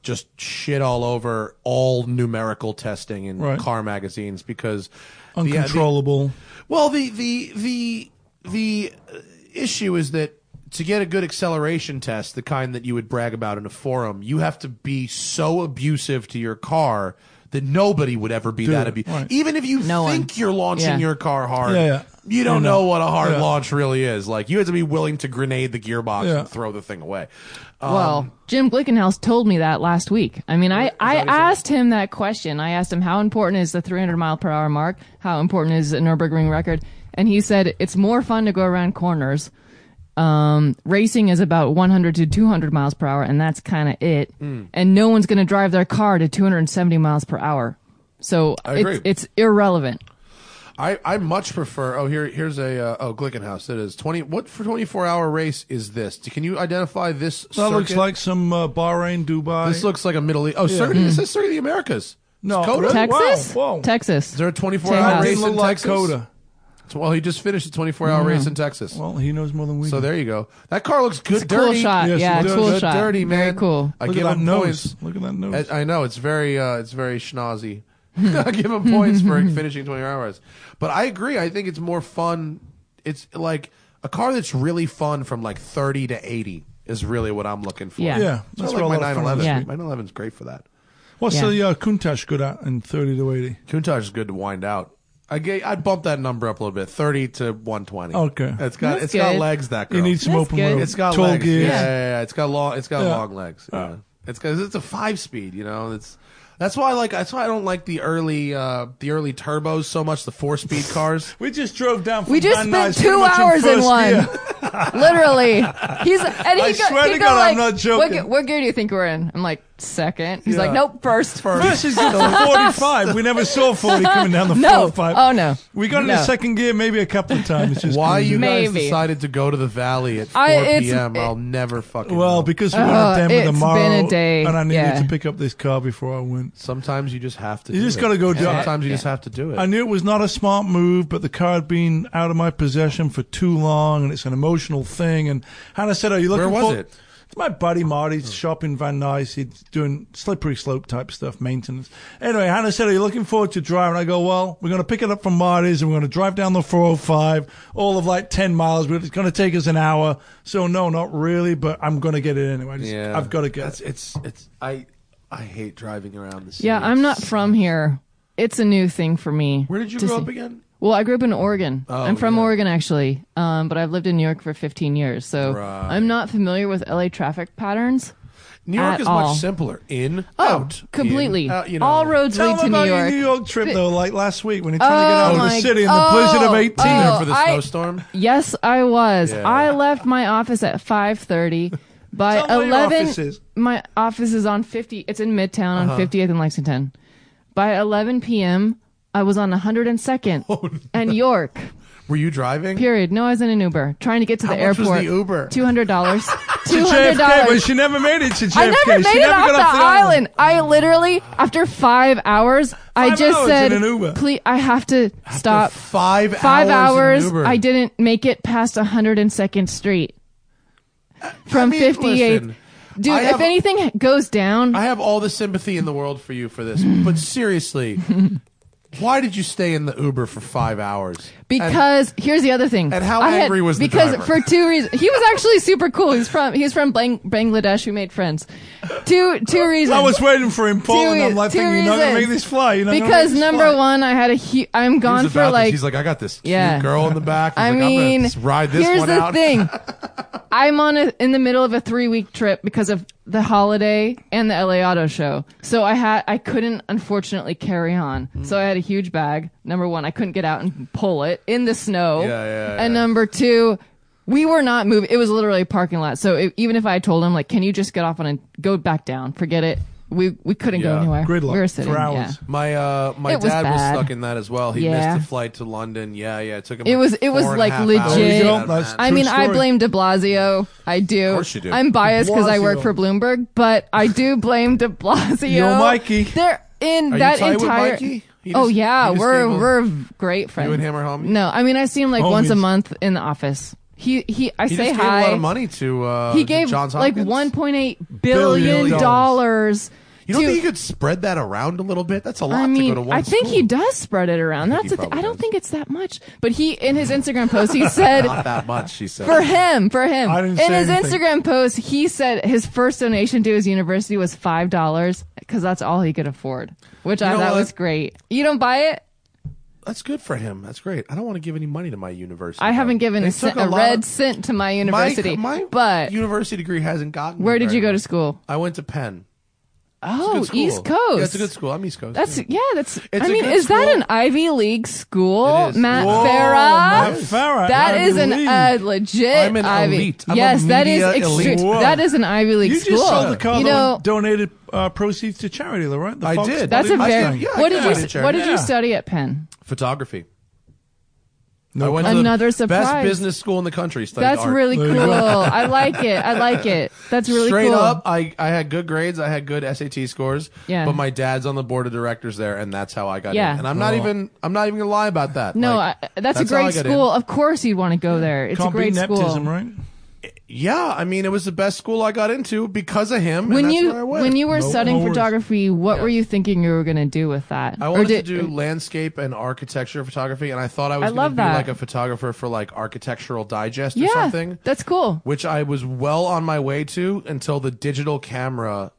Speaker 1: just shit all over all numerical testing in
Speaker 2: Right.
Speaker 1: car magazines because the- the-
Speaker 2: Uncontrollable.
Speaker 1: well, the the the the uh, issue is that to get a good acceleration test, the kind that you would brag about in a forum, you have to be so abusive to your car that nobody would ever be that
Speaker 2: it,
Speaker 1: abusive.
Speaker 2: right.
Speaker 1: Even if you
Speaker 4: No
Speaker 1: think
Speaker 4: one.
Speaker 1: you're launching
Speaker 4: Yeah.
Speaker 1: your car hard,
Speaker 2: Yeah, yeah.
Speaker 1: you don't
Speaker 2: You
Speaker 1: know.
Speaker 2: know.
Speaker 1: what a hard
Speaker 2: Yeah.
Speaker 1: launch really is. Like you have to be willing to grenade the gearbox
Speaker 2: Yeah.
Speaker 1: and throw the thing away.
Speaker 4: well, Jim Glickenhaus told me that last week. I mean, I, I asked him that question. I asked him how important is the 300 mile per hour mark? How important is a Nurburgring record? And he said it's more fun to go around corners. Um, racing is about 100 to 200 miles per hour, and that's kind of it. And no one's going to drive their car to 270 miles per hour. So
Speaker 1: agree.
Speaker 4: it's, it's irrelevant.
Speaker 1: I, I much prefer. Oh, here here's a uh, oh Glickenhaus. It is twenty. What for twenty four hour race is this? Can you identify this?
Speaker 2: That looks
Speaker 1: circuit?
Speaker 2: like some uh, Bahrain, Dubai.
Speaker 1: This looks like a Middle East. Oh, Circuit. This is Circuit of the Americas.
Speaker 2: Hmm. No,
Speaker 1: It's Coda.
Speaker 2: really? Wow,
Speaker 4: Texas?
Speaker 2: whoa.
Speaker 4: Texas.
Speaker 1: Is there a 24
Speaker 4: Texas.
Speaker 1: hour
Speaker 2: It
Speaker 1: race
Speaker 2: look
Speaker 1: in
Speaker 2: like
Speaker 1: Texas?
Speaker 2: Coda.
Speaker 1: Well, he just finished a 24 hour race in Texas.
Speaker 2: Well, he knows more than we.
Speaker 1: so
Speaker 2: do.
Speaker 1: there you go. That car looks good.
Speaker 4: cool
Speaker 1: dirty.
Speaker 4: shot.
Speaker 2: Yes,
Speaker 4: yeah,
Speaker 2: it
Speaker 1: Good,
Speaker 2: does.
Speaker 4: cool
Speaker 1: good,
Speaker 4: shot.
Speaker 1: dirty, man.
Speaker 4: Very cool.
Speaker 1: I
Speaker 2: Look
Speaker 1: give
Speaker 2: at that
Speaker 1: him
Speaker 2: nose.
Speaker 1: points.
Speaker 2: Look at that nose.
Speaker 1: I, I know it's very uh, it's very schnozzy. I give him points for finishing 24 hours. But I agree. I think it's more fun. It's like a car that's really fun from like 30 to 80 is really what I'm looking for.
Speaker 4: Yeah.
Speaker 2: Yeah,
Speaker 1: That's
Speaker 2: that's
Speaker 1: like
Speaker 2: where
Speaker 1: my
Speaker 2: a lot of fun
Speaker 1: 911.
Speaker 2: is.
Speaker 4: Yeah.
Speaker 1: My 911's great for that.
Speaker 2: What's
Speaker 4: Yeah.
Speaker 2: the uh, Kuntash good at in thirty to eighty?
Speaker 1: Countach is good to wind out. I ga- I'd bump that number up a little bit, thirty to one twenty.
Speaker 2: Okay.
Speaker 1: it's got
Speaker 4: That's
Speaker 1: it's got
Speaker 4: good.
Speaker 1: legs. That girl.
Speaker 2: You need some
Speaker 4: That's
Speaker 2: open
Speaker 4: good.
Speaker 2: road.
Speaker 1: it's got
Speaker 2: tall
Speaker 1: legs. Yeah,
Speaker 2: gears.
Speaker 1: yeah, yeah. It's got long. It's got
Speaker 2: Yeah.
Speaker 1: long legs. Yeah. It's because it's a five speed. You know, it's that's why I like that's why I don't like the early uh the early turbos so much. The four speed cars.
Speaker 2: We just drove down. From
Speaker 4: We just
Speaker 2: Van Nuys
Speaker 4: spent
Speaker 2: pretty
Speaker 4: two
Speaker 2: much
Speaker 4: hours in
Speaker 2: first
Speaker 4: one.
Speaker 2: gear.
Speaker 4: Literally, he's and he
Speaker 2: I
Speaker 4: go,
Speaker 2: swear
Speaker 4: he
Speaker 2: to
Speaker 4: go
Speaker 2: God,
Speaker 4: like,
Speaker 2: I'm not
Speaker 4: What,
Speaker 2: joking.
Speaker 4: ge- what gear do you think we're in? I'm like second. He's like,
Speaker 2: Yeah.
Speaker 4: nope, first.
Speaker 2: First is the forty-five. We never saw forty coming down the
Speaker 4: No.
Speaker 2: forty-five.
Speaker 4: Oh, no.
Speaker 2: We got in the
Speaker 4: No.
Speaker 2: second gear maybe a couple of times. It's Just
Speaker 1: Why you guys
Speaker 4: Maybe.
Speaker 1: decided to go to the valley at four
Speaker 4: I- it's-
Speaker 1: p.m. I'll never fucking.
Speaker 2: Well,
Speaker 1: know.
Speaker 2: because we went
Speaker 4: Uh,
Speaker 2: to Denver
Speaker 4: it's
Speaker 2: tomorrow,
Speaker 4: been a day.
Speaker 2: and I needed
Speaker 4: Yeah.
Speaker 2: to pick up this car before I went.
Speaker 1: sometimes you just have to.
Speaker 2: You
Speaker 1: do
Speaker 2: just
Speaker 1: it.
Speaker 2: gotta go do it.
Speaker 1: Sometimes you just have to do it.
Speaker 2: I
Speaker 1: I,
Speaker 2: knew it was not a smart move, but the car had been out of my possession for too long, and it's an emotional thing. And Hannah said, "Are you looking
Speaker 1: Where was
Speaker 2: for?"
Speaker 1: it?
Speaker 2: It's my buddy
Speaker 4: Oh.
Speaker 2: Marty's shop in Van Nuys. He's doing slippery slope type stuff, maintenance. Anyway, Hannah said, "Are you looking forward to driving?" I go, "Well, we're going to pick it up from Marty's, and we're going to drive down the 405, all of like 10 miles. But it's going to take us an hour, so no, not really. But I'm going to get it anyway. I just-
Speaker 1: yeah,
Speaker 2: I've got to get
Speaker 1: That's-
Speaker 2: it.
Speaker 1: It's it's I I hate driving around the city.
Speaker 4: yeah, I'm not from here. It's a new thing for me.
Speaker 1: Where did you
Speaker 4: to
Speaker 1: grow
Speaker 4: see.
Speaker 1: up again?
Speaker 4: Well, I grew up in Oregon. I'm from
Speaker 1: yeah.
Speaker 4: Oregon actually, um, but I've lived in New York for 15 years, so
Speaker 1: Right.
Speaker 4: I'm not familiar with LA traffic patterns.
Speaker 1: New York
Speaker 4: At
Speaker 1: is
Speaker 4: all.
Speaker 1: much simpler. In,
Speaker 4: Oh,
Speaker 1: out, in,
Speaker 4: completely.
Speaker 1: out, you know.
Speaker 4: All roads
Speaker 2: Uh, Tell
Speaker 4: lead to
Speaker 2: them about
Speaker 4: New
Speaker 2: your
Speaker 4: York.
Speaker 2: New York trip
Speaker 4: Th-
Speaker 2: though, like last week when you're trying to get
Speaker 4: Oh
Speaker 2: out of the
Speaker 4: my-
Speaker 2: city in the blizzard of
Speaker 4: oh,
Speaker 2: 18.
Speaker 4: oh.
Speaker 1: There for the
Speaker 4: I-
Speaker 1: snowstorm.
Speaker 4: Yes, I was.
Speaker 1: Yeah.
Speaker 4: I left my office at five thirty. By
Speaker 2: Tell 'em where your
Speaker 4: eleven,
Speaker 2: office is.
Speaker 4: my office is on fifty. It's in Midtown
Speaker 2: Uh-huh.
Speaker 4: on 50th and Lexington. By eleven p.m., I was on one hundred and second
Speaker 2: Oh,
Speaker 4: and York.
Speaker 1: Were you driving?
Speaker 4: Period. No, I was in an Uber trying to get to the
Speaker 1: much was
Speaker 4: airport.
Speaker 1: the Uber?
Speaker 4: two hundred dollars. Two
Speaker 2: JFK,
Speaker 4: hundred
Speaker 2: but
Speaker 4: dollars.
Speaker 2: she never made it to JFK.
Speaker 4: I never made
Speaker 2: she
Speaker 4: it
Speaker 2: never
Speaker 4: off
Speaker 2: got
Speaker 4: the,
Speaker 2: off
Speaker 4: island. I literally, after five hours, I
Speaker 2: Five
Speaker 4: just
Speaker 2: hours
Speaker 4: said,
Speaker 2: in an Uber.
Speaker 4: "Please, I have to stop."
Speaker 1: Five
Speaker 4: five
Speaker 1: hours.
Speaker 4: hours,
Speaker 1: in Uber.
Speaker 4: I didn't make it past 102nd Street
Speaker 1: I
Speaker 4: from
Speaker 1: mean,
Speaker 4: 58.
Speaker 1: listen,
Speaker 4: Dude,
Speaker 1: I have-
Speaker 4: if anything goes down,
Speaker 1: I have all the sympathy in the world for you for this, but seriously, Why did you stay in the Uber for five hours?
Speaker 4: Because here's the other thing.
Speaker 1: and how angry was the
Speaker 4: because
Speaker 1: driver?
Speaker 4: for two reasons he was actually super cool. He's from he's from Bang- Bangladesh. We made friends. Two two reasons.
Speaker 2: I was waiting for him, Paul, and I'm like,
Speaker 4: two
Speaker 2: thinking, you're not going to make this
Speaker 4: reasons.
Speaker 2: fly. You're not gonna
Speaker 4: because
Speaker 2: make this
Speaker 4: number
Speaker 2: fly.
Speaker 4: one, I had a hu- I'm
Speaker 1: He was
Speaker 4: gone
Speaker 1: a
Speaker 4: for
Speaker 1: Baptist.
Speaker 4: like
Speaker 1: He's like, I got this cute
Speaker 4: Yeah.
Speaker 1: girl in the back. He's
Speaker 4: I
Speaker 1: like, I'm gonna
Speaker 4: mean,
Speaker 1: s- ride this
Speaker 4: here's
Speaker 1: one
Speaker 4: the
Speaker 1: out.
Speaker 4: thing. I'm on a, in the middle of a three week trip because of the holiday and the LA Auto Show. So I had I couldn't unfortunately carry on.
Speaker 1: Hmm.
Speaker 4: So I had a huge bag. Number one, I couldn't get out and pull it in the snow.
Speaker 1: Yeah, yeah,
Speaker 4: And
Speaker 1: yeah.
Speaker 4: number two, we were not moving. It was literally a parking lot. So it, even if I told him like, "Can you just get off on and go back down? Forget it." We we couldn't go
Speaker 1: Yeah.
Speaker 4: anywhere.
Speaker 2: Gridlock
Speaker 4: we were sitting.
Speaker 2: for hours.
Speaker 4: Yeah.
Speaker 1: My uh, my
Speaker 4: It was
Speaker 1: dad was
Speaker 4: bad.
Speaker 1: stuck in that as well. He
Speaker 4: Yeah.
Speaker 1: missed a flight to London. Yeah, yeah. It took him.
Speaker 4: It
Speaker 1: like
Speaker 4: was- it was,
Speaker 1: four and a
Speaker 4: like,
Speaker 1: half hours to
Speaker 4: legit-
Speaker 1: get out of
Speaker 2: There you go.
Speaker 1: that.
Speaker 4: I
Speaker 2: True
Speaker 4: mean, I
Speaker 2: story.
Speaker 4: blame De Blasio. I do. Of
Speaker 5: course you do.
Speaker 4: I'm biased because I work
Speaker 2: Blasio.
Speaker 4: for Bloomberg, but I do blame De Blasio.
Speaker 2: Yo, Mikey.
Speaker 4: They're in
Speaker 1: Are you
Speaker 4: that
Speaker 1: tight with
Speaker 4: entire.
Speaker 1: Mikey? He
Speaker 4: oh
Speaker 1: just-
Speaker 4: yeah,
Speaker 1: he just
Speaker 4: we're
Speaker 1: came on.
Speaker 4: we're great friends.
Speaker 1: and him are homies?
Speaker 4: No, I mean I see him like once a
Speaker 2: Homies.
Speaker 4: month in the office. He he. I
Speaker 1: He
Speaker 4: say
Speaker 1: just gave
Speaker 4: hi.
Speaker 1: a lot of money to. Uh,
Speaker 4: He
Speaker 1: to
Speaker 4: gave
Speaker 1: Johns
Speaker 4: like
Speaker 1: Hopkins.
Speaker 4: 1.8
Speaker 2: Billion
Speaker 4: billion
Speaker 2: dollars.
Speaker 4: dollars.
Speaker 1: You don't
Speaker 4: to-
Speaker 1: think you could spread that around a little bit? That's a lot
Speaker 4: I
Speaker 1: to
Speaker 4: mean,
Speaker 1: go to one.
Speaker 4: I think
Speaker 1: school.
Speaker 4: he does spread it around.
Speaker 1: I think
Speaker 4: That's
Speaker 1: he
Speaker 4: the thing.
Speaker 1: probably
Speaker 4: I don't
Speaker 1: does.
Speaker 4: think it's that much. But he, in his Instagram post, he said,
Speaker 1: Not that much. He said.
Speaker 4: For him, for him.
Speaker 2: I didn't
Speaker 4: In
Speaker 2: say
Speaker 4: his
Speaker 2: anything.
Speaker 4: Instagram post, he said his first donation to his university was five dollars because that's all he could afford, which I
Speaker 1: know
Speaker 4: thought
Speaker 1: what?
Speaker 4: was great. You don't buy it?
Speaker 1: That's good for him. That's great. I don't want to give any money to my university.
Speaker 4: I
Speaker 1: though.
Speaker 4: haven't given
Speaker 1: They
Speaker 4: a,
Speaker 1: took
Speaker 4: cent, a,
Speaker 1: lot
Speaker 4: red
Speaker 1: of-
Speaker 4: cent to my
Speaker 1: My-
Speaker 4: university,
Speaker 1: My,
Speaker 4: but
Speaker 1: university degree hasn't gotten. me
Speaker 4: where did
Speaker 1: very
Speaker 4: you go to
Speaker 1: much.
Speaker 4: school?
Speaker 1: I went to Penn. It's a
Speaker 4: Oh,
Speaker 1: good school.
Speaker 4: East Coast.
Speaker 1: Yeah, it's a good school. I'm East Coast.
Speaker 4: That's
Speaker 1: yeah.
Speaker 4: yeah. That's.
Speaker 1: It's
Speaker 4: I
Speaker 1: a
Speaker 4: mean,
Speaker 1: good
Speaker 4: is that
Speaker 1: school.
Speaker 4: an Ivy League school,
Speaker 1: It is.
Speaker 4: Matt
Speaker 1: Whoa,
Speaker 2: Matt
Speaker 4: Oh, Farah?
Speaker 2: Farah,
Speaker 4: That
Speaker 2: Ivy
Speaker 4: is an
Speaker 2: League.
Speaker 4: uh, legit
Speaker 1: I'm an
Speaker 4: Ivy.
Speaker 1: elite. I'm a
Speaker 4: yes, that is
Speaker 1: media elite.
Speaker 4: extreme.
Speaker 2: Whoa.
Speaker 4: That is an Ivy League
Speaker 2: You
Speaker 4: school.
Speaker 2: just sold the car
Speaker 4: you
Speaker 2: that
Speaker 4: know,
Speaker 2: donated uh, proceeds to charity, though, right? The
Speaker 1: I
Speaker 2: Fox
Speaker 1: did.
Speaker 4: That's a
Speaker 2: Body
Speaker 4: very.
Speaker 2: Mustang.
Speaker 1: Yeah,
Speaker 4: what
Speaker 1: I
Speaker 4: did
Speaker 1: got
Speaker 4: you
Speaker 1: it, Jerry.
Speaker 4: What did
Speaker 2: Yeah.
Speaker 4: you study at Penn?
Speaker 1: photography.
Speaker 2: No
Speaker 1: I went to
Speaker 4: Another
Speaker 1: the Best
Speaker 4: surprise.
Speaker 1: business school in the country. Studied
Speaker 4: That's
Speaker 1: art.
Speaker 4: really
Speaker 2: There
Speaker 4: cool.
Speaker 2: you go.
Speaker 4: I like it. I like it. That's really
Speaker 1: Straight
Speaker 4: cool.
Speaker 1: up, I, I had good grades. I had good SAT scores.
Speaker 4: Yeah.
Speaker 1: But my dad's on the board of directors there, and that's how I got
Speaker 4: Yeah.
Speaker 1: in. And I'm not even I'm not even gonna lie about that.
Speaker 4: No,
Speaker 1: Like,
Speaker 4: I, that's, a
Speaker 1: how I
Speaker 4: great
Speaker 1: got in.
Speaker 4: school. Of course, you'd want to go there. It's
Speaker 2: Can't
Speaker 4: a great
Speaker 2: be
Speaker 4: school.
Speaker 2: nepotism, right?
Speaker 1: Yeah, I mean it was the best school I got into because of him. and
Speaker 4: When
Speaker 1: that's
Speaker 4: you
Speaker 1: where I went.
Speaker 4: when you were
Speaker 2: No,
Speaker 4: studying
Speaker 2: no worries.
Speaker 4: photography, what were
Speaker 1: Yeah.
Speaker 4: you thinking you were going to do with that?
Speaker 1: I
Speaker 4: Or
Speaker 1: wanted
Speaker 4: did-
Speaker 1: to do landscape and architecture photography, and I thought I was
Speaker 4: I
Speaker 1: going to
Speaker 4: love
Speaker 1: be
Speaker 4: that.
Speaker 1: like a photographer for like Architectural Digest
Speaker 4: yeah,
Speaker 1: or something,
Speaker 4: That's cool.
Speaker 1: which I was well on my way to until the digital camera.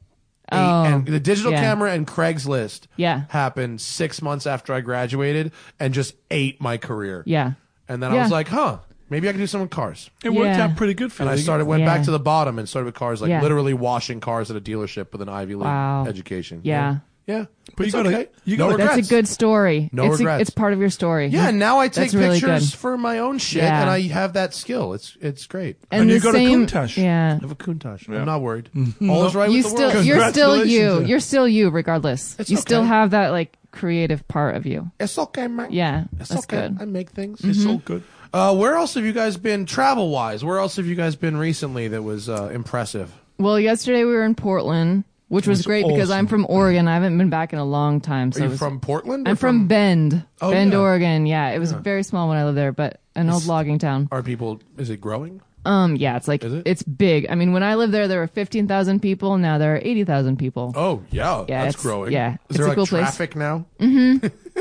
Speaker 1: ate-
Speaker 4: Oh,
Speaker 1: and the digital
Speaker 4: yeah.
Speaker 1: camera and Craigslist
Speaker 4: Yeah.
Speaker 1: happened six months after I graduated and just ate my career.
Speaker 4: Yeah.
Speaker 1: And then I
Speaker 4: Yeah.
Speaker 1: was like, huh, maybe I can do some with cars.
Speaker 2: It worked
Speaker 4: Yeah.
Speaker 2: out pretty good for
Speaker 1: And
Speaker 2: you.
Speaker 1: I started went
Speaker 4: Yeah.
Speaker 1: back to the bottom and started with cars, like
Speaker 4: Yeah.
Speaker 1: literally washing cars at a dealership with an Ivy League
Speaker 4: Wow.
Speaker 1: education.
Speaker 4: Yeah.
Speaker 1: Yeah. Yeah.
Speaker 2: But you
Speaker 1: It's
Speaker 2: gotta-
Speaker 1: okay.
Speaker 2: you
Speaker 1: No
Speaker 2: gotta-
Speaker 4: That's
Speaker 1: regrets.
Speaker 4: a good story.
Speaker 1: No
Speaker 4: it's, a,
Speaker 1: regrets.
Speaker 4: it's part of your story.
Speaker 1: Yeah, and now I take
Speaker 4: That's really
Speaker 1: pictures
Speaker 4: good.
Speaker 1: for my own shit,
Speaker 4: Yeah.
Speaker 1: and I have that skill. It's it's great.
Speaker 4: And,
Speaker 2: And you
Speaker 4: the
Speaker 2: got a
Speaker 4: same,
Speaker 2: Countach.
Speaker 4: Yeah.
Speaker 1: I have a Countach. I'm not worried. All's right
Speaker 4: you
Speaker 1: with the
Speaker 4: still
Speaker 1: world.
Speaker 4: you're still you
Speaker 2: Congratulations.
Speaker 4: you're still you regardless
Speaker 1: It's
Speaker 4: you still
Speaker 1: okay.
Speaker 4: have that like creative part of you
Speaker 1: It's okay, man.
Speaker 4: yeah
Speaker 1: it's
Speaker 4: that's
Speaker 1: okay.
Speaker 4: good
Speaker 1: I make things.
Speaker 2: It's all good.
Speaker 1: Uh, where else have you guys been travel wise? Where else have you guys been recently that was uh, impressive?
Speaker 4: well yesterday we were in portland which was,
Speaker 2: was
Speaker 4: great because i'm from oregon i haven't been back in a long time so
Speaker 1: Are
Speaker 4: it
Speaker 1: you
Speaker 4: was-
Speaker 1: from Portland? or
Speaker 4: i'm from bend
Speaker 1: Oh,
Speaker 4: bend
Speaker 1: yeah.
Speaker 4: oregon yeah it was very small when i lived there but an old
Speaker 1: It's-
Speaker 4: logging town
Speaker 1: Are people? Is it growing?
Speaker 4: um yeah it's like
Speaker 1: Is it?
Speaker 4: it's big i mean when i lived there there were 15000 people now there are 80000 people
Speaker 1: Oh yeah,
Speaker 4: Yeah,
Speaker 1: that's
Speaker 4: it's-
Speaker 1: growing.
Speaker 4: yeah,
Speaker 1: is
Speaker 4: it's
Speaker 1: there
Speaker 4: a
Speaker 1: like
Speaker 4: cool place.
Speaker 1: traffic now?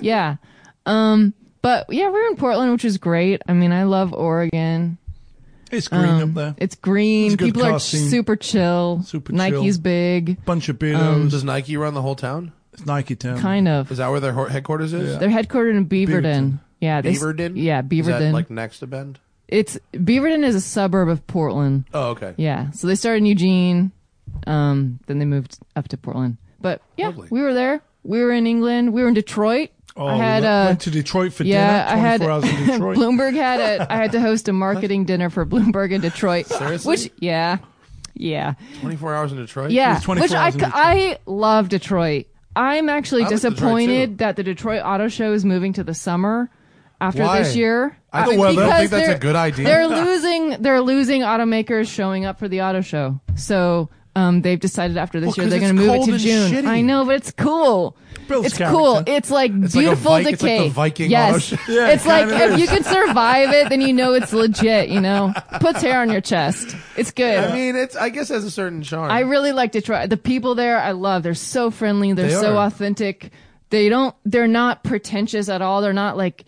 Speaker 4: yeah. Um, but yeah, we were in Portland, which is great. I mean, I love Oregon.
Speaker 2: It's green up there.
Speaker 4: It's green.
Speaker 2: It's a good
Speaker 4: People are
Speaker 2: car scene.
Speaker 4: super chill.
Speaker 2: Super
Speaker 4: Nike's
Speaker 2: chill.
Speaker 4: big,
Speaker 2: Bunch of
Speaker 4: Mm-hmm.
Speaker 2: beardos.
Speaker 1: Does Nike run the whole town?
Speaker 2: it's Nike Town.
Speaker 4: um, kind of.
Speaker 1: Is that where their ho- headquarters is?
Speaker 4: They're headquartered in Beaverton. Yeah, they,
Speaker 1: Beaverden.
Speaker 4: Yeah,
Speaker 1: Is that
Speaker 4: Beaverton.
Speaker 1: like next to Bend?
Speaker 4: it's Beaverton is a suburb of Portland.
Speaker 1: Oh okay.
Speaker 4: Yeah, so they started in Eugene, um, then they moved up to Portland. But yeah,
Speaker 1: Lovely.
Speaker 4: we were there. We were in England. We were in Detroit.
Speaker 2: Oh,
Speaker 4: I had
Speaker 2: we
Speaker 4: uh,
Speaker 2: went, went to Detroit for
Speaker 4: Yeah, I
Speaker 2: dinner.
Speaker 4: had
Speaker 2: 24 hours in Detroit.
Speaker 4: Bloomberg had it. I had to host a marketing dinner for Bloomberg in Detroit.
Speaker 1: Seriously?
Speaker 4: Which yeah, yeah,
Speaker 1: Twenty four hours in Detroit.
Speaker 4: yeah.
Speaker 2: was 24
Speaker 4: Which I
Speaker 2: hours in Detroit.
Speaker 4: I love Detroit. I'm actually
Speaker 1: I like Detroit, too.
Speaker 4: disappointed that the Detroit Auto Show is moving to the summer after
Speaker 1: Why?
Speaker 4: this year.
Speaker 1: I
Speaker 4: Uh,
Speaker 1: think- I don't
Speaker 4: because
Speaker 1: think that's a
Speaker 4: they're-
Speaker 1: good idea.
Speaker 4: They're losing. They're losing automakers showing up for the auto show. So. Um, they've decided after this
Speaker 1: Well, 'cause
Speaker 4: year they're going to
Speaker 1: it's
Speaker 4: move
Speaker 1: cold
Speaker 4: it to
Speaker 1: and
Speaker 4: June.
Speaker 1: shitty.
Speaker 4: I know, but it's cool.
Speaker 2: Builds
Speaker 4: it's
Speaker 2: character.
Speaker 4: cool. It's like
Speaker 1: It's like a
Speaker 4: beautiful
Speaker 1: Vi- it's like
Speaker 4: decay.
Speaker 1: the Viking
Speaker 4: yes.
Speaker 1: auto show.
Speaker 2: Yeah, it
Speaker 4: it's like
Speaker 2: kinda
Speaker 4: if
Speaker 2: is.
Speaker 4: you can survive it, then you know it's legit. You know, puts hair on your chest. It's good.
Speaker 1: I mean, it's. I guess it has a certain charm.
Speaker 4: I really like Detroit. The people there, I love. They're so friendly. They're
Speaker 1: They
Speaker 4: so
Speaker 1: are.
Speaker 4: authentic. They don't. They're not pretentious at all. They're not like.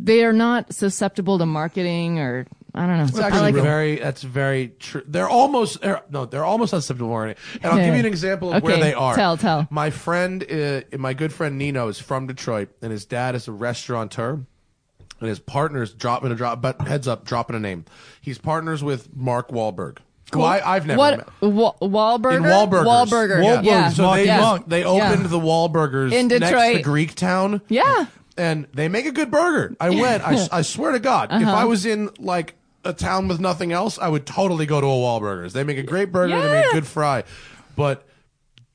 Speaker 4: They are not susceptible to marketing or I don't know.
Speaker 1: It's
Speaker 4: I
Speaker 1: actually
Speaker 4: like it.
Speaker 1: very. That's very true. They're almost er, no. They're almost susceptible to warning. And I'll give you an example of where
Speaker 4: Okay,
Speaker 1: they are.
Speaker 4: tell, tell.
Speaker 1: My friend, uh, my good friend Nino, is from Detroit, and his dad is a restaurateur. And his partner's dropping a drop, but heads up, dropping a name. He's partners with Mark Wahlberg, who I, I've never met.
Speaker 4: what Wa- Wahlburger?
Speaker 1: In Wahlburgers.
Speaker 4: Wahlburger.
Speaker 2: Wahlburgers,
Speaker 4: Yeah.
Speaker 1: So they,
Speaker 4: yeah.
Speaker 2: Monk.
Speaker 1: they opened
Speaker 4: Yeah.
Speaker 1: the Wahlburgers
Speaker 4: In
Speaker 1: next to
Speaker 4: Detroit.
Speaker 1: Greek Town.
Speaker 4: Yeah.
Speaker 1: And they make a good burger. I went. I, s- I swear to God,
Speaker 4: Uh-huh.
Speaker 1: if I was in like a town with nothing else, I would totally go to a Wahlburgers. They make a great burger. They make a
Speaker 4: Yeah.
Speaker 1: good fry. But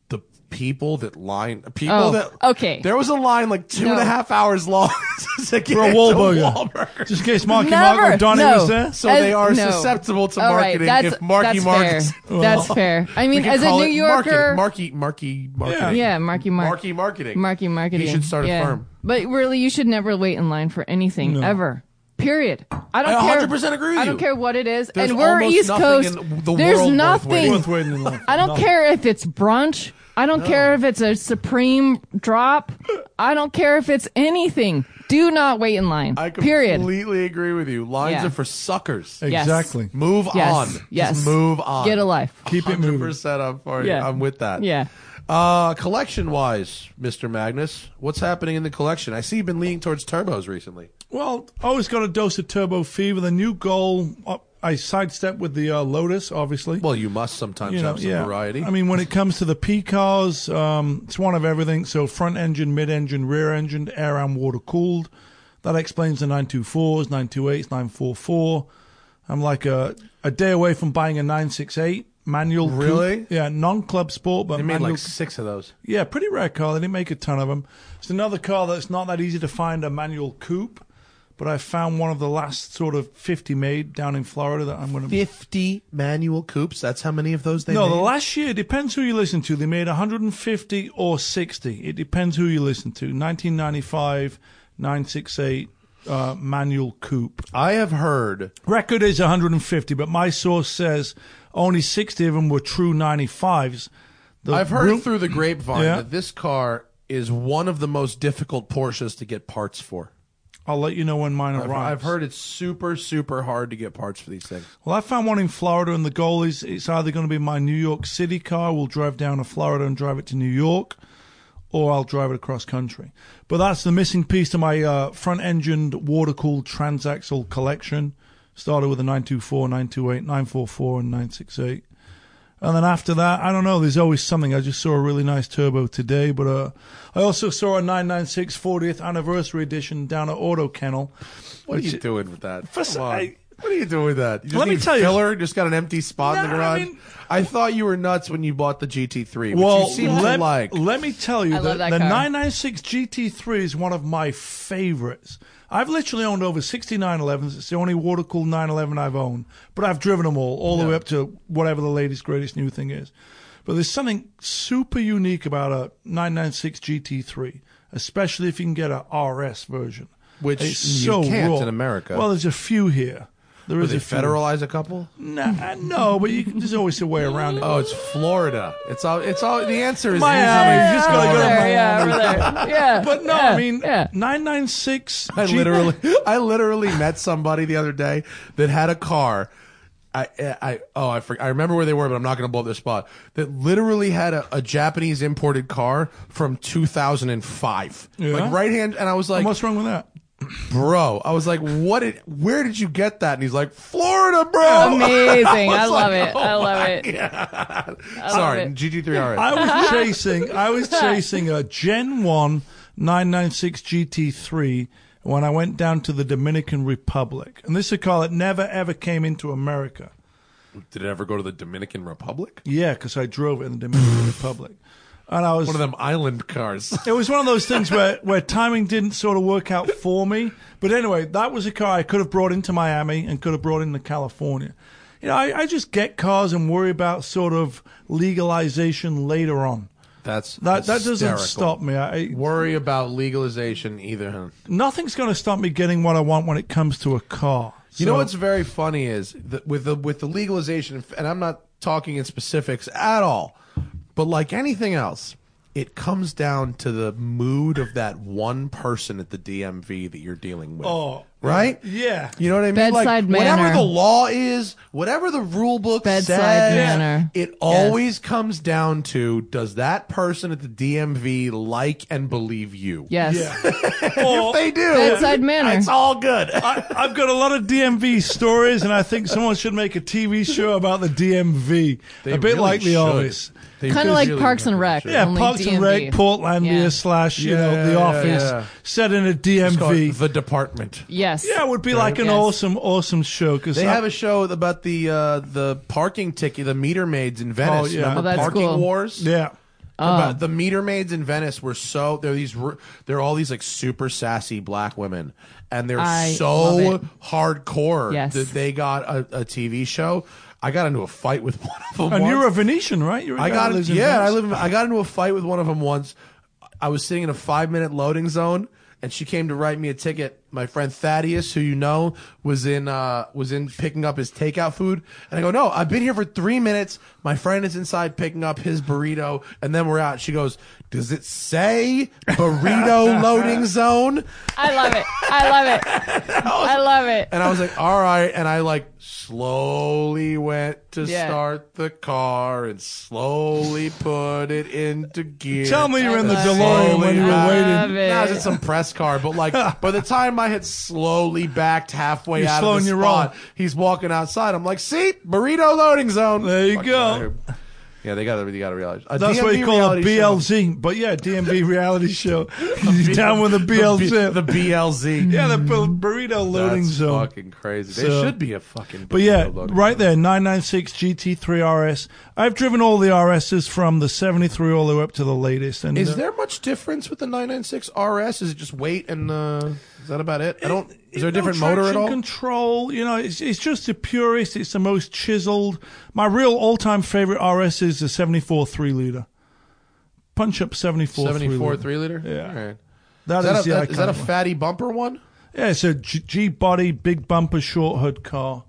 Speaker 1: the people that line, people
Speaker 4: Oh,
Speaker 1: that
Speaker 4: okay.
Speaker 1: there was a line like two and
Speaker 4: No.
Speaker 1: a half hours long to get
Speaker 2: For a
Speaker 1: to
Speaker 2: Wahlburger.
Speaker 1: Wahlburgers.
Speaker 2: Just in case Marky Mark
Speaker 4: Never.
Speaker 2: O'Donnell
Speaker 4: no.
Speaker 2: was there.
Speaker 1: So they are susceptible to
Speaker 4: All
Speaker 1: marketing
Speaker 4: That's,
Speaker 1: if Marky
Speaker 4: that's
Speaker 1: Mark-
Speaker 4: fair.
Speaker 1: Well,
Speaker 4: that's fair. I
Speaker 1: We
Speaker 4: mean,
Speaker 1: can
Speaker 4: as a
Speaker 1: call
Speaker 4: New
Speaker 1: it
Speaker 4: Yorker,
Speaker 1: Marky, Marky, Marky, marketing.
Speaker 4: yeah, Marky Mark,
Speaker 1: Marky marketing.
Speaker 4: Marky marketing.
Speaker 1: He should start
Speaker 4: yeah.
Speaker 1: a firm.
Speaker 4: But really, you should never wait in line for anything ever. Period. I don't
Speaker 1: I
Speaker 4: care.
Speaker 1: 100% agree with
Speaker 4: I don't
Speaker 1: you.
Speaker 4: care what it is.
Speaker 1: There's
Speaker 4: and we're
Speaker 1: almost
Speaker 4: East
Speaker 1: nothing
Speaker 4: Coast.
Speaker 1: in the
Speaker 4: There's
Speaker 1: world worth
Speaker 4: nothing.
Speaker 1: waiting
Speaker 2: Worth waiting in line for.
Speaker 4: I don't
Speaker 2: Nothing.
Speaker 4: care if it's brunch. I don't care if it's a supreme drop. I don't care if it's anything. Do not wait in line.
Speaker 1: I
Speaker 4: Period.
Speaker 1: completely agree with you. Lines
Speaker 4: Yeah.
Speaker 1: are for suckers.
Speaker 4: Yes.
Speaker 2: Exactly.
Speaker 1: Move
Speaker 4: Yes.
Speaker 1: on. Just
Speaker 4: Yes.
Speaker 1: move on.
Speaker 4: Get a life.
Speaker 2: Keep it moving.
Speaker 1: 100% I'm for you.
Speaker 4: Yeah.
Speaker 1: I'm with that.
Speaker 4: Yeah.
Speaker 1: Uh, collection wise, Mr. Magnus, what's happening in the collection? I see you've been leaning towards turbos recently.
Speaker 2: Well, always got a dose of turbo fever. The new goal, uh, I sidestepped with the uh, Lotus, obviously.
Speaker 1: Well, you must sometimes
Speaker 2: You know,
Speaker 1: have some
Speaker 6: yeah.
Speaker 1: variety.
Speaker 2: I mean, when it comes to the P cars, um, it's one of everything. So front engine, mid engine, rear engine, air and water cooled. That explains the 924s, 928s, 944. I'm like a, a day away from buying a 968 manual. coupe.
Speaker 1: Really?
Speaker 2: Yeah, non club sport, but
Speaker 1: they made
Speaker 2: manual.
Speaker 1: like six of those.
Speaker 2: yeah, pretty rare car. They didn't make a ton of them. It's another car that's not that easy to find a manual coupe, but I found one of the last sort of 50 made down in Florida that I'm going to be
Speaker 1: 50 manual coupes. That's how many of those they
Speaker 2: no,
Speaker 1: made?
Speaker 2: the last year depends who you listen to. They made 150 or 60. It depends who you listen to. 1995, 968 uh, manual coupe.
Speaker 1: I have heard
Speaker 2: Record is 150, but my source says only 60 of them were true 95s. The
Speaker 1: I've heard
Speaker 2: room-
Speaker 1: through the grapevine
Speaker 2: Yeah.
Speaker 1: that this car is one of the most difficult Porsches to get parts for.
Speaker 2: I'll let you know when mine
Speaker 1: I've,
Speaker 2: arrives.
Speaker 1: I've heard it's super, super hard to get parts for these things.
Speaker 2: Well, I found one in Florida, and the goal is it's either going to be my New York City car. We'll drive down to Florida and drive it to New York, or I'll drive it across country. But that's the missing piece to my uh, front-engined water-cooled transaxle collection. Started with a 924, 928, 944, and 968. And then after that, I don't know. There's always something. I just saw a really nice turbo today, but uh, I also saw a 996 40th anniversary edition down at Auto Kennel.
Speaker 1: What are
Speaker 2: which-
Speaker 1: you doing with that?
Speaker 2: First,
Speaker 1: Come on.
Speaker 2: I-
Speaker 1: what are you doing with that? You just
Speaker 2: Let me
Speaker 1: need
Speaker 2: tell you-
Speaker 1: filler, you, just got an empty spot in the
Speaker 2: Nah,
Speaker 1: garage. I,
Speaker 2: I mean-
Speaker 1: thought you were nuts when you bought the GT3, which
Speaker 2: Well,
Speaker 1: you seem
Speaker 2: let,
Speaker 1: to like.
Speaker 2: let me tell you,
Speaker 4: I
Speaker 2: the,
Speaker 4: love that
Speaker 2: the
Speaker 4: car.
Speaker 2: 996 GT3 is one of my favorites. I've literally owned over 60 911s. It's the only water cooled 911 I've owned, but I've driven them all, all the way up to whatever the latest, greatest new thing is. But there's something super unique about a 996 GT3, especially if you can get a RS version.
Speaker 1: Which
Speaker 2: it's
Speaker 1: you
Speaker 2: so
Speaker 1: can't
Speaker 2: raw.
Speaker 1: in America.
Speaker 2: Well, there's a few here. There
Speaker 1: Did
Speaker 2: is
Speaker 1: they
Speaker 2: a few.
Speaker 1: federalize a couple?
Speaker 2: Nah, no, but you, can- there's always a way around it.
Speaker 1: Oh, it's Florida. It's all. It's all. The answer is
Speaker 2: My
Speaker 1: usually
Speaker 2: alley. You just gotta
Speaker 4: over
Speaker 2: go to
Speaker 1: Florida.
Speaker 4: there, yeah, over there. Yeah.
Speaker 2: But no,
Speaker 4: yeah,
Speaker 2: I mean,
Speaker 4: yeah.
Speaker 2: 996.
Speaker 1: I
Speaker 2: G-
Speaker 1: literally, I literally met somebody the other day that had a car. I, I, oh, I, for, I remember where they were, but I'm not going to blow up their spot. That literally had a, a Japanese imported car from 2005,
Speaker 2: Yeah.
Speaker 1: like right hand. And I was like,
Speaker 2: What's wrong with that?
Speaker 1: bro, I was like, what? Did, where did you get that? And he's like, Florida, bro.
Speaker 4: Amazing. I,
Speaker 1: was
Speaker 4: love
Speaker 1: like,
Speaker 4: it.
Speaker 1: oh
Speaker 4: I love it.
Speaker 1: Sorry,
Speaker 4: it.
Speaker 1: GT3 RS.
Speaker 2: I was chasing. I was chasing a Gen 1 996 GT3 when I went down to the Dominican Republic, and this is a car that never ever came into America.
Speaker 1: did it ever go to the Dominican Republic?
Speaker 2: Yeah, because I drove it in the Dominican Republic, and I was
Speaker 1: One of them island cars.
Speaker 2: It was one of those things where, where timing didn't sort of work out for me. But anyway, that was a car I could have brought into Miami and could have brought into California. You know, I, I just get cars and worry about sort of legalization later on.
Speaker 1: That's
Speaker 2: That that
Speaker 1: hysterical.
Speaker 2: doesn't stop me. I,
Speaker 1: Worry about legalization either. huh?
Speaker 2: nothing's going to stop me getting what I want when it comes to a car.
Speaker 1: You know
Speaker 2: So-
Speaker 1: what's very funny is that with the with the legalization, and I'm not talking in specifics at all, but like anything else, it comes down to the mood of that one person at the DMV that you're dealing with.
Speaker 2: Oh,
Speaker 1: right?
Speaker 2: yeah.
Speaker 1: You know what I mean?
Speaker 4: Bedside
Speaker 1: like, Whatever
Speaker 4: manner.
Speaker 1: the law is, whatever the rule book
Speaker 4: Bedside
Speaker 1: says,
Speaker 4: manner.
Speaker 1: it always comes down to does that person at the DMV like and believe you?
Speaker 4: Yes.
Speaker 2: Yeah. Or-
Speaker 1: They do.
Speaker 4: Bedside manner.
Speaker 1: It's all good.
Speaker 2: I, I've got a lot of DMV stories, and I think someone should make a TV show about the DMV,
Speaker 1: They
Speaker 2: a bit
Speaker 1: really
Speaker 2: like The
Speaker 1: should.
Speaker 2: Office.
Speaker 1: They
Speaker 4: Kinda
Speaker 1: really,
Speaker 4: like
Speaker 1: really
Speaker 4: Parks and
Speaker 1: fucking
Speaker 4: Rec.
Speaker 1: should.
Speaker 2: Yeah,
Speaker 4: Only
Speaker 2: Parks and Rec,
Speaker 4: DMV.
Speaker 2: Portlandia
Speaker 4: Yeah.
Speaker 2: slash you know
Speaker 1: Yeah,
Speaker 2: The
Speaker 1: yeah,
Speaker 2: Office,
Speaker 1: yeah.
Speaker 2: set in a
Speaker 1: It's called
Speaker 2: DMV.
Speaker 1: The Department.
Speaker 4: Yes.
Speaker 2: yeah, it would be like an
Speaker 4: Yes.
Speaker 2: awesome, awesome show because
Speaker 1: They have a show about the uh, the parking ticket, the meter maids in Venice.
Speaker 2: yeah.
Speaker 1: Remember
Speaker 4: Oh, that's
Speaker 1: parking
Speaker 4: cool. Oh.
Speaker 1: wars?
Speaker 2: yeah.
Speaker 1: About the meter maids in Venice were so they're these r- they're all these like super sassy black women and they're
Speaker 4: I
Speaker 1: so
Speaker 4: love
Speaker 1: hardcore
Speaker 4: Yes.
Speaker 1: that they got a, a TV show. I got into a fight with one of them.
Speaker 2: And
Speaker 1: once.
Speaker 2: you're a Venetian, right? You're a
Speaker 1: I
Speaker 2: guy
Speaker 1: got
Speaker 2: that lives in
Speaker 1: yeah.
Speaker 2: Venice.
Speaker 1: I live. In, I got into a fight with one of them once. I was sitting in a five minute loading zone, and she came to write me a ticket. My friend Thaddeus, who you know, was in uh, was in picking up his takeout food, and I go, "No, I've been here for three minutes. My friend is inside picking up his burrito, and then we're out." She goes, "Does it say burrito loading zone?"
Speaker 4: I love it. I love it. I love it.
Speaker 1: And I was like, all right. And I like slowly went to
Speaker 4: Yeah.
Speaker 1: start the car and slowly put it into gear.
Speaker 2: Tell me you're in the
Speaker 4: I love
Speaker 2: DeLorean when
Speaker 1: it.
Speaker 2: you were
Speaker 1: I
Speaker 4: love
Speaker 2: waiting.
Speaker 4: it.
Speaker 1: Nah, I was in some press car, but like by the time I had slowly backed halfway
Speaker 2: You're
Speaker 1: out
Speaker 2: slowing
Speaker 1: of the
Speaker 2: your
Speaker 1: spot,
Speaker 2: roll.
Speaker 1: he's walking outside. I'm like, see, burrito loading zone.
Speaker 2: There you
Speaker 1: Fuck
Speaker 2: go.
Speaker 1: yeah. Yeah, they gotta, they gotta realize. A
Speaker 2: That's what
Speaker 1: DMV
Speaker 2: you call a
Speaker 1: reality show.
Speaker 2: BLZ, but yeah, DMV reality show. You're down with the BLZ.
Speaker 1: The, B- the BLZ.
Speaker 2: yeah, the bur- burrito loading
Speaker 1: That's
Speaker 2: zone.
Speaker 1: fucking crazy. There
Speaker 2: So-
Speaker 1: should be a fucking.
Speaker 2: But yeah,
Speaker 1: burrito loading
Speaker 2: right
Speaker 1: zone.
Speaker 2: there, 996 GT3 RS. I've driven all the RSs from the 73 all the way up to the latest. And uh,
Speaker 1: Is there much difference with the 996 RS? Is it just weight and uh, is that about it? I don't. Is there a
Speaker 2: no
Speaker 1: different motor at
Speaker 2: traction
Speaker 1: all?
Speaker 2: Control, you know, it's, it's just the purest. It's the most chiseled. My real all-time favorite RS is the 74 three liter. Punch up 74,
Speaker 1: 74
Speaker 2: three.
Speaker 1: three liter.
Speaker 2: Yeah.
Speaker 1: All right.
Speaker 2: liter.
Speaker 1: Is that, a,
Speaker 2: the
Speaker 1: that- is that a
Speaker 2: iconic one.
Speaker 1: fatty bumper one?
Speaker 2: Yeah, it's a G, G body, big bumper, short hood car.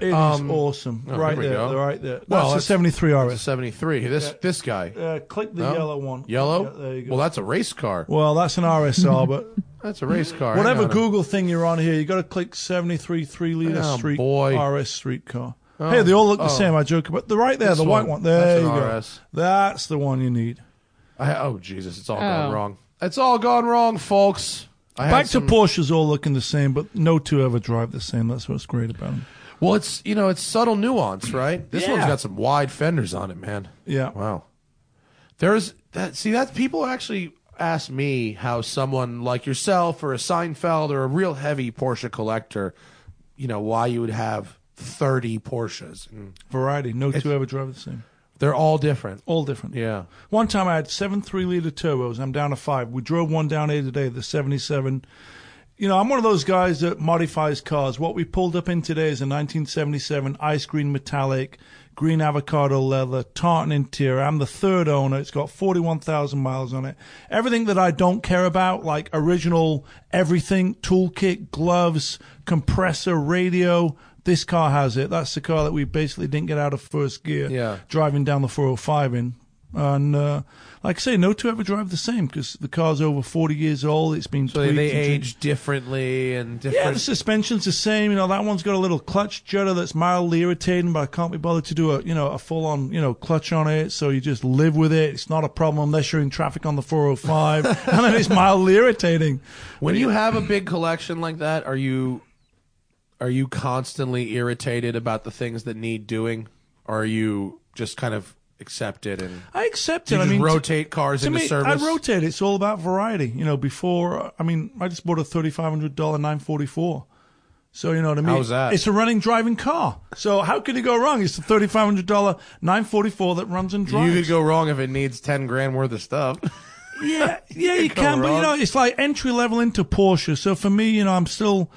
Speaker 2: It is awesome.
Speaker 1: oh,
Speaker 2: right
Speaker 1: there we
Speaker 2: there,
Speaker 1: go.
Speaker 2: right there. That's
Speaker 1: Well,
Speaker 2: the
Speaker 1: that's-
Speaker 2: 73
Speaker 1: A
Speaker 2: RS.
Speaker 1: 73. This this guy.
Speaker 2: Uh, click the
Speaker 1: No?
Speaker 2: yellow one.
Speaker 1: Yellow.
Speaker 2: Yeah, there you go.
Speaker 1: Well, that's a race car.
Speaker 2: Well, that's an RSR, but
Speaker 1: That's a race car. Hang
Speaker 2: whatever
Speaker 1: on a-
Speaker 2: Google thing you're on here, you got to click 73 three liter
Speaker 1: Oh,
Speaker 2: street
Speaker 1: boy. Oh,
Speaker 2: RS street car. hey, they all look the same. I joke about the right there,
Speaker 1: This
Speaker 2: the white
Speaker 1: one.
Speaker 2: one. There
Speaker 1: That's an
Speaker 2: you go.
Speaker 1: RS.
Speaker 2: That's the one you need.
Speaker 1: I, oh Jesus! It's all gone
Speaker 4: Oh.
Speaker 1: wrong. It's all gone wrong, folks. I had
Speaker 2: Back to
Speaker 1: some-
Speaker 2: Porsches, all looking the same, but no two ever drive the same. That's what's great about them.
Speaker 1: Well, it's you know it's subtle nuance, right? This one's
Speaker 2: Yeah.
Speaker 1: got some wide fenders on it, man.
Speaker 2: Yeah.
Speaker 1: Wow. There's that. See that people actually ask me how someone like yourself or a Seinfeld or a real heavy Porsche collector, you know, why you would have thirty Porsches. And
Speaker 2: Variety. No two ever drive the same.
Speaker 1: they're all different.
Speaker 2: All different.
Speaker 1: Yeah.
Speaker 2: One time I had seven three liter turbos. I'm down to five. We drove one down here today, the 77. You know, I'm one of those guys that modifies cars. What we pulled up in today is a 1977 ice green metallic, green avocado leather, tartan interior. I'm the third owner. It's got 41,000 miles on it. Everything that I don't care about, like original everything, toolkit, gloves, compressor, radio, this car has it. That's the car that we basically didn't get out of first gear
Speaker 1: Yeah.
Speaker 2: driving down the 405 in. And uh, like I say, no two ever drive the same because the car's over 40 years old. It's been
Speaker 1: So they, they
Speaker 2: tweaked and changed.
Speaker 1: age differently and different.
Speaker 2: Yeah, the suspension's the same. You know that one's got a little clutch judder that's mildly irritating, but I can't be bothered to do a you know a full on you know clutch on it. So you just live with it. It's not a problem unless you're in traffic on the 405, and then it's mildly irritating.
Speaker 1: When you have a big collection like that, are you are you constantly irritated about the things that need doing? Or are you just kind of accept it and
Speaker 2: I accept
Speaker 1: Do
Speaker 2: it.
Speaker 1: you
Speaker 2: I
Speaker 1: just
Speaker 2: mean,
Speaker 1: rotate cars into service?
Speaker 2: I rotate. It's all about variety. You know, before I mean, I just bought a thirty-five hundred dollar nine forty-four. So you know what I mean?
Speaker 1: How's that?
Speaker 2: It's a running driving car. So how could it go wrong? It's a thirty-five hundred dollar nine forty-four that runs and
Speaker 1: you
Speaker 2: drives.
Speaker 1: could go wrong if it needs ten grand worth of stuff.
Speaker 2: yeah, yeah, you
Speaker 1: go
Speaker 2: can. But you
Speaker 1: wrong.
Speaker 2: know, it's like entry level into Porsche. So for me, you know, I'm still.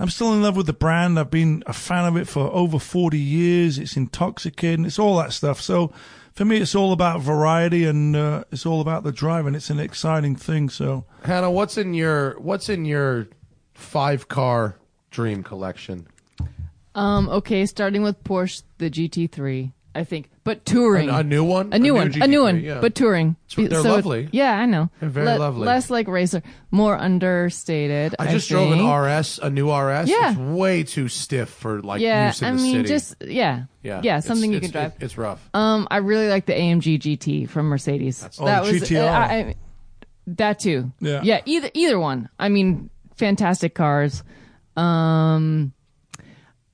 Speaker 2: I'm still in love with the brand. I've been a fan of it for over 40 years. It's intoxicating. It's all that stuff. So for me, it's all about variety and uh, it's all about the drive and it's an exciting thing. So
Speaker 1: Hannah, what's in your what's in your five car dream collection?
Speaker 4: Um, okay, starting with Porsche, the GT3. I think, but touring.
Speaker 1: A- a new one?
Speaker 4: A new
Speaker 1: A new
Speaker 4: one. a
Speaker 1: GT3,
Speaker 4: new one,
Speaker 1: yeah.
Speaker 4: but touring.
Speaker 1: It's- they're
Speaker 4: So it-
Speaker 1: lovely.
Speaker 4: yeah, I know.
Speaker 1: They're very lovely.
Speaker 4: Less like racer, more understated.
Speaker 1: I just drove an
Speaker 4: think.
Speaker 1: RS, a new RS.
Speaker 4: Yeah.
Speaker 1: It's way too stiff for like
Speaker 4: Yeah,
Speaker 1: use in
Speaker 4: I
Speaker 1: the
Speaker 4: mean,
Speaker 1: city.
Speaker 4: just yeah,
Speaker 1: yeah,
Speaker 4: yeah,
Speaker 1: It's-
Speaker 4: something you
Speaker 1: it's-
Speaker 4: can drive.
Speaker 1: it- it's rough.
Speaker 4: Um, I really like the AMG GT from Mercedes.
Speaker 2: Oh,
Speaker 4: that
Speaker 2: the
Speaker 4: was uh,
Speaker 2: GTR.
Speaker 4: I, I- that too.
Speaker 2: Yeah.
Speaker 4: yeah. Either either one. I mean, fantastic cars. Um,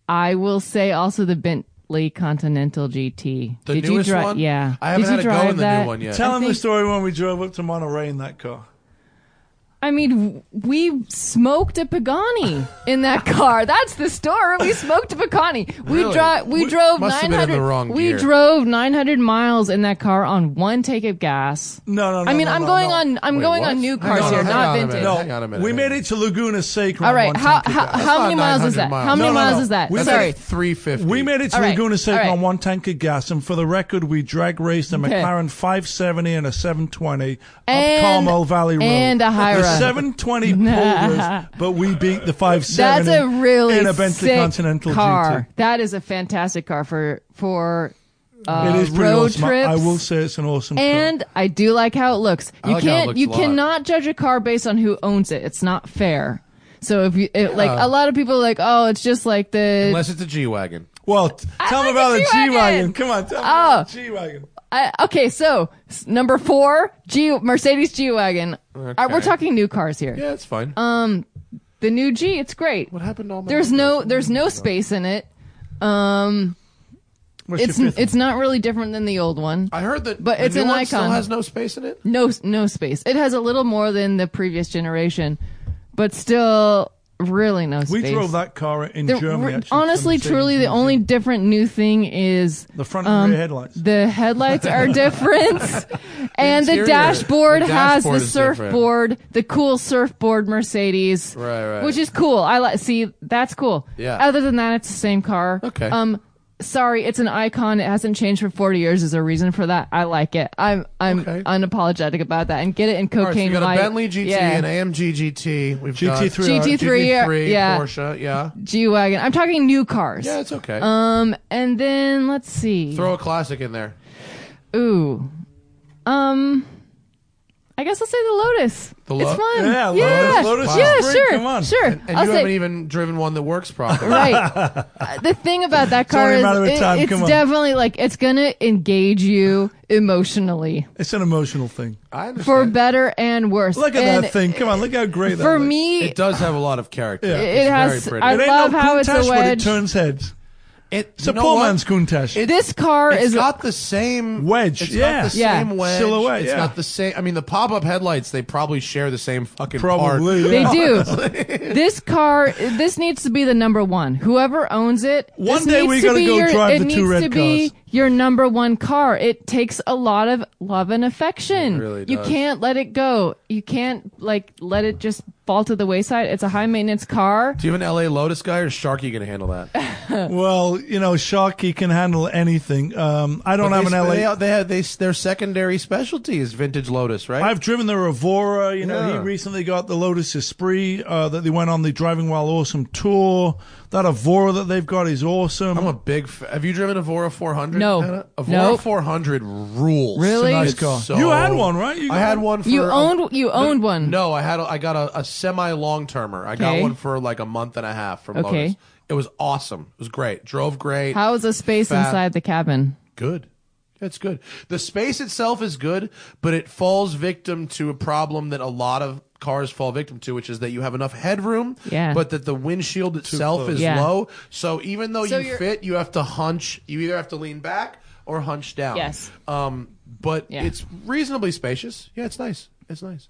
Speaker 4: I will say also the Bentley Continental GT.
Speaker 1: The
Speaker 4: Did
Speaker 1: newest
Speaker 4: you drive?
Speaker 1: one?
Speaker 4: Yeah.
Speaker 1: I haven't
Speaker 4: Did you
Speaker 1: had a go
Speaker 4: drive
Speaker 1: in the new
Speaker 4: that?
Speaker 1: one yet.
Speaker 2: Tell
Speaker 4: I
Speaker 2: him the
Speaker 4: think-
Speaker 2: story when we drove up to Monterey in that car.
Speaker 4: I mean, we smoked a Pagani in that car. That's the story. We smoked a Pagani. We
Speaker 1: Really?
Speaker 4: dro- we,
Speaker 1: We-
Speaker 4: drove
Speaker 1: must have been in the
Speaker 4: 900
Speaker 1: wrong
Speaker 4: we
Speaker 1: gear.
Speaker 4: drove 900 miles in that car on one take of gas.
Speaker 2: No, no, no.
Speaker 4: I mean,
Speaker 2: no,
Speaker 4: I'm
Speaker 2: no,
Speaker 4: going
Speaker 2: no.
Speaker 4: on I'm
Speaker 1: Wait,
Speaker 4: going
Speaker 1: what?
Speaker 4: on
Speaker 1: Hang
Speaker 4: new cars
Speaker 1: on,
Speaker 4: here,
Speaker 1: hang
Speaker 4: not
Speaker 1: on a minute.
Speaker 4: vintage.
Speaker 2: No,
Speaker 1: Hang on a minute,
Speaker 2: we
Speaker 1: hang
Speaker 2: made
Speaker 1: on.
Speaker 2: it to Laguna Seca.
Speaker 4: All
Speaker 2: on
Speaker 4: right,
Speaker 2: one
Speaker 4: how
Speaker 2: tank of
Speaker 4: how,
Speaker 2: gas.
Speaker 4: how
Speaker 1: That's
Speaker 4: many
Speaker 1: not
Speaker 4: miles
Speaker 1: 900
Speaker 4: is that? How
Speaker 1: miles.
Speaker 4: many
Speaker 2: No, no,
Speaker 4: miles
Speaker 2: no.
Speaker 4: is that?
Speaker 2: We
Speaker 1: That's
Speaker 4: Sorry.
Speaker 1: like 350.
Speaker 2: We made it to
Speaker 4: All right,
Speaker 2: Laguna Seca
Speaker 4: all right.
Speaker 2: on one tank of gas, and for the record, we drag raced a
Speaker 4: Okay.
Speaker 2: McLaren 570 and a 720
Speaker 4: And-
Speaker 2: up Carmel Valley Road.
Speaker 4: and a Hyra.
Speaker 2: The 720 pulled us, but we beat the 570
Speaker 4: That's a really
Speaker 2: in a Bentley
Speaker 4: sick
Speaker 2: Continental
Speaker 4: car. That is a fantastic car for for uh,
Speaker 2: GT. It is pretty
Speaker 4: road
Speaker 2: awesome. I-
Speaker 4: trips.
Speaker 2: I will say it's an awesome car.
Speaker 4: And I do like how it looks.
Speaker 1: I
Speaker 4: You
Speaker 1: like how Oh, it
Speaker 4: can't
Speaker 1: looks
Speaker 4: you
Speaker 1: a lot.
Speaker 4: cannot judge a car based on who owns it. It's not fair. So if you it, like a lot of people are like, "Oh, it's just like the
Speaker 1: Unless it's a G wagon.
Speaker 2: Well, t- tell
Speaker 4: like
Speaker 2: me about
Speaker 4: the
Speaker 2: the
Speaker 4: G-Wagon.
Speaker 2: G wagon. Come on, tell me about
Speaker 4: Oh.
Speaker 2: the G wagon.
Speaker 4: I, okay, so s- number 4, G Mercedes G-Wagon. Uh, we're
Speaker 1: Okay.
Speaker 4: talking new cars here.
Speaker 1: Yeah, it's fine.
Speaker 4: The new G, it's great.
Speaker 1: what happened to all my
Speaker 4: Um, There's no there's no space in it. Um
Speaker 2: What's
Speaker 4: it's
Speaker 2: your fifth
Speaker 4: it's not really different than the old one.
Speaker 1: I heard that
Speaker 4: But
Speaker 1: the
Speaker 4: it's
Speaker 1: new
Speaker 4: an
Speaker 1: one still
Speaker 4: icon.
Speaker 1: has no space in it.
Speaker 4: No, no space. It has a little more than the previous generation, but still really no
Speaker 2: We
Speaker 4: space.
Speaker 2: drove that car in
Speaker 4: The-
Speaker 2: Germany.
Speaker 4: re-
Speaker 2: Actually,
Speaker 4: honestly,
Speaker 2: to Mercedes
Speaker 4: truly, the
Speaker 2: Museum.
Speaker 4: only um, different new thing is
Speaker 2: the front and rear headlights.
Speaker 4: the headlights are different, and the
Speaker 1: Interior.
Speaker 4: dashboard,
Speaker 1: The
Speaker 4: has
Speaker 1: dashboard
Speaker 4: the
Speaker 1: is different.
Speaker 4: surfboard, the cool surfboard Mercedes,
Speaker 1: Right, right.
Speaker 4: which is cool. I like. See, that's cool.
Speaker 1: Yeah.
Speaker 4: Other than that, it's the same car.
Speaker 1: Okay.
Speaker 4: Um. Sorry, it's an icon. It hasn't changed for 40 years. Is a reason for that. I like it. I'm I'm
Speaker 1: Okay.
Speaker 4: unapologetic about that. And get it in
Speaker 1: All right, so
Speaker 4: cocaine
Speaker 1: we got
Speaker 4: white.
Speaker 1: a Bentley GT,
Speaker 4: Yeah.
Speaker 1: an AMG GT, we've
Speaker 2: GT3,
Speaker 1: got
Speaker 4: GT3,
Speaker 1: GT3,
Speaker 4: yeah.
Speaker 1: Porsche, yeah,
Speaker 4: G wagon. I'm talking new cars.
Speaker 1: yeah, it's okay.
Speaker 4: Um, and then let's see.
Speaker 1: Throw a classic in there.
Speaker 4: Ooh. Um I guess I'll say the Lotus.
Speaker 1: The
Speaker 4: it's
Speaker 1: Lo-
Speaker 4: fun.
Speaker 2: Yeah, Lotus-
Speaker 4: yeah.
Speaker 2: Lotus is
Speaker 4: yeah,
Speaker 2: great,
Speaker 4: sure.
Speaker 2: come on.
Speaker 4: Sure.
Speaker 1: And you
Speaker 4: I'll
Speaker 1: haven't
Speaker 4: say
Speaker 1: even driven one that works properly.
Speaker 4: right. Uh, the thing about that car
Speaker 2: only a
Speaker 4: is
Speaker 2: matter of
Speaker 4: it-
Speaker 2: time,
Speaker 4: it's
Speaker 2: come on.
Speaker 4: definitely like it's going to engage you emotionally
Speaker 2: It's an emotional thing.
Speaker 1: I understand.
Speaker 4: for better and worse.
Speaker 2: Look at
Speaker 4: And
Speaker 2: that thing. Come on, look how great that
Speaker 4: For
Speaker 2: looks.
Speaker 4: me
Speaker 1: it does have a lot of character.
Speaker 2: Yeah.
Speaker 4: It
Speaker 1: It's
Speaker 4: has-
Speaker 1: Very
Speaker 4: I
Speaker 2: it
Speaker 1: pretty.
Speaker 2: ain't
Speaker 4: love
Speaker 2: no
Speaker 4: how it's a
Speaker 2: Countach, but it
Speaker 4: wedge.
Speaker 2: turns heads.
Speaker 1: It,
Speaker 2: It's
Speaker 1: you
Speaker 2: a
Speaker 1: know
Speaker 2: poor
Speaker 1: what?
Speaker 2: man's Countach.
Speaker 1: It-
Speaker 4: this car
Speaker 1: It's
Speaker 4: is
Speaker 1: got the same
Speaker 2: Wedge,
Speaker 1: It's
Speaker 2: yeah.
Speaker 1: got the
Speaker 4: Yeah.
Speaker 1: same wedge.
Speaker 2: Silhouette,
Speaker 1: It's
Speaker 2: yeah.
Speaker 1: got the same. I mean, the pop-up headlights. They probably share the same fucking part.
Speaker 2: Probably.
Speaker 4: they
Speaker 2: yeah.
Speaker 4: do. this car, this needs to be the number one. Whoever owns it,
Speaker 2: One
Speaker 4: this
Speaker 2: day
Speaker 4: needs
Speaker 2: we
Speaker 4: to
Speaker 2: gotta
Speaker 4: be
Speaker 2: go
Speaker 4: your,
Speaker 2: drive
Speaker 4: it
Speaker 2: the two
Speaker 4: needs
Speaker 2: red
Speaker 4: to be
Speaker 2: cars.
Speaker 4: your number one car. It takes a lot of love and affection.
Speaker 1: It really
Speaker 4: You
Speaker 1: does.
Speaker 4: can't let it go. You can't like let it just fall to the wayside. It's a high maintenance car.
Speaker 1: Do you have an LA Lotus guy or Sharky going to handle that?
Speaker 2: Well, you know, Sharky can handle anything. Um, I don't have an LA.
Speaker 1: They, they, they, have- they, their secondary specialty is vintage Lotus, right?
Speaker 2: I've driven the Revora. You know,
Speaker 1: Yeah.
Speaker 2: he recently got the Lotus Esprit uh, that they went on the Driving While Awesome tour. That Avora that they've got is awesome.
Speaker 1: I'm a big. F- have you driven a Vora 400?
Speaker 4: No.
Speaker 1: Hannah? A Vora
Speaker 4: Nope.
Speaker 1: 400 rules.
Speaker 4: Really?
Speaker 2: nice
Speaker 4: It's
Speaker 2: car.
Speaker 1: So-
Speaker 2: you had one, right? You
Speaker 1: I had one. For
Speaker 4: You
Speaker 1: a-
Speaker 4: owned you owned one.
Speaker 1: No, I had. A, I got a, a semi long termer. I got
Speaker 4: Okay.
Speaker 1: one for like a month and a half from
Speaker 4: Okay.
Speaker 1: Lotus. It was awesome. It was great. Drove great.
Speaker 4: How is the space
Speaker 1: Fat.
Speaker 4: inside the cabin?
Speaker 1: good. That's good. The space itself is good, but it falls victim to a problem that a lot of cars fall victim to, which is that you have enough headroom,
Speaker 4: Yeah.
Speaker 1: but that the windshield itself
Speaker 2: close.
Speaker 1: is
Speaker 4: Yeah.
Speaker 1: low. So even though
Speaker 4: So
Speaker 1: you
Speaker 4: you're-
Speaker 1: fit, you have to hunch. You either have to lean back or hunch down.
Speaker 4: Yes.
Speaker 1: Um, but
Speaker 4: Yeah.
Speaker 1: it's reasonably spacious. Yeah, it's nice. It's nice.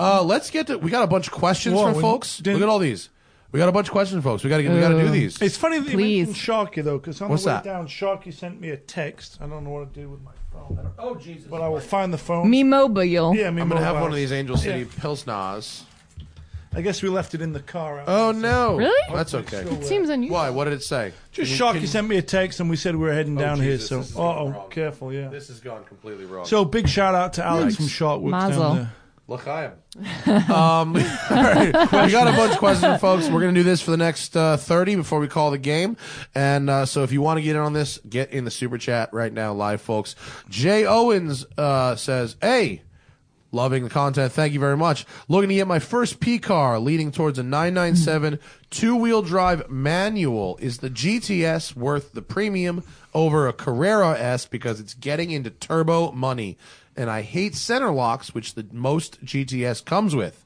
Speaker 1: Uh, let's get to. We got a bunch of questions
Speaker 2: Whoa,
Speaker 1: for
Speaker 2: we
Speaker 1: folks.
Speaker 2: didn't- Uh,
Speaker 1: Look at all these. We got a bunch of questions, folks. We got to. We got to do
Speaker 4: Ooh.
Speaker 1: these.
Speaker 2: It's funny that you
Speaker 4: Please.
Speaker 2: mentioned Sharky though, because on
Speaker 1: What's
Speaker 2: the way
Speaker 1: that?
Speaker 2: down, Sharky sent me a text. I don't know what to do with my phone,
Speaker 1: oh Jesus!
Speaker 2: but I will find the phone.
Speaker 4: Me mobile.
Speaker 2: yeah, me
Speaker 1: I'm gonna have
Speaker 2: mobile.
Speaker 1: one of these Angel City
Speaker 2: Yeah.
Speaker 1: Pilsners.
Speaker 2: I guess we left it in the car. out.
Speaker 1: Oh no!
Speaker 4: Really?
Speaker 1: That's okay.
Speaker 4: It seems unusual.
Speaker 1: Why? What did it say?
Speaker 2: Just
Speaker 1: Can you-
Speaker 2: Sharky
Speaker 1: can you-
Speaker 2: sent me a text and we said we were heading down
Speaker 1: Jesus,
Speaker 2: here.
Speaker 1: this is
Speaker 2: So,
Speaker 1: gonna
Speaker 2: uh
Speaker 1: go
Speaker 2: oh,
Speaker 1: wrong.
Speaker 2: careful, yeah.
Speaker 1: This has gone completely wrong.
Speaker 2: So big shout out to Alex from Sharkworks down
Speaker 4: Mazel.
Speaker 2: there.
Speaker 1: L'chaim. Um, all right. We got a bunch of questions, folks. We're going to do this for the next uh, 30 before we call the game. And uh, so if you want to get in on this, get in the super chat right now, live, folks. Jay Owens uh, says, Hey, loving the content. Thank you very much. Looking to get my first P car leading towards a 997 two wheel drive manual. Is the GTS worth the premium over a Carrera S because it's getting into turbo money? And I hate center locks, which the most GTS comes with.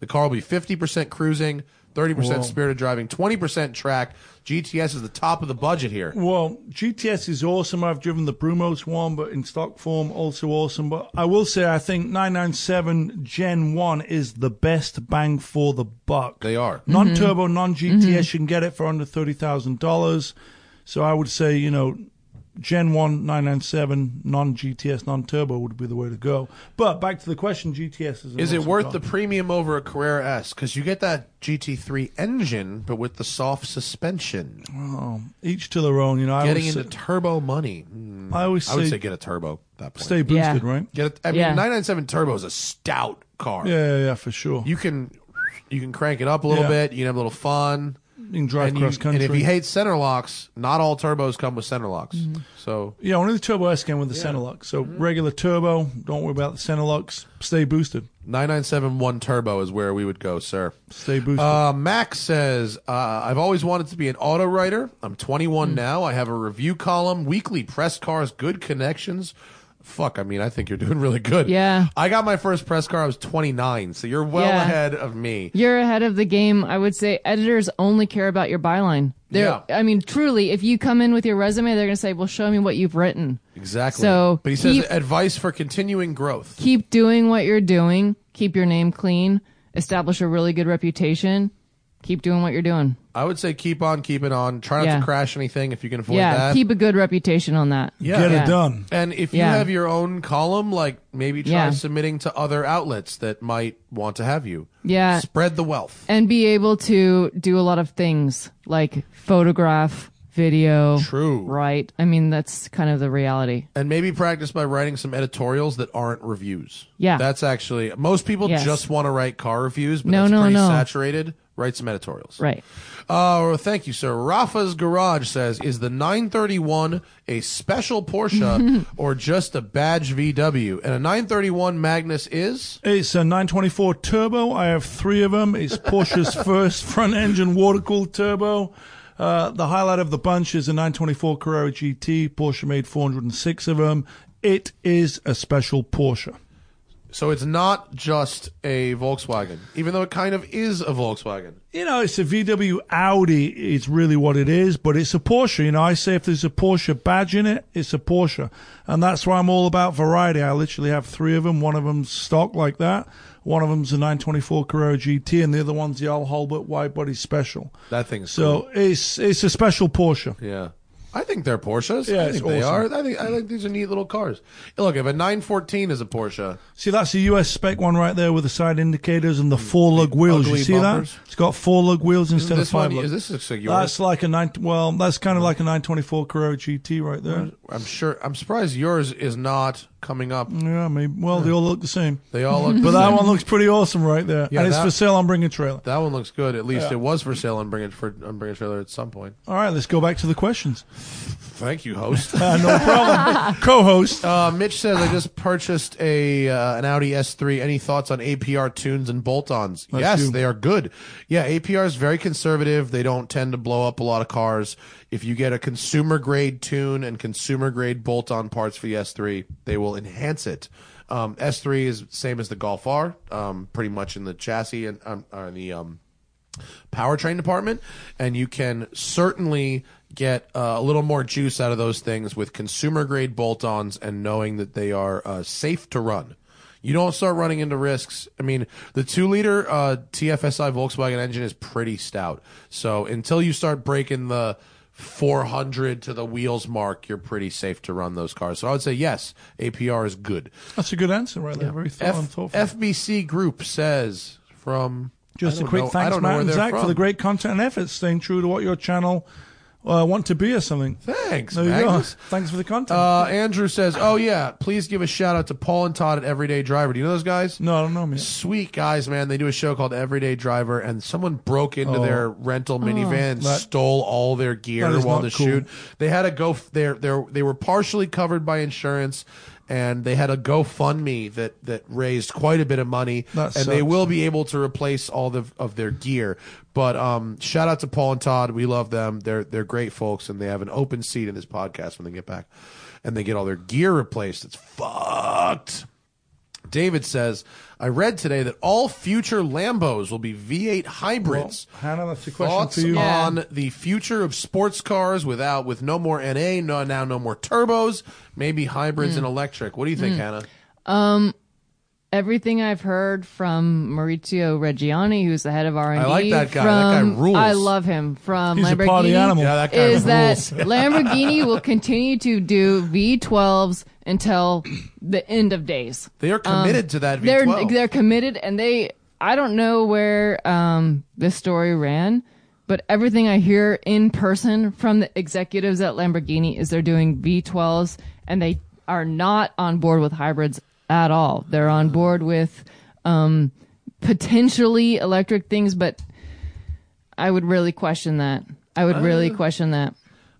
Speaker 1: The car will be 50% cruising, 30% spirited driving, 20% track. GTS is the top of the budget here.
Speaker 2: Well, GTS is awesome. I've driven the Brumos one, but in stock form, also awesome. But I will say, I think 997 Gen 1 is the best bang for the buck.
Speaker 1: They are.
Speaker 4: Mm-hmm.
Speaker 2: Non turbo, non GTS, you can get it for under $30,000. So I would say, you know, Gen 1 997, non GTS, non turbo would be the way to go. But back to the question GTS is. an
Speaker 1: Is it
Speaker 2: awesome
Speaker 1: worth
Speaker 2: car.
Speaker 1: the premium over a Carrera S? Because you get that GT3 engine, but with the soft suspension,
Speaker 2: Each to their own, you know. I
Speaker 1: getting
Speaker 2: always
Speaker 1: into
Speaker 2: say,
Speaker 1: turbo money. Mm,
Speaker 2: I always
Speaker 1: I would say
Speaker 2: say
Speaker 1: get a turbo. at That point.
Speaker 2: stay boosted,
Speaker 4: Yeah.
Speaker 2: right?
Speaker 1: Get a, I mean,
Speaker 4: Yeah.
Speaker 1: 997 turbo is a stout car.
Speaker 2: Yeah, yeah, yeah, for sure. You,
Speaker 1: You can you can crank it up a little
Speaker 2: Yeah.
Speaker 1: bit. You can have a little fun.
Speaker 2: can drive
Speaker 1: And, you,
Speaker 2: cross country.
Speaker 1: and if you hate center locks, not all turbos come with center locks.
Speaker 2: Mm-hmm.
Speaker 1: So
Speaker 2: Yeah, only the Turbo S came with the center lock. So
Speaker 4: Mm-hmm.
Speaker 2: regular turbo, don't worry about the center locks. Stay boosted.
Speaker 1: 997 one turbo is where we would go, sir.
Speaker 2: Stay boosted.
Speaker 1: Uh, Max says, uh, I've always wanted to be an auto writer. I'm
Speaker 4: Hmm.
Speaker 1: 21 now. I have a review column, weekly press cars, good connections. Fuck, I mean, I think you're doing really good.
Speaker 4: Yeah.
Speaker 1: I got my first press car. I was 29, so you're well
Speaker 4: Yeah.
Speaker 1: ahead of me.
Speaker 4: You're ahead of the game. I would say editors only care about your byline. They're,
Speaker 1: Yeah.
Speaker 4: I mean, truly, if you come in with your resume, they're going to say, well, show me what you've written.
Speaker 1: Exactly.
Speaker 4: So
Speaker 1: but he says,
Speaker 4: keep-
Speaker 1: advice for continuing growth.
Speaker 4: Keep doing what you're doing. Keep your name clean. Establish a really good reputation. Keep doing what you're doing.
Speaker 1: I would say keep on keeping on. Try not
Speaker 4: Yeah.
Speaker 1: to crash anything if you can avoid
Speaker 4: yeah.
Speaker 1: that.
Speaker 4: Keep a good reputation on that.
Speaker 1: Yeah.
Speaker 2: Get
Speaker 4: Yeah.
Speaker 2: it done.
Speaker 1: And if you
Speaker 4: Yeah.
Speaker 1: have your own column, like maybe try
Speaker 4: Yeah.
Speaker 1: submitting to other outlets that might want to have you.
Speaker 4: Yeah.
Speaker 1: Spread the wealth.
Speaker 4: And be able to do a lot of things like photograph, video.
Speaker 1: True.
Speaker 4: Right. I mean, that's kind of the reality.
Speaker 1: And maybe practice by writing some editorials that aren't reviews.
Speaker 4: Yeah.
Speaker 1: That's actually, most people
Speaker 4: Yes.
Speaker 1: just want to write car reviews, but
Speaker 4: No,
Speaker 1: that's
Speaker 4: no,
Speaker 1: pretty
Speaker 4: no.
Speaker 1: saturated. Write some editorials.
Speaker 4: Right.
Speaker 1: Uh, well, thank you, sir. Rafa's Garage says, is the 931 a special Porsche or just a badge VW? And a 931 Magnus is?
Speaker 2: It's a 924 turbo. I have three of them. It's Porsche's first front engine water cooled turbo. Uh, the highlight of the bunch is a 924 Carrera GT. Porsche made 406 of them. It is a special Porsche.
Speaker 1: So it's not just a Volkswagen, even though it kind of is a Volkswagen.
Speaker 2: you know, it's a VW Audi. It's really what it is, but it's a Porsche. You know, I say if there's a Porsche badge in it, it's a Porsche, and that's why I'm all about variety. I literally have three of them. One of them's stock like that. One of them's a 924 Carrera GT, and the other one's the Al Holbert wide body special.
Speaker 1: That thing's
Speaker 2: so it's it's a special Porsche.
Speaker 1: Yeah. I think they're Porsches. I
Speaker 2: Yeah, it's
Speaker 1: think they
Speaker 2: awesome.
Speaker 1: are. I think I think these are neat little cars. Look, if a 914 is a Porsche,
Speaker 2: See, that's a US spec one right there with the side indicators and the four lug wheels. You
Speaker 1: Mm, ugly
Speaker 2: see
Speaker 1: bumpers.
Speaker 2: that? It's got four lug wheels instead
Speaker 1: this
Speaker 2: of five.
Speaker 1: one
Speaker 2: Uh, lug.
Speaker 1: is this is like yours.
Speaker 2: that's like a nine. Well, that's kind of like a 924 Carrera GT right there.
Speaker 1: I'm sure. I'm surprised yours is not coming up.
Speaker 2: Yeah, maybe. Well, they all look the same.
Speaker 1: They all look.
Speaker 2: But that one looks pretty awesome right there.
Speaker 1: Yeah,
Speaker 2: and it's
Speaker 1: that-
Speaker 2: for sale on Bring a Trailer.
Speaker 1: That one looks good. At least
Speaker 2: Yeah.
Speaker 1: it was for sale on Bring It for on Bring It Trailer at some point.
Speaker 2: All right, let's go back to the questions.
Speaker 1: Thank you, host.
Speaker 2: Uh, no problem. Co host.
Speaker 1: uh, Mitch says I just purchased a uh, an Audi S3. Any thoughts on APR tunes and bolt-ons? yes,
Speaker 2: you.
Speaker 1: they are good. Yeah, APR is very conservative. They don't tend to blow up a lot of cars. If you get a consumer grade tune and consumer grade bolt-on parts for the S3, they will enhance it. Um, S3 is same as the Golf R, um, pretty much in the chassis and um, or in the um, powertrain department, and you can certainly get uh, a little more juice out of those things with consumer grade bolt ons and knowing that they are uh, safe to run. You don't start running into risks. I mean, the two liter uh, TFSI Volkswagen engine is pretty stout. So until you start breaking the 400 to the wheels mark, you're pretty safe to run those cars. So I would say yes, APR is good.
Speaker 2: That's a good answer right there. Very thought and
Speaker 1: F-
Speaker 2: thoughtful.
Speaker 1: FBC Group says from.
Speaker 2: Just
Speaker 1: I
Speaker 2: a
Speaker 1: don't
Speaker 2: quick
Speaker 1: know- I
Speaker 2: thanks,
Speaker 1: don't know
Speaker 2: Matt
Speaker 1: where
Speaker 2: and
Speaker 1: they're
Speaker 2: Zach, for
Speaker 1: from.
Speaker 2: the great content and efforts, staying true to what your channel uh, want to be or something.
Speaker 1: Thanks,
Speaker 2: There you go.
Speaker 1: Magnus.
Speaker 2: Thanks for the content.
Speaker 1: Uh, Andrew says, "Oh yeah, please give a shout out to Paul and Todd at Everyday Driver. Do you know those guys?
Speaker 2: no, I don't know, man.
Speaker 1: Sweet guys, man. They do a show called Everyday Driver, and someone broke into their rental minivan, and
Speaker 2: Oh. That-
Speaker 1: stole all their gear
Speaker 2: That is
Speaker 1: while
Speaker 2: not
Speaker 1: the
Speaker 2: cool.
Speaker 1: shoot. They had to go. f- Their their they were partially covered by insurance." And they had a GoFundMe that, that raised quite a bit of money,
Speaker 2: That
Speaker 1: and they
Speaker 2: sucks.
Speaker 1: will be able to replace all the, of their gear. But um, shout out to Paul and Todd, we love them. They're they're great folks, and they have an open seat in this podcast when they get back, and they get all their gear replaced. It's fucked. David says, I read today that all future Lambos will be V8 hybrids.
Speaker 2: Hannah, that's a question
Speaker 1: Thoughts
Speaker 2: for you.
Speaker 4: Yeah.
Speaker 1: on the future of sports cars without with no more NA, no, now no more turbos, maybe hybrids
Speaker 4: Hmm.
Speaker 1: and electric. What do you think, Hannah?
Speaker 4: everything I've heard from Maurizio Reggiani, who's the head of R and
Speaker 1: I like that guy. That guy rules.
Speaker 4: I love him. From
Speaker 2: He's a
Speaker 4: Lamborghini,
Speaker 2: party animal.
Speaker 1: Yeah, that guy
Speaker 4: is that
Speaker 1: rules.
Speaker 4: Lamborghini will continue to do V12s until the end of days.
Speaker 1: They are committed to that
Speaker 4: Um, They're
Speaker 1: V12.
Speaker 4: they're committed, and they. I don't know where um, this story ran, but everything I hear in person from the executives at Lamborghini is they're doing V12s, and they are not on board with hybrids at all. They're on board with um, potentially electric things, but I would really question that. I would really question that.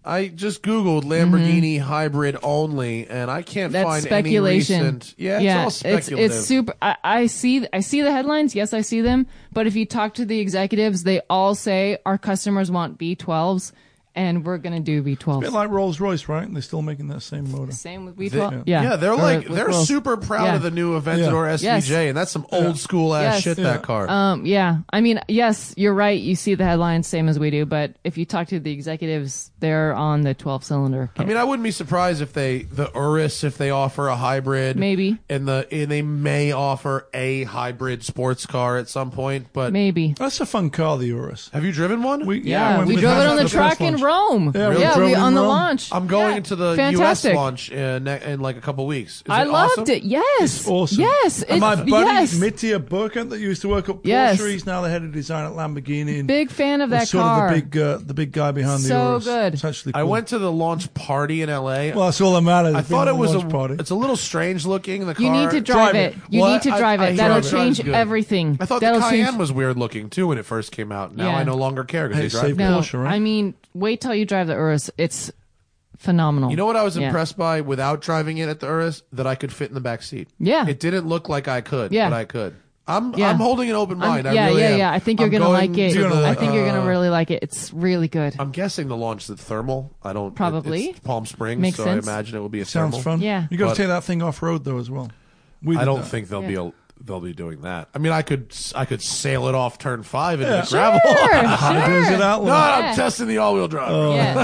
Speaker 1: I just Googled Lamborghini hybrid only, and I can't
Speaker 4: Mm-hmm. That's
Speaker 1: find
Speaker 4: speculation.
Speaker 1: any recent. Yeah, it's all speculative.
Speaker 4: It's, super. I, I see. I see the headlines. Yes, I see them. But if you talk to the executives, they all say our customers want B12s, and we're going to do
Speaker 2: bit
Speaker 4: B12s.
Speaker 2: like Rolls Royce, right? They're still making that same motor.
Speaker 4: Same with B12.
Speaker 1: yeah.
Speaker 4: yeah.
Speaker 1: they're
Speaker 4: Or
Speaker 1: like
Speaker 4: with
Speaker 1: they're
Speaker 4: Rolls.
Speaker 1: super proud
Speaker 4: Yeah.
Speaker 1: of the new Aventador SVJ,
Speaker 4: Yes.
Speaker 1: and that's some old school ass
Speaker 4: Yes.
Speaker 1: shit.
Speaker 2: Yeah.
Speaker 1: That car.
Speaker 4: Um. Yeah. I mean, yes, you're right. You see the headlines, same as we do. But if you talk to the executives, they're on the 12 cylinder.
Speaker 1: I mean, I wouldn't be surprised if they the Urus if they offer a hybrid,
Speaker 4: Maybe.
Speaker 1: and the and they may offer a hybrid sports car at some point. But
Speaker 4: maybe.
Speaker 2: That's a fun car, the Urus.
Speaker 1: have you driven one?
Speaker 2: We,
Speaker 4: Yeah,
Speaker 2: when
Speaker 4: we drove
Speaker 2: had
Speaker 4: it on the,
Speaker 2: press
Speaker 4: track in
Speaker 2: launch.
Speaker 4: Rome.
Speaker 2: Yeah, we
Speaker 4: yeah,
Speaker 2: drove
Speaker 4: we
Speaker 2: in
Speaker 4: on the
Speaker 2: Rome.
Speaker 4: launch.
Speaker 1: I'm going
Speaker 4: Yeah.
Speaker 1: to the
Speaker 4: Fantastic.
Speaker 1: U.S. launch in in like a couple weeks. Is
Speaker 4: I
Speaker 1: it
Speaker 4: loved
Speaker 1: awesome?
Speaker 4: it. Yes.
Speaker 2: Awesome.
Speaker 4: Yes.
Speaker 2: And
Speaker 4: It-
Speaker 2: my buddy
Speaker 4: yes.
Speaker 2: Mitya Burkett that used to work at Porsche,
Speaker 4: Yes.
Speaker 2: he's now the head of design at Lamborghini. And
Speaker 4: Big fan of that
Speaker 2: sort
Speaker 4: car.
Speaker 2: of the big, uh, the big guy behind the
Speaker 4: So
Speaker 2: Urus.
Speaker 4: good.
Speaker 2: It's actually
Speaker 1: I
Speaker 2: cool.
Speaker 1: went to the launch party in L.A.
Speaker 2: Well, that's all that matters.
Speaker 1: I
Speaker 2: It's
Speaker 1: thought
Speaker 2: been
Speaker 1: it was a
Speaker 2: launch party.
Speaker 1: it's a little strange looking. The car.
Speaker 4: You need to drive,
Speaker 2: Drive
Speaker 4: it.
Speaker 2: it.
Speaker 4: You
Speaker 1: Well,
Speaker 4: need to
Speaker 1: I-
Speaker 4: drive
Speaker 1: I-
Speaker 4: it. That'll
Speaker 1: drive it.
Speaker 4: change
Speaker 1: Good.
Speaker 4: everything.
Speaker 1: I thought
Speaker 4: That'll
Speaker 1: the Cayenne
Speaker 4: change.
Speaker 1: was weird looking too when it first came out. Now
Speaker 4: Yeah.
Speaker 1: I no longer care because
Speaker 2: Hey,
Speaker 1: they drive.
Speaker 2: save
Speaker 1: it.
Speaker 4: no,
Speaker 2: Porsche, right?
Speaker 4: I mean, wait till you drive the Urus. It's phenomenal.
Speaker 1: You know what I was
Speaker 4: Yeah.
Speaker 1: impressed by without driving it at the Urus that I could fit in the back seat.
Speaker 4: Yeah.
Speaker 1: it didn't look like I could,
Speaker 4: Yeah.
Speaker 1: but I could. I'm
Speaker 4: Yeah.
Speaker 1: I'm holding an open mind. I
Speaker 4: I'm- yeah,
Speaker 1: really
Speaker 4: yeah,
Speaker 1: am.
Speaker 4: yeah. I think you're
Speaker 1: I'm
Speaker 4: gonna
Speaker 1: going
Speaker 4: like it.
Speaker 1: to the,
Speaker 4: I think you're
Speaker 1: uh,
Speaker 4: gonna really like it. It's really good.
Speaker 1: I'm guessing the launch is at thermal. I don't it-
Speaker 4: Probably.
Speaker 1: it's Palm Springs,
Speaker 4: Makes
Speaker 1: so
Speaker 4: sense.
Speaker 1: I imagine it will be a
Speaker 2: Sounds
Speaker 1: thermal.
Speaker 2: fun.
Speaker 4: Yeah.
Speaker 2: You got
Speaker 1: But-
Speaker 2: to take that thing off road though as well. We
Speaker 1: I
Speaker 2: did
Speaker 1: don't
Speaker 2: that.
Speaker 1: think they'll
Speaker 4: Yeah.
Speaker 1: be a, they'll be doing that. I mean, I could I could sail it off turn five into
Speaker 2: Yeah.
Speaker 1: the gravel.
Speaker 4: sure,
Speaker 2: Is it
Speaker 4: sure.
Speaker 2: out?
Speaker 1: no,
Speaker 4: Yeah.
Speaker 1: I'm testing the all wheel drive.
Speaker 4: Oh. Yeah.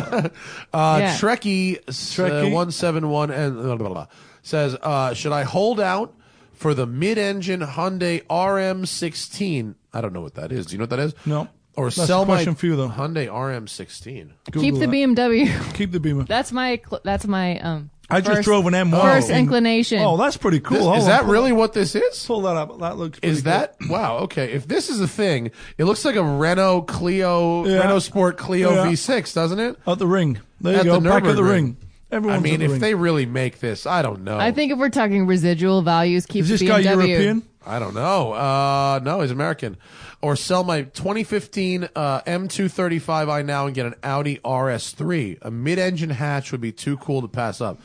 Speaker 1: Uh,
Speaker 4: Yeah.
Speaker 1: Trekkie,
Speaker 2: Trekkie.
Speaker 1: one seven one and blah, blah, blah, says, uh, should I hold out for the mid-engine Hyundai RM16? I don't know what that is. Do you know what that is?
Speaker 2: No.
Speaker 1: Or
Speaker 2: That's
Speaker 1: sell
Speaker 2: a question
Speaker 1: my
Speaker 2: for you, though.
Speaker 1: Hyundai RM16.
Speaker 4: Keep
Speaker 2: Google
Speaker 4: the
Speaker 2: that.
Speaker 4: BMW.
Speaker 2: Keep the Beamer.
Speaker 4: that's my. Cl- that's my. Um.
Speaker 2: I just
Speaker 4: first-
Speaker 2: drove an M1.
Speaker 4: First
Speaker 2: in-
Speaker 4: inclination.
Speaker 2: Oh, that's pretty cool. Hold
Speaker 1: is
Speaker 2: on,
Speaker 1: that
Speaker 2: pull-
Speaker 1: really what this is?
Speaker 2: Pull that up. That looks. pretty
Speaker 1: Is that wow? Okay, if this is a thing, it looks like a Renault Clio,
Speaker 2: Yeah.
Speaker 1: Renault Sport Clio
Speaker 2: Yeah.
Speaker 1: V6, doesn't it?
Speaker 2: cool. at the ring? There you
Speaker 1: At
Speaker 2: go.
Speaker 1: the
Speaker 2: Back at the
Speaker 1: Nürburgring.
Speaker 2: ring. Everyone's
Speaker 1: I
Speaker 2: at
Speaker 1: mean,
Speaker 2: the
Speaker 1: if
Speaker 2: ring.
Speaker 1: they really make this, I don't know.
Speaker 4: I think if we're talking residual values, keep
Speaker 2: is this
Speaker 4: the
Speaker 2: guy
Speaker 4: BMW.
Speaker 2: European?
Speaker 1: I don't know. Uh, no, he's American. Or sell my 2015 uh, M235i now and get an Audi RS3. A mid-engine hatch would be too cool to pass up.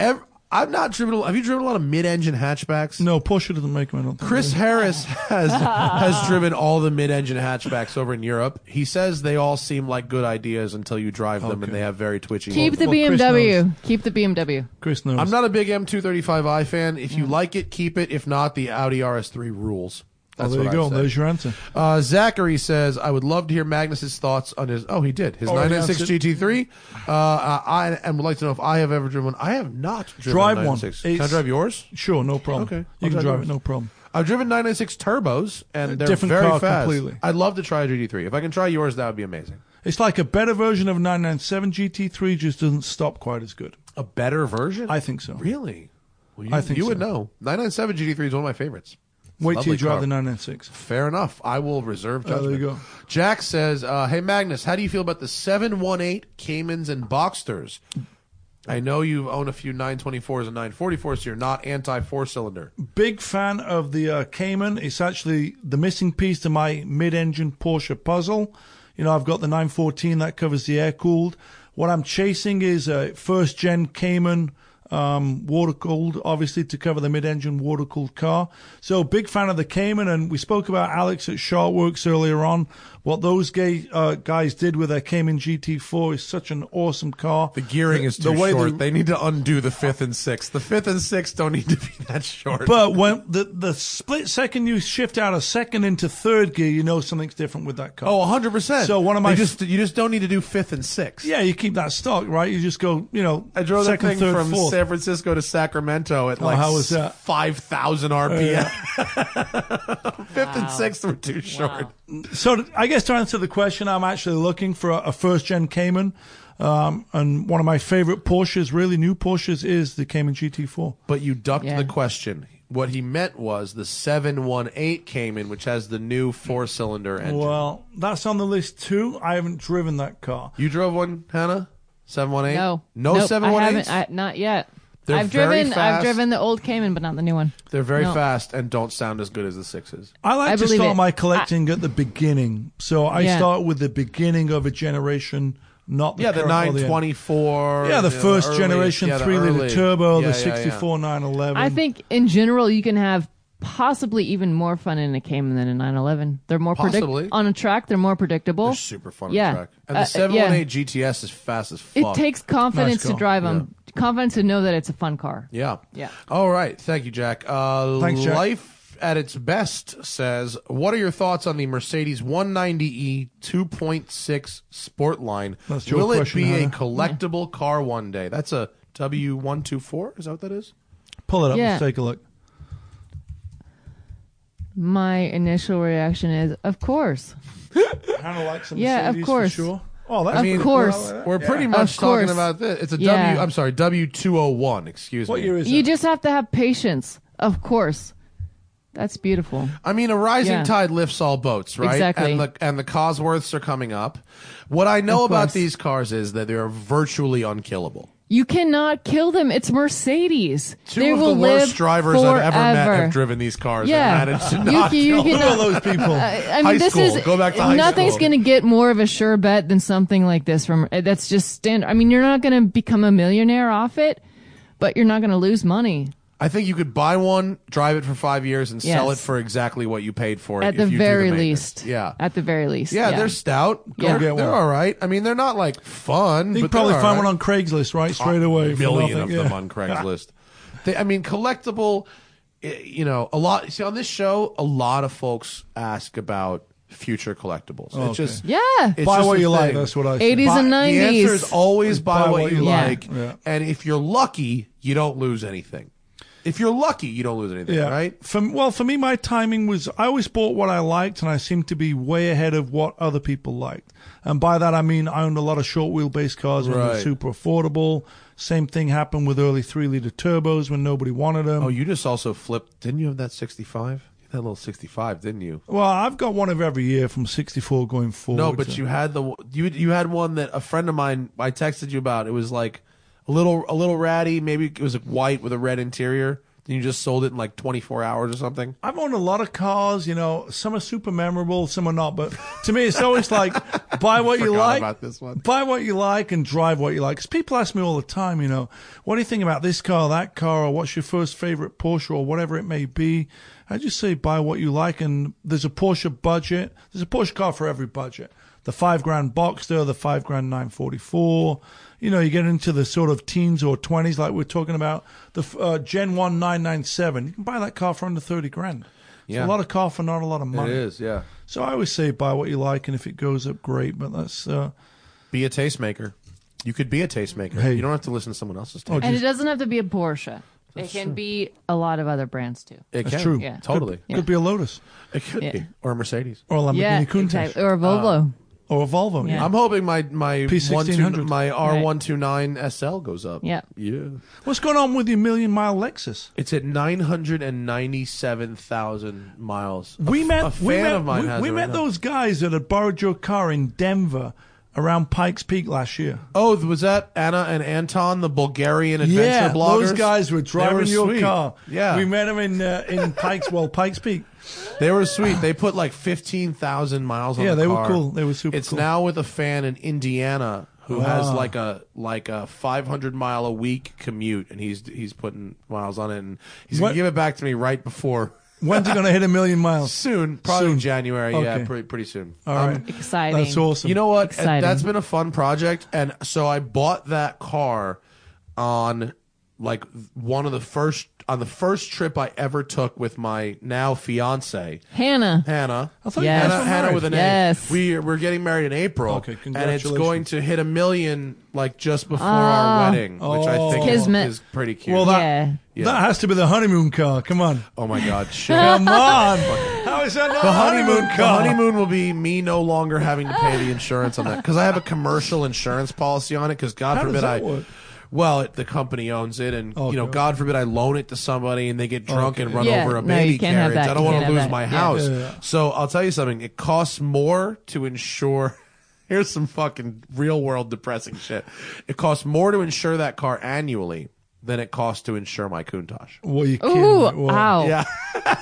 Speaker 1: Ev- I've not driven. a- Have you driven a lot of mid-engine hatchbacks?
Speaker 2: No, Porsche doesn't make him. I don't think.
Speaker 1: Chris Harris has has driven all the mid-engine hatchbacks over in Europe. He says they all seem like good ideas until you drive them and they have very twitchy.
Speaker 4: Keep the
Speaker 2: Well, Chris
Speaker 4: BMW. Keep the BMW.
Speaker 2: Chris knows.
Speaker 1: I'm not a big M235i fan. If
Speaker 2: Mm.
Speaker 1: you like it, keep it. If not, the Audi RS3 rules.
Speaker 2: Oh,
Speaker 1: That's
Speaker 2: there
Speaker 1: what
Speaker 2: you
Speaker 1: I'd
Speaker 2: go.
Speaker 1: say.
Speaker 2: There's your answer.
Speaker 1: Uh, Zachary says, I would love to hear Magnus's thoughts on his. Oh, he did. His
Speaker 2: Already
Speaker 1: 996
Speaker 2: answered.
Speaker 1: GT3. Uh, I, I- and would like to know if I have ever driven one. I have not driven
Speaker 2: Drive one.
Speaker 1: 996. Can I
Speaker 2: It's-
Speaker 1: drive yours?
Speaker 2: Sure, no problem.
Speaker 1: Okay.
Speaker 2: you can
Speaker 1: I'll drive
Speaker 2: drive
Speaker 1: yours.
Speaker 2: it, no problem.
Speaker 1: I've driven 996 turbos, and they're
Speaker 2: Different
Speaker 1: very
Speaker 2: car
Speaker 1: fast.
Speaker 2: completely.
Speaker 1: I'd love to try a GT3. If I can try yours, that would be amazing.
Speaker 2: It's like a better version of 997 GT3, just doesn't stop quite as good.
Speaker 1: A better version?
Speaker 2: I think so.
Speaker 1: Really? Well, you,
Speaker 2: I think
Speaker 1: you would
Speaker 2: so.
Speaker 1: know. 997 GT3 is one of my favorites.
Speaker 2: Wait till
Speaker 1: Lovely
Speaker 2: you drive
Speaker 1: car.
Speaker 2: the 996.
Speaker 1: Fair enough. I will reserve
Speaker 2: there
Speaker 1: judgment.
Speaker 2: you go.
Speaker 1: Jack says, uh, "Hey Magnus, how do you feel about the 718 Caymans and Boxsters? I know you own a few 924s and 944s, so you're not anti four cylinder.
Speaker 2: Big fan of the uh, Cayman. It's actually the missing piece to my mid-engine Porsche puzzle. You know, I've got the 914 that covers the air-cooled. What I'm chasing is a first-gen Cayman um, water-cooled, obviously to cover the mid-engine water-cooled car. So big fan of the Cayman, and we spoke about Alex at Shartworks earlier on. What those gay, uh, guys did with their Cayman GT4 is such an awesome car.
Speaker 1: The gearing is too
Speaker 2: way the-
Speaker 1: short. they need to undo the fifth and sixth. The fifth and sixth don't need to be that short.
Speaker 2: But when the the split second you shift out of second into third gear, you know something's different with that car.
Speaker 1: oh, 100 percent.
Speaker 2: So one of my-
Speaker 1: just you just don't need to do fifth and sixth.
Speaker 2: yeah, you keep that stock, right? You just go, you know,
Speaker 1: I drove
Speaker 2: second,
Speaker 1: that thing
Speaker 2: third,
Speaker 1: from
Speaker 2: fourth.
Speaker 1: San Francisco to Sacramento at like
Speaker 2: how was that?
Speaker 1: five thousand RPM. Fifth and sixth were too short.
Speaker 2: so th- I guess to answer the question, I'm actually looking for a, a first gen Cayman, um, and one of my favorite Porsches, really new Porsches, is the Cayman GT4.
Speaker 1: But you ducked
Speaker 4: Yeah.
Speaker 1: the question. What he meant was the 718 came in, which has the new four cylinder engine.
Speaker 2: Well, that's on the list too. I haven't driven that car.
Speaker 1: You drove one, Hannah? 718?
Speaker 4: No,
Speaker 1: No
Speaker 4: Nope, I
Speaker 1: 718?
Speaker 4: haven't. I, not yet.
Speaker 1: They're
Speaker 4: I've
Speaker 1: very
Speaker 4: driven.
Speaker 1: fast.
Speaker 4: I've driven the old Cayman, but not the new one.
Speaker 1: They're very
Speaker 4: No.
Speaker 1: fast and don't sound as good as the sixes.
Speaker 2: I like
Speaker 4: I
Speaker 2: to
Speaker 4: believe
Speaker 2: start
Speaker 4: it.
Speaker 2: my collecting at the beginning, so I
Speaker 4: Yeah.
Speaker 2: start with the beginning of a generation, not the
Speaker 1: Yeah, the
Speaker 2: current or end.
Speaker 1: 924.
Speaker 2: Yeah, the
Speaker 1: you know,
Speaker 2: first
Speaker 1: early-
Speaker 2: generation
Speaker 1: yeah, the
Speaker 2: three liter
Speaker 1: early-
Speaker 2: turbo,
Speaker 1: yeah,
Speaker 2: the
Speaker 1: yeah, yeah.
Speaker 2: 64 911.
Speaker 4: I think in general you can have possibly even more fun in a Cayman than a 911. They're more
Speaker 1: Possibly.
Speaker 4: predictable on a track. They're more predictable.
Speaker 1: They're super fun on
Speaker 4: Yeah.
Speaker 1: track. And the
Speaker 4: Uh, uh,
Speaker 1: 718 GTS is fast as
Speaker 4: It
Speaker 1: fuck.
Speaker 4: takes
Speaker 2: Nice
Speaker 4: confidence
Speaker 2: car.
Speaker 4: to drive them. Confidence to know that it's a fun car.
Speaker 1: Yeah.
Speaker 4: Yeah.
Speaker 1: All right. Thank you, Jack. Uh,
Speaker 2: Thanks, Jack.
Speaker 1: Life at its best says, "What are your thoughts on the Mercedes E 190e 2.6 Sportline?
Speaker 2: That's your
Speaker 1: Will it
Speaker 2: question,
Speaker 1: be a
Speaker 2: Hannah.
Speaker 1: collectible car one day? That's a W124. Is that what that is?
Speaker 2: Pull it up.
Speaker 4: Yeah.
Speaker 2: Let's take a look.
Speaker 4: My initial reaction is, of course.
Speaker 2: Hannah likes some
Speaker 4: Yeah, of
Speaker 2: Mercedes
Speaker 4: course.
Speaker 2: For sure. Oh, that's
Speaker 4: Of
Speaker 2: cool.
Speaker 4: course.
Speaker 1: We're pretty much
Speaker 4: Of
Speaker 1: talking
Speaker 4: course.
Speaker 1: about this. It's a W.
Speaker 4: Yeah.
Speaker 1: am sorry, W201. Excuse
Speaker 2: What
Speaker 1: me.
Speaker 2: year is
Speaker 4: You
Speaker 2: it?
Speaker 4: just have to have patience. Of course. That's beautiful.
Speaker 1: I mean, a rising
Speaker 4: Yeah.
Speaker 1: tide lifts all boats, right?
Speaker 4: Exactly.
Speaker 1: And the, and the Cosworths are coming up. What I know
Speaker 4: Of
Speaker 1: about
Speaker 4: course.
Speaker 1: these cars is that they are virtually unkillable.
Speaker 4: You cannot kill them. It's Mercedes.
Speaker 1: Two
Speaker 4: they
Speaker 1: of
Speaker 4: will
Speaker 1: the worst
Speaker 4: live
Speaker 1: drivers I've ever met
Speaker 4: forever.
Speaker 1: have driven these cars
Speaker 4: Yeah.
Speaker 1: and managed to
Speaker 4: You
Speaker 1: not
Speaker 4: can- you
Speaker 1: kill
Speaker 4: can-
Speaker 1: them.
Speaker 2: Look at all those people.
Speaker 4: I mean,
Speaker 1: High
Speaker 4: this
Speaker 1: school.
Speaker 4: is
Speaker 1: Go back to high
Speaker 4: nothing's
Speaker 1: school.
Speaker 4: going to get more of a sure bet than something like this from uh, that's just standard. I mean, you're not going to become a millionaire off it, but you're not going to lose money.
Speaker 1: I think you could buy one, drive it for five years, and sell it
Speaker 4: Yes.
Speaker 1: for exactly what you paid for it.
Speaker 4: At
Speaker 1: if
Speaker 4: the
Speaker 1: you do
Speaker 4: very
Speaker 1: maintenance.
Speaker 4: least,
Speaker 1: Yeah.
Speaker 4: At the very least,
Speaker 1: yeah, they're stout.
Speaker 4: Go
Speaker 1: They're,
Speaker 2: get
Speaker 1: they're
Speaker 2: one.
Speaker 1: all right. I mean, they're not like fun.
Speaker 2: you can
Speaker 1: but
Speaker 2: probably
Speaker 1: they're
Speaker 2: find
Speaker 1: all
Speaker 2: one
Speaker 1: right.
Speaker 2: on Craigslist, right? Straight away. for
Speaker 1: million
Speaker 2: nothing.
Speaker 1: of
Speaker 2: Yeah.
Speaker 1: them on Craigslist. they, I mean, collectible. eh, You know, a lot. See, on this show, a lot of folks ask about future collectibles. it's
Speaker 2: Oh, okay.
Speaker 1: just
Speaker 4: yeah.
Speaker 1: it's
Speaker 2: Buy
Speaker 1: just
Speaker 2: what
Speaker 1: the
Speaker 2: you like.
Speaker 1: thing.
Speaker 2: That's what I say.
Speaker 4: Eighties and
Speaker 1: Buy- The answer is
Speaker 4: nineties.
Speaker 1: always buy, what, you
Speaker 4: like.
Speaker 1: like,
Speaker 2: Yeah.
Speaker 1: and if you're lucky, you don't lose anything. If you're lucky, you don't lose anything,
Speaker 2: Yeah.
Speaker 1: right?
Speaker 2: For, well, for me, my timing was I always bought what I liked, and I seemed to be way ahead of what other people liked. And by that, I mean I owned a lot of short wheelbase cars when they were
Speaker 1: Right.
Speaker 2: super affordable. Same thing happened with early three liter turbos when nobody wanted them.
Speaker 1: Oh, you just also flipped. Didn't you have that 65? You had That little 65, didn't you?
Speaker 2: Well, I've got one of every year from 64 going forward.
Speaker 1: No, but you had the you you had one that a friend of mine I texted you about. It was like a little a little ratty. Maybe it was like white with a red interior. Then you just sold it in like 24 hours or something.
Speaker 2: I've owned a lot of cars, you know, some are super memorable, some are not, but to me it's always like buy what you
Speaker 1: Forgot
Speaker 2: like.
Speaker 1: about this one.
Speaker 2: Buy what you like and drive what you like. 'Cause people ask me all the time, you know, what do you think about this car, that car, or what's your first favorite Porsche or whatever it may be? I just say buy what you like and there's a Porsche budget. There's a Porsche car for every budget. The five grand Boxster, the five grand 944. You know, you get into the sort of teens or 20s, like we we're talking about the f- uh, Gen 1 997. You can buy that car for under 30 grand. It's
Speaker 1: Yeah.
Speaker 2: a lot of car for not a lot of money.
Speaker 1: yeah.
Speaker 2: So I always say buy what you like, and if it goes up, great. But that's uh,
Speaker 1: Be a tastemaker. You could be a tastemaker.
Speaker 2: Hey.
Speaker 1: You don't have to listen to someone else's taste.
Speaker 4: and it doesn't have to be a Porsche. It can be a lot of other brands too.
Speaker 1: It
Speaker 2: that's
Speaker 1: can.
Speaker 2: true.
Speaker 4: Yeah.
Speaker 1: Totally.
Speaker 2: Could be a Lotus
Speaker 1: It could
Speaker 4: Yeah.
Speaker 1: be. Or a Mercedes.
Speaker 2: or a Lamborghini
Speaker 4: Yeah,
Speaker 2: Countach.
Speaker 1: Ah.
Speaker 4: exactly. Or a Volvo.
Speaker 2: or a Volvo. Uh,
Speaker 4: Yeah.
Speaker 1: I'm hoping my my one two,
Speaker 2: P1600.
Speaker 1: my R one two nine SL goes up.
Speaker 4: Yeah.
Speaker 1: yeah.
Speaker 2: What's going on with your million mile Lexus?
Speaker 1: It's at nine hundred and ninety seven thousand miles. A
Speaker 2: We
Speaker 1: f-
Speaker 2: met
Speaker 1: a fan
Speaker 2: we met,
Speaker 1: of mine.
Speaker 2: we,
Speaker 1: has
Speaker 2: we
Speaker 1: it
Speaker 2: met
Speaker 1: right now.
Speaker 2: those guys that had borrowed your car in Denver around Pikes Peak last year.
Speaker 1: Oh, was that Anna and Anton, the Bulgarian adventure bloggers?
Speaker 2: those guys were
Speaker 1: They
Speaker 2: driving your
Speaker 1: sweet.
Speaker 2: car.
Speaker 1: Yeah,
Speaker 2: we met them in uh, in Pikes well Pikes Peak.
Speaker 1: They were sweet. They put like fifteen thousand miles on.
Speaker 2: Yeah,
Speaker 1: the
Speaker 2: they were
Speaker 1: car.
Speaker 2: cool. They were super
Speaker 1: It's
Speaker 2: cool.
Speaker 1: now with a fan in Indiana who has
Speaker 2: Wow.
Speaker 1: like a like a five hundred mile a week commute, and he's he's putting miles on it, and he's
Speaker 2: What-
Speaker 1: gonna give it back to me right before
Speaker 2: When's it going to hit a million miles?
Speaker 1: soon, probably
Speaker 2: Soon.
Speaker 1: January. Yeah,
Speaker 2: Okay.
Speaker 1: pretty pretty soon.
Speaker 2: All
Speaker 1: Um,
Speaker 2: right,
Speaker 4: Exciting.
Speaker 2: that's awesome.
Speaker 1: You know what?
Speaker 4: Exciting.
Speaker 1: That's been a fun project, and so I bought that car on like one of the first on the first trip I ever took with my now fiance.
Speaker 4: Hannah.
Speaker 1: Hannah.
Speaker 2: I thought
Speaker 4: Yes.
Speaker 2: you guys
Speaker 1: Hannah,
Speaker 2: were
Speaker 1: Hannah
Speaker 2: married.
Speaker 1: with an
Speaker 4: Yes.
Speaker 1: A. We we're getting married in April.
Speaker 2: Okay,
Speaker 1: And
Speaker 2: congratulations.
Speaker 1: it's going to hit a million like just before
Speaker 4: Ah.
Speaker 1: our wedding, which I
Speaker 2: Oh.
Speaker 1: think is,
Speaker 4: Kismet.
Speaker 1: is pretty cute.
Speaker 2: Well, that
Speaker 4: Yeah.
Speaker 1: Yeah.
Speaker 2: that has to be the honeymoon car. Come on,
Speaker 1: oh my god, shit.
Speaker 2: come on. How is that not
Speaker 1: The
Speaker 2: a honeymoon
Speaker 1: honeymoon, the
Speaker 2: car?
Speaker 1: honeymoon will be me no longer having to pay the insurance on that because I have a commercial insurance policy on it. Because God
Speaker 2: How does
Speaker 1: forbid
Speaker 2: that
Speaker 1: I,
Speaker 2: work?
Speaker 1: well, it, the company owns it, and
Speaker 2: Oh,
Speaker 1: you know,
Speaker 2: God.
Speaker 1: God. forbid I loan it to somebody and they get drunk
Speaker 2: Okay.
Speaker 1: and run
Speaker 4: Yeah,
Speaker 1: over a
Speaker 4: no,
Speaker 1: baby
Speaker 4: you can't have
Speaker 1: carriage.
Speaker 4: that.
Speaker 1: I don't
Speaker 4: You
Speaker 1: want to
Speaker 4: can't have
Speaker 1: lose
Speaker 4: that.
Speaker 1: my
Speaker 4: Yeah.
Speaker 1: house.
Speaker 2: Yeah.
Speaker 1: So I'll tell you something. It costs more to insure. Here's some fucking real world depressing shit. It costs more to insure that car annually than it costs to insure my Countach.
Speaker 2: Well, you kidding?
Speaker 4: Ooh,
Speaker 2: me? Well,
Speaker 4: ow.
Speaker 1: Yeah.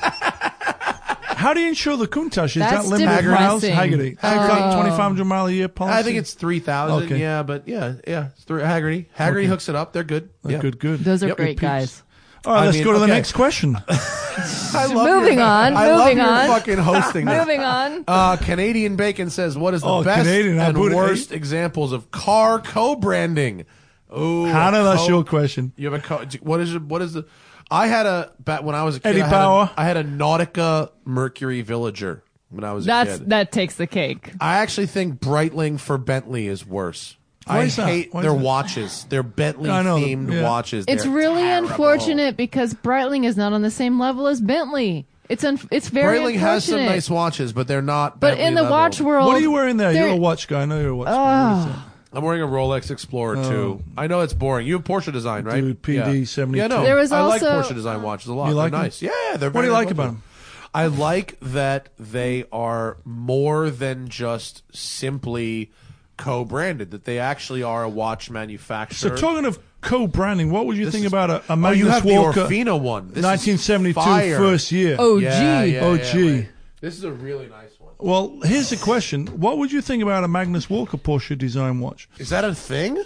Speaker 2: How do you insure the Countach? Is that
Speaker 4: That's
Speaker 2: limited
Speaker 4: depressing. Oh.
Speaker 2: miles? Haggerty. Haggerty, twenty five hundred mile a year policy.
Speaker 1: I think it's three thousand.
Speaker 2: Okay.
Speaker 1: Yeah, but yeah, yeah, it's through Haggerty. Haggerty hooks it up. They're good.
Speaker 2: Oh,
Speaker 1: yeah.
Speaker 2: good, good.
Speaker 4: Those are
Speaker 1: Yep.
Speaker 4: great guys.
Speaker 2: All right,
Speaker 1: I
Speaker 2: let's
Speaker 1: mean,
Speaker 2: go to the
Speaker 1: okay.
Speaker 2: next question.
Speaker 1: I love
Speaker 4: Moving
Speaker 1: your,
Speaker 4: on,
Speaker 1: I love
Speaker 4: moving
Speaker 1: your
Speaker 4: on.
Speaker 1: fucking hosting. this.
Speaker 4: Moving on.
Speaker 1: Uh, Canadian Bacon says, "What is the
Speaker 2: Oh,
Speaker 1: best
Speaker 2: Canadian, I
Speaker 1: and
Speaker 2: put it-
Speaker 1: worst examples of car co-branding?" Oh,
Speaker 2: Hannah, that's
Speaker 1: co-
Speaker 2: your question.
Speaker 1: You have a co- what is your, what is the? I had a back when I was a kid.
Speaker 2: Eddie
Speaker 1: I had a-
Speaker 2: Bauer.
Speaker 1: I had a Nautica Mercury Villager when I was a
Speaker 4: That's
Speaker 1: kid.
Speaker 4: that takes the cake.
Speaker 1: I actually think Breitling for Bentley is worse.
Speaker 2: Why
Speaker 1: I
Speaker 2: is that?
Speaker 1: hate
Speaker 2: Why is
Speaker 1: their
Speaker 2: that?
Speaker 1: watches. Their Bentley
Speaker 2: I know,
Speaker 1: themed
Speaker 2: yeah.
Speaker 1: watches.
Speaker 4: It's
Speaker 1: They're
Speaker 4: really
Speaker 1: terrible.
Speaker 4: unfortunate because Breitling is not on the same level as Bentley. It's un- it's very
Speaker 1: Breitling
Speaker 4: unfortunate.
Speaker 1: has some nice watches, but they're not.
Speaker 4: but
Speaker 1: Bentley
Speaker 4: in the
Speaker 1: level.
Speaker 4: watch world,
Speaker 2: What are you wearing there?
Speaker 4: they're-
Speaker 2: You're a watch guy. I know you're a watch guy. What is
Speaker 4: Oh,
Speaker 2: that?
Speaker 1: I'm wearing a Rolex Explorer too. I know it's boring. You have Porsche design, right?
Speaker 2: Oh. Dude, PD 72.
Speaker 1: Yeah, no.
Speaker 4: There was
Speaker 1: I like
Speaker 4: also-
Speaker 1: Porsche design watches a lot.
Speaker 2: You like
Speaker 1: they're
Speaker 2: 'em?
Speaker 1: nice. Yeah, they're.
Speaker 2: What do
Speaker 1: very
Speaker 2: you like
Speaker 1: nice
Speaker 2: about
Speaker 1: watches. I like that they are more than just simply co-branded. That they actually are a watch
Speaker 2: So
Speaker 1: manufacturer.
Speaker 2: talking of co-branding, what would you think
Speaker 1: is-
Speaker 2: about a, a
Speaker 1: oh,
Speaker 2: Magnus
Speaker 1: you have
Speaker 2: Walker
Speaker 1: the Orfino one. This is
Speaker 2: 1972
Speaker 1: fire.
Speaker 2: first year?
Speaker 4: oh,
Speaker 1: Yeah,
Speaker 4: gee.
Speaker 1: yeah,
Speaker 2: Oh,
Speaker 1: yeah,
Speaker 2: gee.
Speaker 1: wait. This is a really nice one.
Speaker 2: Well, here's the question: What would you think about a Magnus Walker Porsche design watch?
Speaker 1: Is that a thing?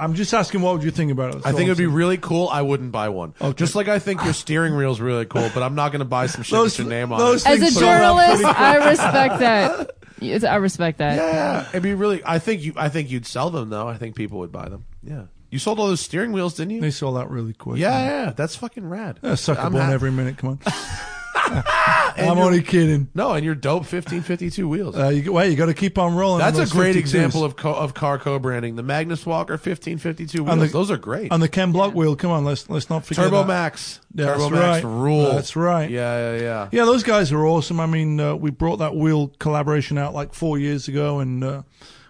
Speaker 2: I'm just asking. What would you think about it? That's
Speaker 1: I
Speaker 2: all
Speaker 1: think
Speaker 2: I'm
Speaker 1: it'd be
Speaker 2: saying.
Speaker 1: really cool. I wouldn't buy one.
Speaker 2: Okay.
Speaker 1: Just like I think your steering wheel's really cool, but I'm not going to buy some shit
Speaker 2: Those-
Speaker 1: with your name on
Speaker 2: those-
Speaker 1: it.
Speaker 4: As a
Speaker 2: Things sold out
Speaker 4: journalist,
Speaker 2: pretty
Speaker 4: I respect that. Yes, I respect that.
Speaker 1: Yeah, it'd be really. I think you. I think you'd sell them though. I think people would buy them. Yeah, you sold all those steering wheels, didn't you?
Speaker 2: They sell that really quick.
Speaker 1: Yeah, yeah, that's fucking rad.
Speaker 2: Yeah, suck a
Speaker 1: I'm
Speaker 2: bone
Speaker 1: ha-
Speaker 2: every minute. Come on.
Speaker 1: and
Speaker 2: I'm
Speaker 1: your-
Speaker 2: only kidding.
Speaker 1: No, and your dope 1552 wheels.
Speaker 2: Uh, you, wait, you got to keep on rolling.
Speaker 1: that's
Speaker 2: on
Speaker 1: a
Speaker 2: those
Speaker 1: great
Speaker 2: 52s.
Speaker 1: example of co- of car co-branding. The Magnus Walker 1552
Speaker 2: And
Speaker 1: wheels.
Speaker 2: the-
Speaker 1: those are great.
Speaker 2: And the Ken Block wheel. Come on, let's let's not forget
Speaker 1: Turbo
Speaker 2: that.
Speaker 1: Max.
Speaker 2: That's
Speaker 1: Turbo Max
Speaker 2: right.
Speaker 1: rule.
Speaker 2: That's right.
Speaker 1: Yeah, yeah, yeah.
Speaker 2: Yeah, those guys are awesome. I mean, uh, we brought that wheel collaboration out like four years ago, and uh,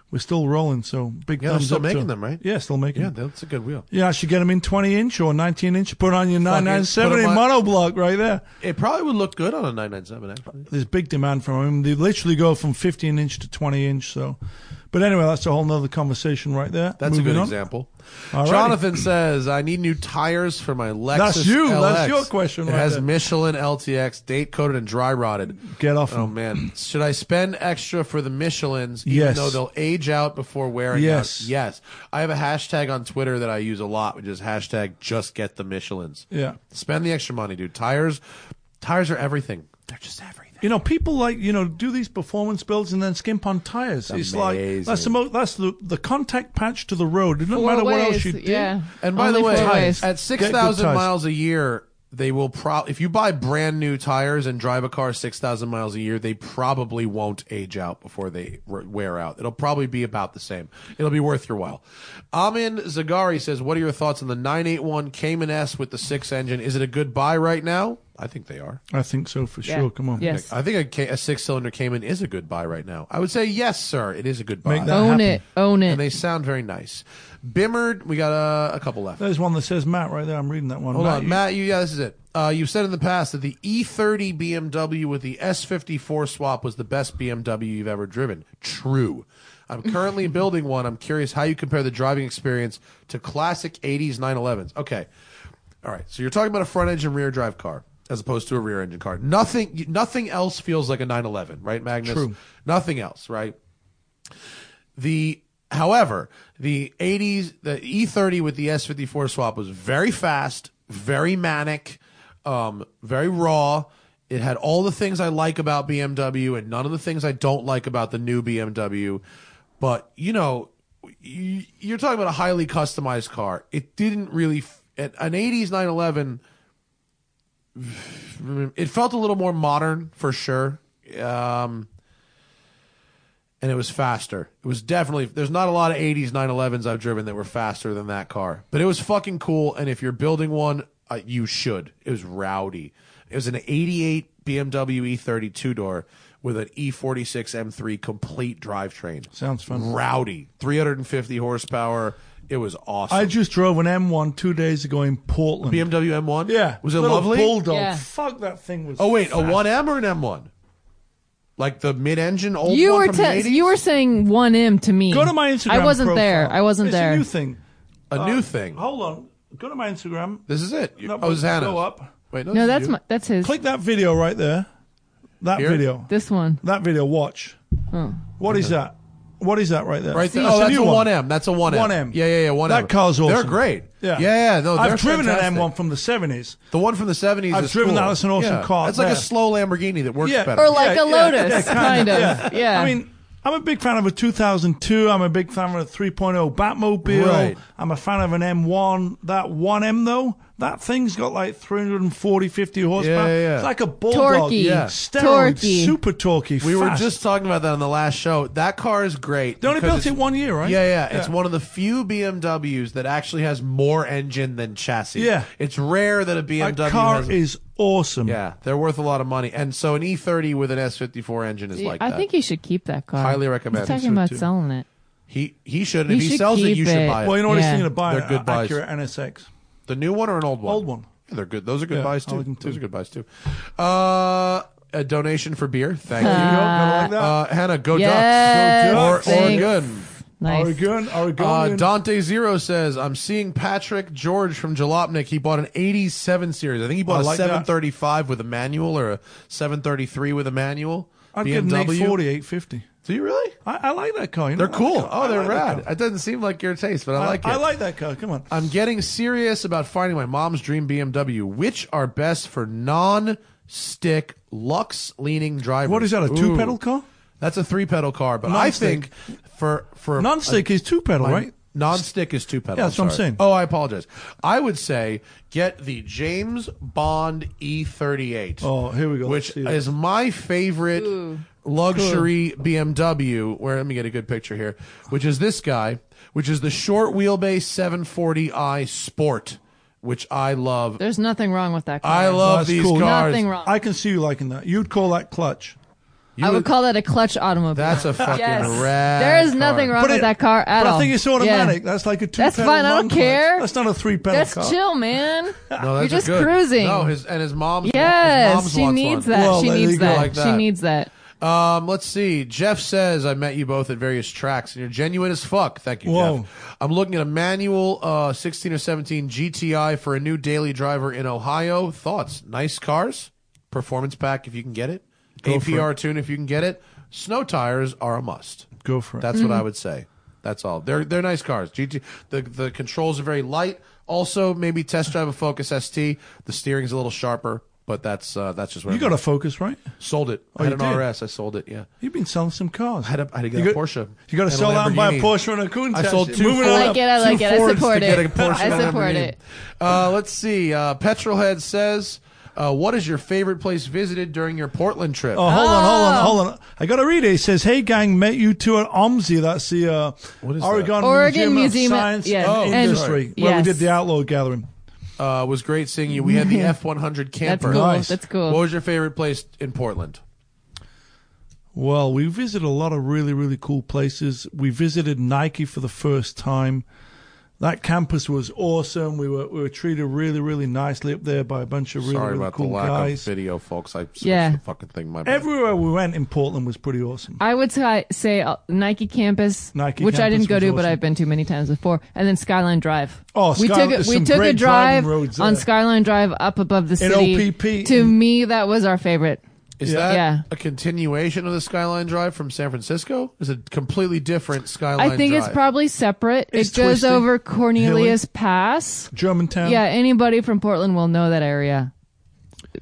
Speaker 2: we're still rolling. So big
Speaker 1: Yeah, they're
Speaker 2: thumbs
Speaker 1: still
Speaker 2: up
Speaker 1: making
Speaker 2: to-
Speaker 1: them, right?
Speaker 2: Yeah, still making.
Speaker 1: Yeah,
Speaker 2: them.
Speaker 1: that's a good wheel.
Speaker 2: Yeah, I should get them in 20 inch or 19 inch. Put on your 997
Speaker 1: put
Speaker 2: in
Speaker 1: 'em
Speaker 2: monoblock right there.
Speaker 1: It probably would look good on a 997, actually.
Speaker 2: There's big demand for them. They literally go from 15 inch to 20 inch. So, but anyway, that's a whole nother conversation right there.
Speaker 1: That's
Speaker 2: Moving
Speaker 1: a good
Speaker 2: on.
Speaker 1: example.
Speaker 2: All right.
Speaker 1: Jonathan says, "I need new tires for my Lexus."
Speaker 2: That's you.
Speaker 1: LX.
Speaker 2: That's your question
Speaker 1: It
Speaker 2: right
Speaker 1: has
Speaker 2: there.
Speaker 1: Michelin LTX, date coated and dry rotted.
Speaker 2: Get off
Speaker 1: Oh
Speaker 2: them.
Speaker 1: man, should I spend extra for the Michelins, even
Speaker 2: Yes.
Speaker 1: though they'll age out before wearing
Speaker 2: Yes.
Speaker 1: out? Yes. I have a hashtag on Twitter that I use a lot, which is hashtag Just Get the Michelins.
Speaker 2: Yeah.
Speaker 1: Spend the extra money, dude. Tires, tires are everything. They're just everything.
Speaker 2: You know, people like you know do these performance builds and then skimp on tires. It's like that's the
Speaker 1: amazing.
Speaker 2: mo- that's the the contact patch to the road. It doesn't
Speaker 4: Four
Speaker 2: matter what else
Speaker 4: ways,
Speaker 2: you do.
Speaker 4: Yeah.
Speaker 1: And by
Speaker 4: Only
Speaker 1: the way,
Speaker 4: four ways.
Speaker 1: at
Speaker 2: Get
Speaker 1: six
Speaker 2: good
Speaker 1: thousand
Speaker 2: tires.
Speaker 1: miles a year, they will probably if you buy brand new tires and drive a car six thousand miles a year, they probably won't age out before they re- wear out. It'll probably be about the same. It'll be worth your while. Amin Zagari says, "What are your thoughts on the nine eight one Cayman S with the six engine? Is it a good buy right now?" I think they are.
Speaker 2: I think so for
Speaker 4: Yeah.
Speaker 2: sure. Come on.
Speaker 4: Yes.
Speaker 1: I think a, K- a six cylinder Cayman is a good buy right now. I would say yes, sir. It is a good buy.
Speaker 2: Make that
Speaker 4: Own
Speaker 2: happen.
Speaker 4: it. Own it.
Speaker 1: and they sound very nice. Bimmered, we got uh, a couple left.
Speaker 2: There's one that says Matt right there. I'm reading that one.
Speaker 1: Hold
Speaker 2: Matt,
Speaker 1: on,
Speaker 2: you-
Speaker 1: Matt. You, yeah, this is it. Uh, you've said in the past that the E E30 BMW with the S54 swap was the best BMW you've ever driven. True. I'm currently building one. I'm curious how you compare the driving experience to classic 80s 911s. Okay. All right. So you're talking about a front engine rear drive car as opposed to a rear engine car. Nothing nothing else feels like a 911, right, Magnus?
Speaker 2: True.
Speaker 1: Nothing else, right? The however, the 80s the E30 with the S54 swap was very fast, very manic, um, very raw. It had all the things I like about BMW and none of the things I don't like about the new BMW. But you know, you, you're talking about a highly customized car. It didn't really f- an an 80s 911 it felt a little more modern for sure. Um, and it was faster. It was definitely there's not a lot of 80s 911s I've driven that were faster than that car. But it was fucking cool and if you're building one, uh, you should. It was rowdy. It was an 88 BMW E30 two-door E with an E E46 M3 complete drivetrain.
Speaker 2: Sounds fun.
Speaker 1: Rowdy. 350 horsepower. It was awesome.
Speaker 2: I just drove an M1 two days ago in Portland.
Speaker 1: BMW M1?
Speaker 2: yeah.
Speaker 1: Was it
Speaker 2: Little
Speaker 1: lovely?
Speaker 2: Bulldog.
Speaker 4: Yeah.
Speaker 2: Fuck that thing was.
Speaker 1: Oh wait, a
Speaker 2: fast.
Speaker 1: one M or an M one? Like the mid-engine old
Speaker 4: You
Speaker 1: one
Speaker 4: were
Speaker 1: from the
Speaker 4: te-
Speaker 1: 80s?
Speaker 4: you were saying one M to me.
Speaker 2: Go to my Instagram.
Speaker 4: I wasn't there.
Speaker 2: profile.
Speaker 4: I wasn't
Speaker 2: it's
Speaker 4: there.
Speaker 2: A new thing.
Speaker 1: a new thing.
Speaker 2: Hold on. Go to my Instagram.
Speaker 1: This is it.
Speaker 2: Oh. No,
Speaker 1: oh, this is Hannah.
Speaker 2: Go up.
Speaker 1: Wait, no,
Speaker 4: no,
Speaker 1: this is
Speaker 4: that's
Speaker 1: you.
Speaker 4: my, that's his.
Speaker 2: Click that video right there. That
Speaker 1: Here?
Speaker 2: video.
Speaker 4: This one.
Speaker 2: That video. Watch.
Speaker 4: Hmm.
Speaker 2: What is that? What is that right there?
Speaker 1: Right there.
Speaker 2: That's
Speaker 1: Oh, that's a
Speaker 2: new
Speaker 1: one M. That's a one M.
Speaker 2: 1M.
Speaker 1: Yeah, yeah, yeah. One M.
Speaker 2: That car's awesome.
Speaker 1: They're great. yeah.
Speaker 2: Yeah,
Speaker 1: yeah no, they're
Speaker 2: I've driven
Speaker 1: fantastic.
Speaker 2: an M1 from the seventies.
Speaker 1: The one from the seventies.
Speaker 2: I've driven that. It's an awesome car.
Speaker 1: It's like
Speaker 2: Yeah.
Speaker 1: a slow Lamborghini that works
Speaker 2: Yeah.
Speaker 1: better.
Speaker 4: Or like
Speaker 2: Yeah,
Speaker 4: a
Speaker 2: yeah,
Speaker 4: lotus,
Speaker 2: yeah,
Speaker 4: kind of. Yeah.
Speaker 2: I mean, I'm a big fan of a 2002. I'm a big fan of a 3.0 Batmobile.
Speaker 1: Right.
Speaker 2: I'm a fan of an M1. That 1M though, that thing's got like 340, 50 horsepower.
Speaker 1: Yeah, yeah, yeah.
Speaker 2: It's like a bulldog.
Speaker 4: Torquey.
Speaker 1: Yeah.
Speaker 2: Steroid,
Speaker 4: Torquey.
Speaker 2: super torquey.
Speaker 1: we were
Speaker 2: fast.
Speaker 1: just talking about that on the last show. That car is great.
Speaker 2: They only
Speaker 1: because
Speaker 2: built it
Speaker 1: it's-
Speaker 2: one year, right?
Speaker 1: Yeah, yeah, It's one of the few BMWs that actually has more engine than chassis.
Speaker 2: Yeah.
Speaker 1: It's rare that a BMW
Speaker 2: That car
Speaker 1: has
Speaker 2: is awesome.
Speaker 1: Yeah, they're worth a lot of money. And so an E30 with an S54 engine is like
Speaker 4: I
Speaker 1: that.
Speaker 4: think you should keep that car.
Speaker 1: Highly recommend.
Speaker 4: He's
Speaker 1: I think
Speaker 4: talking
Speaker 1: so,
Speaker 4: about
Speaker 1: too.
Speaker 4: selling it.
Speaker 1: he he should.
Speaker 4: You
Speaker 1: If he
Speaker 4: should
Speaker 1: sells it, you
Speaker 4: keep
Speaker 1: should
Speaker 4: it.
Speaker 1: buy it.
Speaker 2: Well, you know what he's
Speaker 4: Yeah.
Speaker 2: thinking of buying
Speaker 1: They're good
Speaker 2: an
Speaker 1: buys.
Speaker 2: Acura NSX.
Speaker 1: the new one or an old one?
Speaker 2: Old one.
Speaker 1: Yeah, they're good. Those are good
Speaker 2: Yeah,
Speaker 1: buys
Speaker 2: I
Speaker 1: too.
Speaker 2: like them, too.
Speaker 1: Those are good buys too. Uh, a donation for beer. Thank you.
Speaker 2: You know, kinda like that.
Speaker 1: Uh, Hannah, go
Speaker 4: Uh,
Speaker 1: Ducks.
Speaker 4: Yes,
Speaker 1: Go Ducks. Or,
Speaker 4: thanks.
Speaker 1: Oregon.
Speaker 4: Nice.
Speaker 2: Oregon,
Speaker 1: Uh,
Speaker 2: Oregonian.
Speaker 1: Dante Zero says, I'm seeing Patrick George from Jalopnik. He bought an 87 series. I think he
Speaker 2: I
Speaker 1: bought
Speaker 2: like
Speaker 1: a
Speaker 2: that.
Speaker 1: 735 with a manual or a 733 with a manual.
Speaker 2: I'd give him 840, 850.
Speaker 1: Do you really?
Speaker 2: I, I like that car. You know
Speaker 1: They're
Speaker 2: that
Speaker 1: cool.
Speaker 2: car.
Speaker 1: Oh,
Speaker 2: I
Speaker 1: they're
Speaker 2: like that
Speaker 1: rad.
Speaker 2: car.
Speaker 1: It doesn't seem like your taste, but I, like it.
Speaker 2: I like that car. Come on.
Speaker 1: I'm getting serious about finding my mom's dream BMW. Which are best for non-stick lux leaning drivers?
Speaker 2: What is that, a
Speaker 1: Ooh.
Speaker 2: two-pedal car?
Speaker 1: That's a three-pedal car, but
Speaker 2: Non-stick.
Speaker 1: I think for for
Speaker 2: Non-stick is two pedal,
Speaker 1: I'm-
Speaker 2: right?
Speaker 1: Non-stick is two pedal.
Speaker 2: Yeah, that's what I'm
Speaker 1: sorry.
Speaker 2: saying.
Speaker 1: Oh, I apologize. I would say get the James Bond E38.
Speaker 2: Oh, here we go.
Speaker 1: Which
Speaker 2: Let's see that.
Speaker 1: is my favorite luxury BMW. Where let me get a good picture here. Which is this guy? Which is the short wheelbase 740i Sport, which I love.
Speaker 4: There's nothing wrong with that car.
Speaker 1: I love
Speaker 2: that's
Speaker 1: these
Speaker 2: cool.
Speaker 1: cars.
Speaker 4: Nothing wrong.
Speaker 2: I can see you liking that. You'd call that clutch.
Speaker 1: You
Speaker 4: I would call that a clutch automobile.
Speaker 1: That's a fucking
Speaker 4: yes.
Speaker 1: rad.
Speaker 4: There is
Speaker 1: car.
Speaker 4: nothing wrong
Speaker 2: But
Speaker 4: with
Speaker 2: it-
Speaker 4: that car at
Speaker 2: but
Speaker 4: all.
Speaker 2: I think it's
Speaker 4: Yeah.
Speaker 2: automatic. That's like a two pedal.
Speaker 4: That's fine. I don't care.
Speaker 2: That's not a three pedal
Speaker 4: That's
Speaker 2: car.
Speaker 4: chill, man.
Speaker 1: No,
Speaker 4: You're
Speaker 1: that's a
Speaker 4: just
Speaker 1: good-
Speaker 4: cruising.
Speaker 1: No, his and his mom's. his
Speaker 4: yes,
Speaker 1: mom's
Speaker 4: she
Speaker 1: wants
Speaker 4: needs
Speaker 1: one.
Speaker 4: that.
Speaker 2: Well,
Speaker 4: she
Speaker 2: there you
Speaker 4: needs
Speaker 2: go.
Speaker 4: that.
Speaker 1: Like
Speaker 4: She
Speaker 1: that.
Speaker 4: needs that.
Speaker 1: Um, let's see. Jeff says, I met you both at various tracks, and you're genuine as fuck. Thank you,
Speaker 2: Whoa.
Speaker 1: Jeff. I'm looking at a manual uh, 16 or 17 GTI for a new daily driver in Ohio. Thoughts? Nice cars? Performance pack if you can get it. APR tune if you can get it. Snow tires are a must.
Speaker 2: Go for it.
Speaker 1: That's what I would say. That's all. They're they're nice cars. GT the the controls are very light. Also, maybe test drive a Focus ST. The steering's a little sharper, but that's uh, that's just what
Speaker 2: you
Speaker 1: I'm-
Speaker 2: got a Focus, right?
Speaker 1: sold it. I
Speaker 2: you
Speaker 1: had an
Speaker 2: did?
Speaker 1: RS. I sold it. Yeah.
Speaker 2: You've been selling some cars.
Speaker 1: I had a, I had to get
Speaker 2: You
Speaker 1: a
Speaker 2: got-
Speaker 1: Porsche.
Speaker 2: You got to
Speaker 1: and a
Speaker 2: sell out and buy a
Speaker 1: Lamborghini.
Speaker 2: Porsche and a Countach.
Speaker 1: I sold two.
Speaker 2: Moving
Speaker 4: I
Speaker 2: on
Speaker 4: like
Speaker 2: up.
Speaker 4: it. I
Speaker 1: two
Speaker 4: like it. I
Speaker 1: Fords
Speaker 4: support
Speaker 1: to get a
Speaker 4: it.
Speaker 1: Porsche
Speaker 4: I
Speaker 1: and a
Speaker 4: support
Speaker 1: Lamborghini.
Speaker 4: it.
Speaker 1: Uh, let's see. Uh, Petrolhead says, uh, "What is your favorite place visited during your Portland trip?"
Speaker 2: Oh, hold on, hold on, hold on. I got to read it. It says, "Hey gang, met you two at OMSI. That's the uh,
Speaker 1: What is that? Oh,
Speaker 2: Oregon, Museum,
Speaker 4: Oregon Museum
Speaker 2: of
Speaker 4: of-
Speaker 2: Science
Speaker 4: yeah,
Speaker 2: and
Speaker 4: and-
Speaker 2: Industry, where we
Speaker 4: yes.
Speaker 2: did the Outlaw Gathering."
Speaker 1: Uh, was great seeing you. We had the F one hundred
Speaker 4: That's
Speaker 1: camper.
Speaker 4: cool.
Speaker 2: Nice.
Speaker 4: That's cool.
Speaker 1: What was your favorite place in Portland?
Speaker 2: Well, we visited a lot of really, really cool places. We visited Nike for the first time. That campus was awesome. We were we were treated really, really nicely up there by a bunch of really,
Speaker 1: Sorry
Speaker 2: really
Speaker 1: about
Speaker 2: cool
Speaker 1: the lack
Speaker 2: guys.
Speaker 1: of video, folks. I switched
Speaker 4: Yeah.
Speaker 1: the fucking thing. My bad.
Speaker 2: Everywhere we went in Portland was pretty awesome.
Speaker 4: I would say- say uh, Nike Campus,
Speaker 2: Nike
Speaker 4: which I
Speaker 2: Campus
Speaker 4: didn't go
Speaker 2: was
Speaker 4: to, but
Speaker 2: awesome.
Speaker 4: I've been to many times before, and then Skyline Drive.
Speaker 2: Oh,
Speaker 4: we
Speaker 2: Skyline-
Speaker 4: took a-
Speaker 2: there's
Speaker 4: we
Speaker 2: some
Speaker 4: took a
Speaker 2: great driving
Speaker 4: drive
Speaker 2: roads
Speaker 4: on
Speaker 2: there.
Speaker 4: Skyline Drive up above the
Speaker 2: In
Speaker 4: city.
Speaker 2: OPP.
Speaker 4: To me, that was our favorite.
Speaker 1: Is
Speaker 2: Yeah.
Speaker 1: that
Speaker 4: Yeah.
Speaker 1: a continuation of the Skyline Drive from San Francisco? Is it completely different Skyline?
Speaker 4: I think it's
Speaker 1: Drive?
Speaker 4: probably separate.
Speaker 2: It's
Speaker 4: it goes
Speaker 2: twisty,
Speaker 4: over Cornelius Pass.
Speaker 2: Germantown.
Speaker 4: Yeah, anybody from Portland will know that area.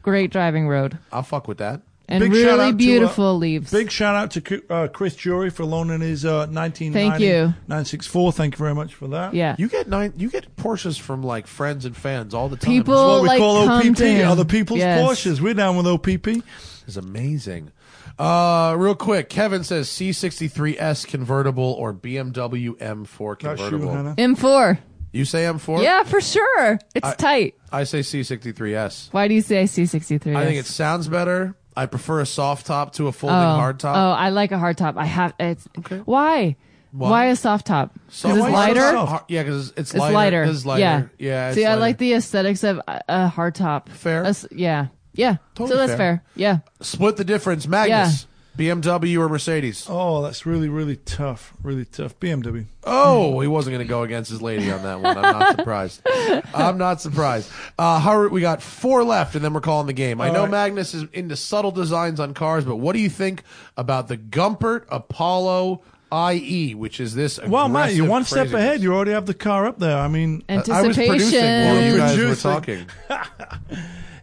Speaker 4: Great driving road
Speaker 1: I'll fuck with that.
Speaker 4: and
Speaker 2: Big shout out
Speaker 4: really
Speaker 2: to, uh,
Speaker 4: beautiful leaves.
Speaker 2: Big shout out to Cu- uh, Chris Jury for loaning his uh, 1990
Speaker 4: Thank you.
Speaker 2: 964. Thank you very much for that.
Speaker 4: yeah,
Speaker 1: You get nine. You get Porsches from like friends and fans all the time.
Speaker 4: People-
Speaker 2: What we
Speaker 4: Like,
Speaker 2: call
Speaker 4: come
Speaker 2: OPP,
Speaker 4: down.
Speaker 2: other people's
Speaker 4: Yes.
Speaker 2: Porsches. We're down with OPP.
Speaker 1: This is amazing. Uh, real quick, Kevin says C63S convertible or BMW M4
Speaker 2: That's you,
Speaker 1: convertible.
Speaker 2: Hannah.
Speaker 4: M4.
Speaker 1: you say M4?
Speaker 4: Yeah, for sure. It's tight.
Speaker 1: I say C63S.
Speaker 4: Why do you say C63?
Speaker 1: I think it sounds better. I prefer a soft top to a folding
Speaker 4: oh,
Speaker 1: hard top.
Speaker 4: Oh, I like a hard top. I have it's why? Why? a soft top?
Speaker 1: So-
Speaker 4: Because it's
Speaker 1: why is it
Speaker 4: lighter.
Speaker 1: so hard? Yeah, because it's,
Speaker 4: It's lighter.
Speaker 1: lighter. It's lighter.
Speaker 4: Yeah.
Speaker 1: yeah it's
Speaker 4: See, I
Speaker 1: lighter.
Speaker 4: like the aesthetics of a, a hard top.
Speaker 1: Fair.
Speaker 4: A s- yeah. Yeah.
Speaker 1: Totally
Speaker 4: so that's
Speaker 1: fair.
Speaker 4: fair. Yeah.
Speaker 1: split the difference, Magnus. BMW or Mercedes?
Speaker 2: Oh, that's really, really tough. Really tough. BMW.
Speaker 1: Oh, he wasn't going to go against his lady on that one. I'm not surprised. I'm not surprised. Uh, Howard, we got four left, and then we're calling the game. I know
Speaker 2: right.
Speaker 1: Magnus is into subtle designs on cars, but what do you think about the Gumpert Apollo IE, which is this?
Speaker 2: Well, Matt, you're
Speaker 1: aggressive
Speaker 2: one step
Speaker 1: craziness?
Speaker 2: ahead. You already have the car up there. I mean,
Speaker 1: I was producing while you
Speaker 4: Anticipation.
Speaker 1: guys were
Speaker 2: Producing.
Speaker 1: talking.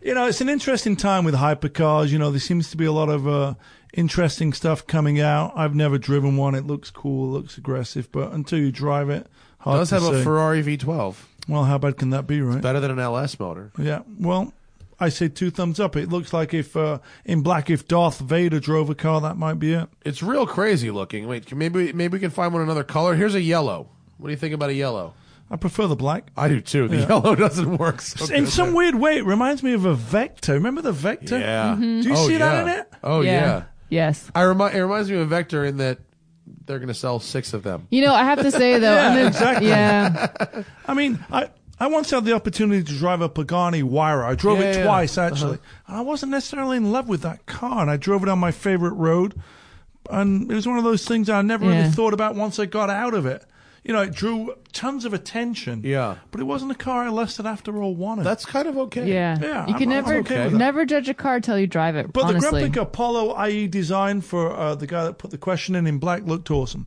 Speaker 2: you know, it's an interesting time with hypercars. You know, there seems to be a lot of uh, interesting stuff coming out. I've never driven one. It looks cool, looks aggressive, but until you drive it, hard
Speaker 1: Does
Speaker 2: to
Speaker 1: have a
Speaker 2: say.
Speaker 1: Ferrari V12,
Speaker 2: well, how bad can that be, right?
Speaker 1: better than an LS motor.
Speaker 2: Yeah. Well, I say two thumbs up. It looks like if uh, in black, if Darth Vader drove a car, that might be it.
Speaker 1: It's real crazy looking. Wait, can- maybe maybe we can find one another color. Here's a yellow. What do you think about a yellow?
Speaker 2: I prefer the black.
Speaker 1: I do too. The yellow doesn't work. So
Speaker 2: in
Speaker 1: good.
Speaker 2: some weird way, it reminds me of a Vector. Remember the Vector?
Speaker 1: Yeah.
Speaker 2: Do you
Speaker 1: Oh,
Speaker 2: see
Speaker 1: yeah.
Speaker 2: that in it?
Speaker 1: Oh yeah.
Speaker 4: Yes.
Speaker 1: I remind it reminds me of Vector in that they're going to sell six of them.
Speaker 4: You know, I have to say though,
Speaker 2: Yeah,
Speaker 4: I'm a-
Speaker 2: exactly.
Speaker 4: yeah,
Speaker 2: I mean, I. I once had the opportunity to drive a Pagani Huayra. I drove
Speaker 1: Yeah,
Speaker 2: it
Speaker 1: yeah.
Speaker 2: twice, actually. And I wasn't necessarily in love with that car, and I drove it on my favorite road. And it was one of those things I never
Speaker 4: Yeah.
Speaker 2: really thought about once I got out of it. You know, it drew tons of attention.
Speaker 1: Yeah.
Speaker 2: But it wasn't a car I lusted after all wanted.
Speaker 1: That's kind of okay.
Speaker 4: yeah.
Speaker 2: Yeah,
Speaker 4: you can
Speaker 2: I'm- I'm
Speaker 4: never,
Speaker 2: okay with that.
Speaker 4: never judge a car till you drive it.
Speaker 2: But
Speaker 4: honestly.
Speaker 2: the graphic Apollo IE design for uh, the guy that put the question in in black looked awesome.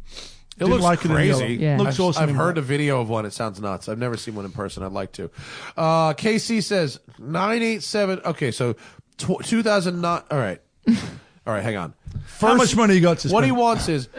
Speaker 1: It looks
Speaker 2: like
Speaker 1: crazy.
Speaker 2: It in
Speaker 4: Yeah.
Speaker 2: yellow. Looks
Speaker 1: I've,
Speaker 2: awesome.
Speaker 1: I've
Speaker 2: in
Speaker 1: heard a
Speaker 2: black.
Speaker 1: video of one. It sounds nuts. I've never seen one in person. I'd like to. Uh, KC says nine eight seven. Okay, so tw- two thousand nine. All right, all right. Hang on. First,
Speaker 2: How much money you got to spend?
Speaker 1: What he wants is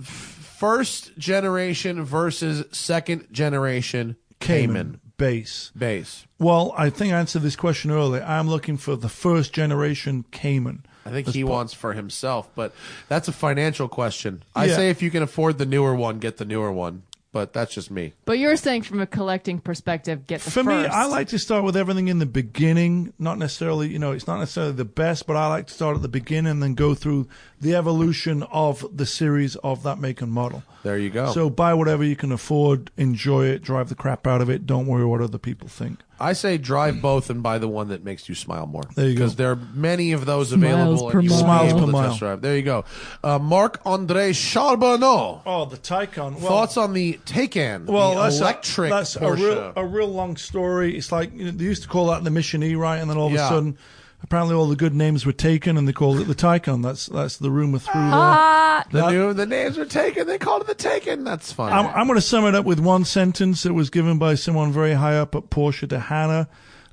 Speaker 1: f- first generation versus second generation Cayman,
Speaker 2: base.
Speaker 1: base.
Speaker 2: Well, I think I answered this question earlier. I'm looking for the first generation Cayman.
Speaker 1: I think he wants for himself, but that's a financial question. I
Speaker 2: Yeah.
Speaker 1: say if you can afford the newer one, get the newer one. But that's just me.
Speaker 4: But you're saying from a collecting perspective, get the
Speaker 2: For me,
Speaker 4: first.
Speaker 2: I like to start with everything in the beginning. Not necessarily, you know, it's not necessarily the best, but I like to start at the beginning and then go through the evolution of the series of that make and model.
Speaker 1: There you go.
Speaker 2: So buy whatever you can afford, enjoy it, drive the crap out of it. Don't worry what other people think.
Speaker 1: I say drive both and buy the one that makes you smile more.
Speaker 2: There you go.
Speaker 1: Because there are many of those available.
Speaker 4: Smiles per
Speaker 1: and you won't be
Speaker 2: mile. Smiles
Speaker 1: able
Speaker 2: per
Speaker 1: to
Speaker 2: mile.
Speaker 1: test drive. There you go. Uh, Marc Andre Charbonneau.
Speaker 2: Oh, the Taycan. Well,
Speaker 1: Thoughts on the Taycan?
Speaker 2: Well,
Speaker 1: the
Speaker 2: that's
Speaker 1: electric
Speaker 2: A, that's a
Speaker 1: Porsche.
Speaker 2: real uh, a real long story. It's like you know, they used to call that the Mission E, right? And then all of
Speaker 1: Yeah.
Speaker 2: a sudden, apparently, all the good names were taken, and they called it the Taycan. That's that's the rumor through there.
Speaker 4: Ah,
Speaker 1: the new the names are taken. They called it the Taken. That's fun.
Speaker 2: I'm, I'm going to sum it up with one sentence that was given by someone very high up at Porsche to Hannah: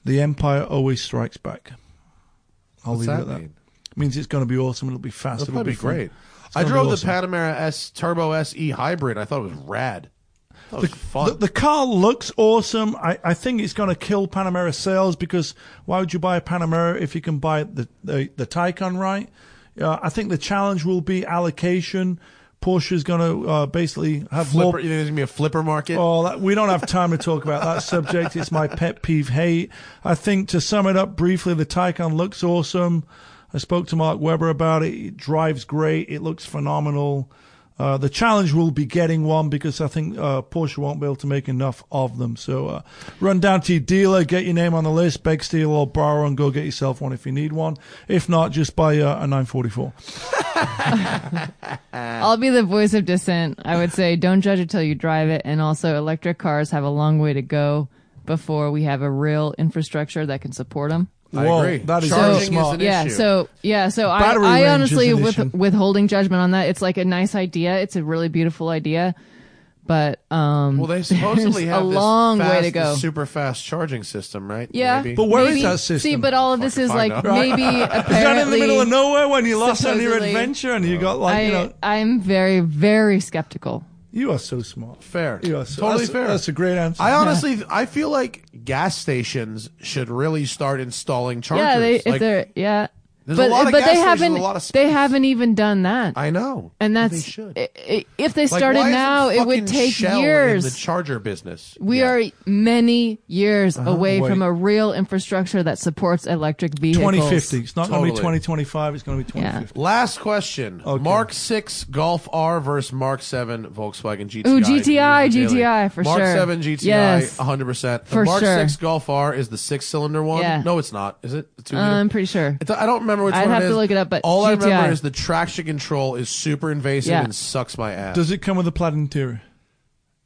Speaker 2: "The Empire always strikes back." I'll
Speaker 1: What's
Speaker 2: leave it
Speaker 1: that
Speaker 2: at that.
Speaker 1: mean?
Speaker 2: It means it's going to be awesome. It'll be fast.
Speaker 1: That's
Speaker 2: it'll
Speaker 1: probably
Speaker 2: be fun.
Speaker 1: great.
Speaker 2: It's
Speaker 1: I
Speaker 2: gonna be
Speaker 1: drove
Speaker 2: awesome.
Speaker 1: the Panamera S Turbo SE Hybrid. I thought it was rad. That was fun.
Speaker 2: The, the car looks awesome. I, I think it's going to kill Panamera sales because why would you buy a Panamera if you can buy the the, the Taycan right? Uh, I think the challenge will be allocation. Porsche is going to uh, basically have
Speaker 1: Flipper,
Speaker 2: more
Speaker 1: you think there's gonna be a flipper market?
Speaker 2: Oh, that, we don't have time to talk about that subject. It's my pet peeve hate. I think to sum it up briefly, the Taycan looks awesome. I spoke to Mark Webber about it. It drives great. It looks phenomenal. Uh, the challenge will be getting one because I think uh, Porsche won't be able to make enough of them. So uh, run down to your dealer, get your name on the list, beg, steal, or borrow, and go get yourself one if you need one. If not, just buy uh, a 944.
Speaker 4: I'll be the voice of dissent. I would say don't judge it till you drive it. And also, electric cars have a long way to go before we have a real infrastructure that can support them.
Speaker 1: I
Speaker 2: Whoa,
Speaker 1: agree.
Speaker 2: That is
Speaker 1: Charging
Speaker 2: very
Speaker 1: is
Speaker 2: smart.
Speaker 1: an
Speaker 4: yeah,
Speaker 1: issue.
Speaker 4: so yeah, so
Speaker 2: Battery
Speaker 4: I, I
Speaker 2: range is
Speaker 4: honestly
Speaker 2: an
Speaker 4: with
Speaker 2: issue.
Speaker 4: withholding judgment on that. It's like a nice idea. It's a really beautiful idea, but um,
Speaker 1: Well, they supposedly
Speaker 4: there's
Speaker 1: have
Speaker 4: a
Speaker 1: this
Speaker 4: long way
Speaker 1: fast-
Speaker 4: to go.
Speaker 1: this super fast charging system, right?
Speaker 4: yeah,
Speaker 1: Maybe.
Speaker 2: But where is
Speaker 4: maybe,
Speaker 2: that system?
Speaker 4: See, but all of this is
Speaker 1: if I
Speaker 4: like
Speaker 1: know.
Speaker 4: maybe apparently.
Speaker 2: Is that in the middle of nowhere when you're lost on your
Speaker 4: supposedly-
Speaker 2: adventure and you got like,
Speaker 4: I,
Speaker 2: you know.
Speaker 4: I'm very, very skeptical.
Speaker 2: You are so smart.
Speaker 1: fair.
Speaker 2: You are so,
Speaker 1: totally
Speaker 2: that's,
Speaker 1: fair.
Speaker 2: That's a great answer.
Speaker 1: I honestly, I feel like gas stations should really start installing chargers.
Speaker 4: Yeah, they, if
Speaker 1: Like,
Speaker 4: they're, yeah.
Speaker 1: There's
Speaker 4: but
Speaker 1: a lot of
Speaker 4: but
Speaker 1: gas
Speaker 4: they
Speaker 1: stations with
Speaker 4: haven't
Speaker 1: a lot of
Speaker 4: they
Speaker 1: space.
Speaker 4: haven't even done that.
Speaker 1: I know,
Speaker 4: and
Speaker 1: they
Speaker 4: that's
Speaker 1: should.
Speaker 4: i- i- if they
Speaker 1: Like,
Speaker 4: started
Speaker 1: why isn't
Speaker 4: now, it
Speaker 1: fucking
Speaker 4: would take
Speaker 1: Shell
Speaker 4: years.
Speaker 1: In the charger business.
Speaker 4: we
Speaker 1: Yeah. Uh-huh.
Speaker 4: are many years away
Speaker 2: wait.
Speaker 4: from a real infrastructure that supports electric vehicles.
Speaker 2: 2050. It's not going to be
Speaker 1: Totally.
Speaker 2: 2025. It's going to be
Speaker 4: Yeah.
Speaker 2: 2050.
Speaker 1: Last question: Mark Six Golf R versus Mark Seven Volkswagen GTI.
Speaker 4: Ooh, GTI,
Speaker 1: Used daily.
Speaker 4: GTI, for
Speaker 1: Mark
Speaker 4: sure.
Speaker 1: Seven GTI,
Speaker 4: Yes.
Speaker 1: one hundred percent. The
Speaker 4: For
Speaker 1: Mark
Speaker 4: sure.
Speaker 1: Six Golf R is the six-cylinder one.
Speaker 4: Yeah.
Speaker 1: No, it's not. Is it? The two liter?
Speaker 4: Uh, I'm pretty sure.
Speaker 1: It's- I don't remember which
Speaker 4: I'd
Speaker 1: one
Speaker 4: have
Speaker 1: it
Speaker 4: to
Speaker 1: is.
Speaker 4: look it up, but
Speaker 1: all I
Speaker 4: GTI.
Speaker 1: remember is the traction control is super invasive
Speaker 4: Yeah.
Speaker 1: and sucks my ass.
Speaker 2: Does it come with a plaid interior?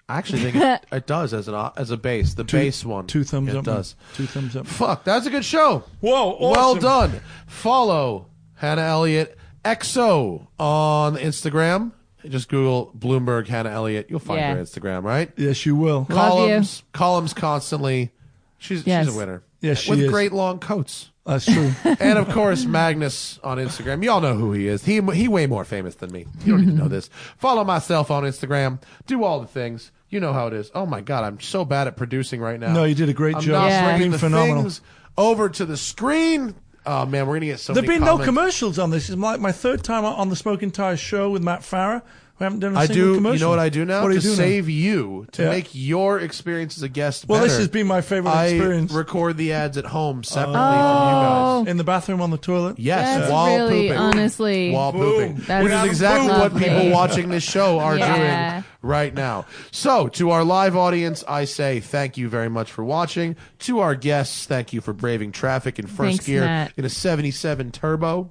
Speaker 1: I actually think it, it does as an o- as a base, the base one.
Speaker 2: Two thumbs
Speaker 1: it
Speaker 2: up. man.
Speaker 1: does.
Speaker 2: Two thumbs up.
Speaker 1: Fuck, that's a good show.
Speaker 2: Whoa, awesome.
Speaker 1: well done. Follow Hannah Elliott XO on Instagram. Just Google Bloomberg Hannah Elliott. You'll find
Speaker 4: Yeah.
Speaker 1: her Instagram, right?
Speaker 2: Yes, you will.
Speaker 4: Love you.
Speaker 1: columns, columns constantly. She's
Speaker 4: Yes.
Speaker 1: she's a winner.
Speaker 2: Yes, she
Speaker 1: with
Speaker 2: is.
Speaker 1: great long coats.
Speaker 2: That's true.
Speaker 1: and of course Magnus on Instagram. Y'all know who he is. He he way more famous than me. You don't need to know this. Follow myself on Instagram. Do all the things. You know how it is. Oh my god, I'm so bad at producing right now.
Speaker 2: No, you did a great
Speaker 1: I'm
Speaker 2: job.
Speaker 1: Not
Speaker 4: Yeah.
Speaker 1: bringing
Speaker 2: Been
Speaker 1: the
Speaker 2: phenomenal.
Speaker 1: things over to the screen. Oh man, we're gonna get so.
Speaker 2: There've
Speaker 1: many
Speaker 2: been no
Speaker 1: comments.
Speaker 2: commercials on this. It's like my third time on the Smoking Tire show with Matt Farah. We haven't done a
Speaker 1: I
Speaker 2: single
Speaker 1: do.
Speaker 2: commercial.
Speaker 1: You know what I do now
Speaker 2: What do
Speaker 1: to
Speaker 2: you do now?
Speaker 1: save you to
Speaker 2: Yeah.
Speaker 1: make your experience as a guest.
Speaker 2: Well, this
Speaker 1: better,
Speaker 2: has been my favorite
Speaker 1: I
Speaker 2: experience.
Speaker 1: Record the ads at home separately from you guys.
Speaker 4: Oh,
Speaker 2: in the bathroom on the toilet.
Speaker 1: Yes,
Speaker 4: That's
Speaker 1: while
Speaker 4: really,
Speaker 1: pooping.
Speaker 4: honestly-
Speaker 1: while pooping,
Speaker 4: That's
Speaker 1: which is exactly what
Speaker 4: lovely.
Speaker 1: people watching this show are
Speaker 4: Yeah.
Speaker 1: doing right now. So, to our live audience, I say thank you very much for watching. To our guests, thank you for braving traffic in first
Speaker 4: Thanks,
Speaker 1: gear
Speaker 4: Matt.
Speaker 1: in a 77 turbo.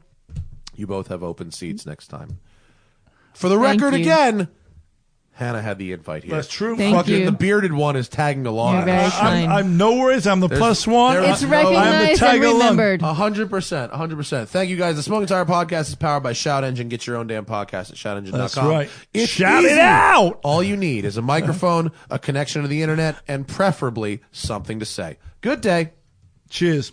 Speaker 1: You both have open seats next time. For the record,
Speaker 4: you.
Speaker 1: again, Hannah had the invite here.
Speaker 2: That's true.
Speaker 4: Thank
Speaker 2: Fucking-
Speaker 4: you.
Speaker 1: Fucking the bearded one is tagging along.
Speaker 4: You're very
Speaker 2: I'm,
Speaker 4: kind.
Speaker 2: I'm no worries. I'm the plus one.
Speaker 1: there
Speaker 4: it's
Speaker 1: No, I'm the
Speaker 4: recognized and
Speaker 2: tiger lump.
Speaker 4: remembered.
Speaker 1: A hundred percent, a hundred percent. Thank you guys. The Smoking Tire Podcast is powered by Shout Engine. Get your own damn podcast at shoutengine.com.
Speaker 2: That's right.
Speaker 1: It's
Speaker 2: Shout it out!
Speaker 1: All you need is a microphone, a connection to the internet, and preferably something to say. Good day.
Speaker 2: Cheers.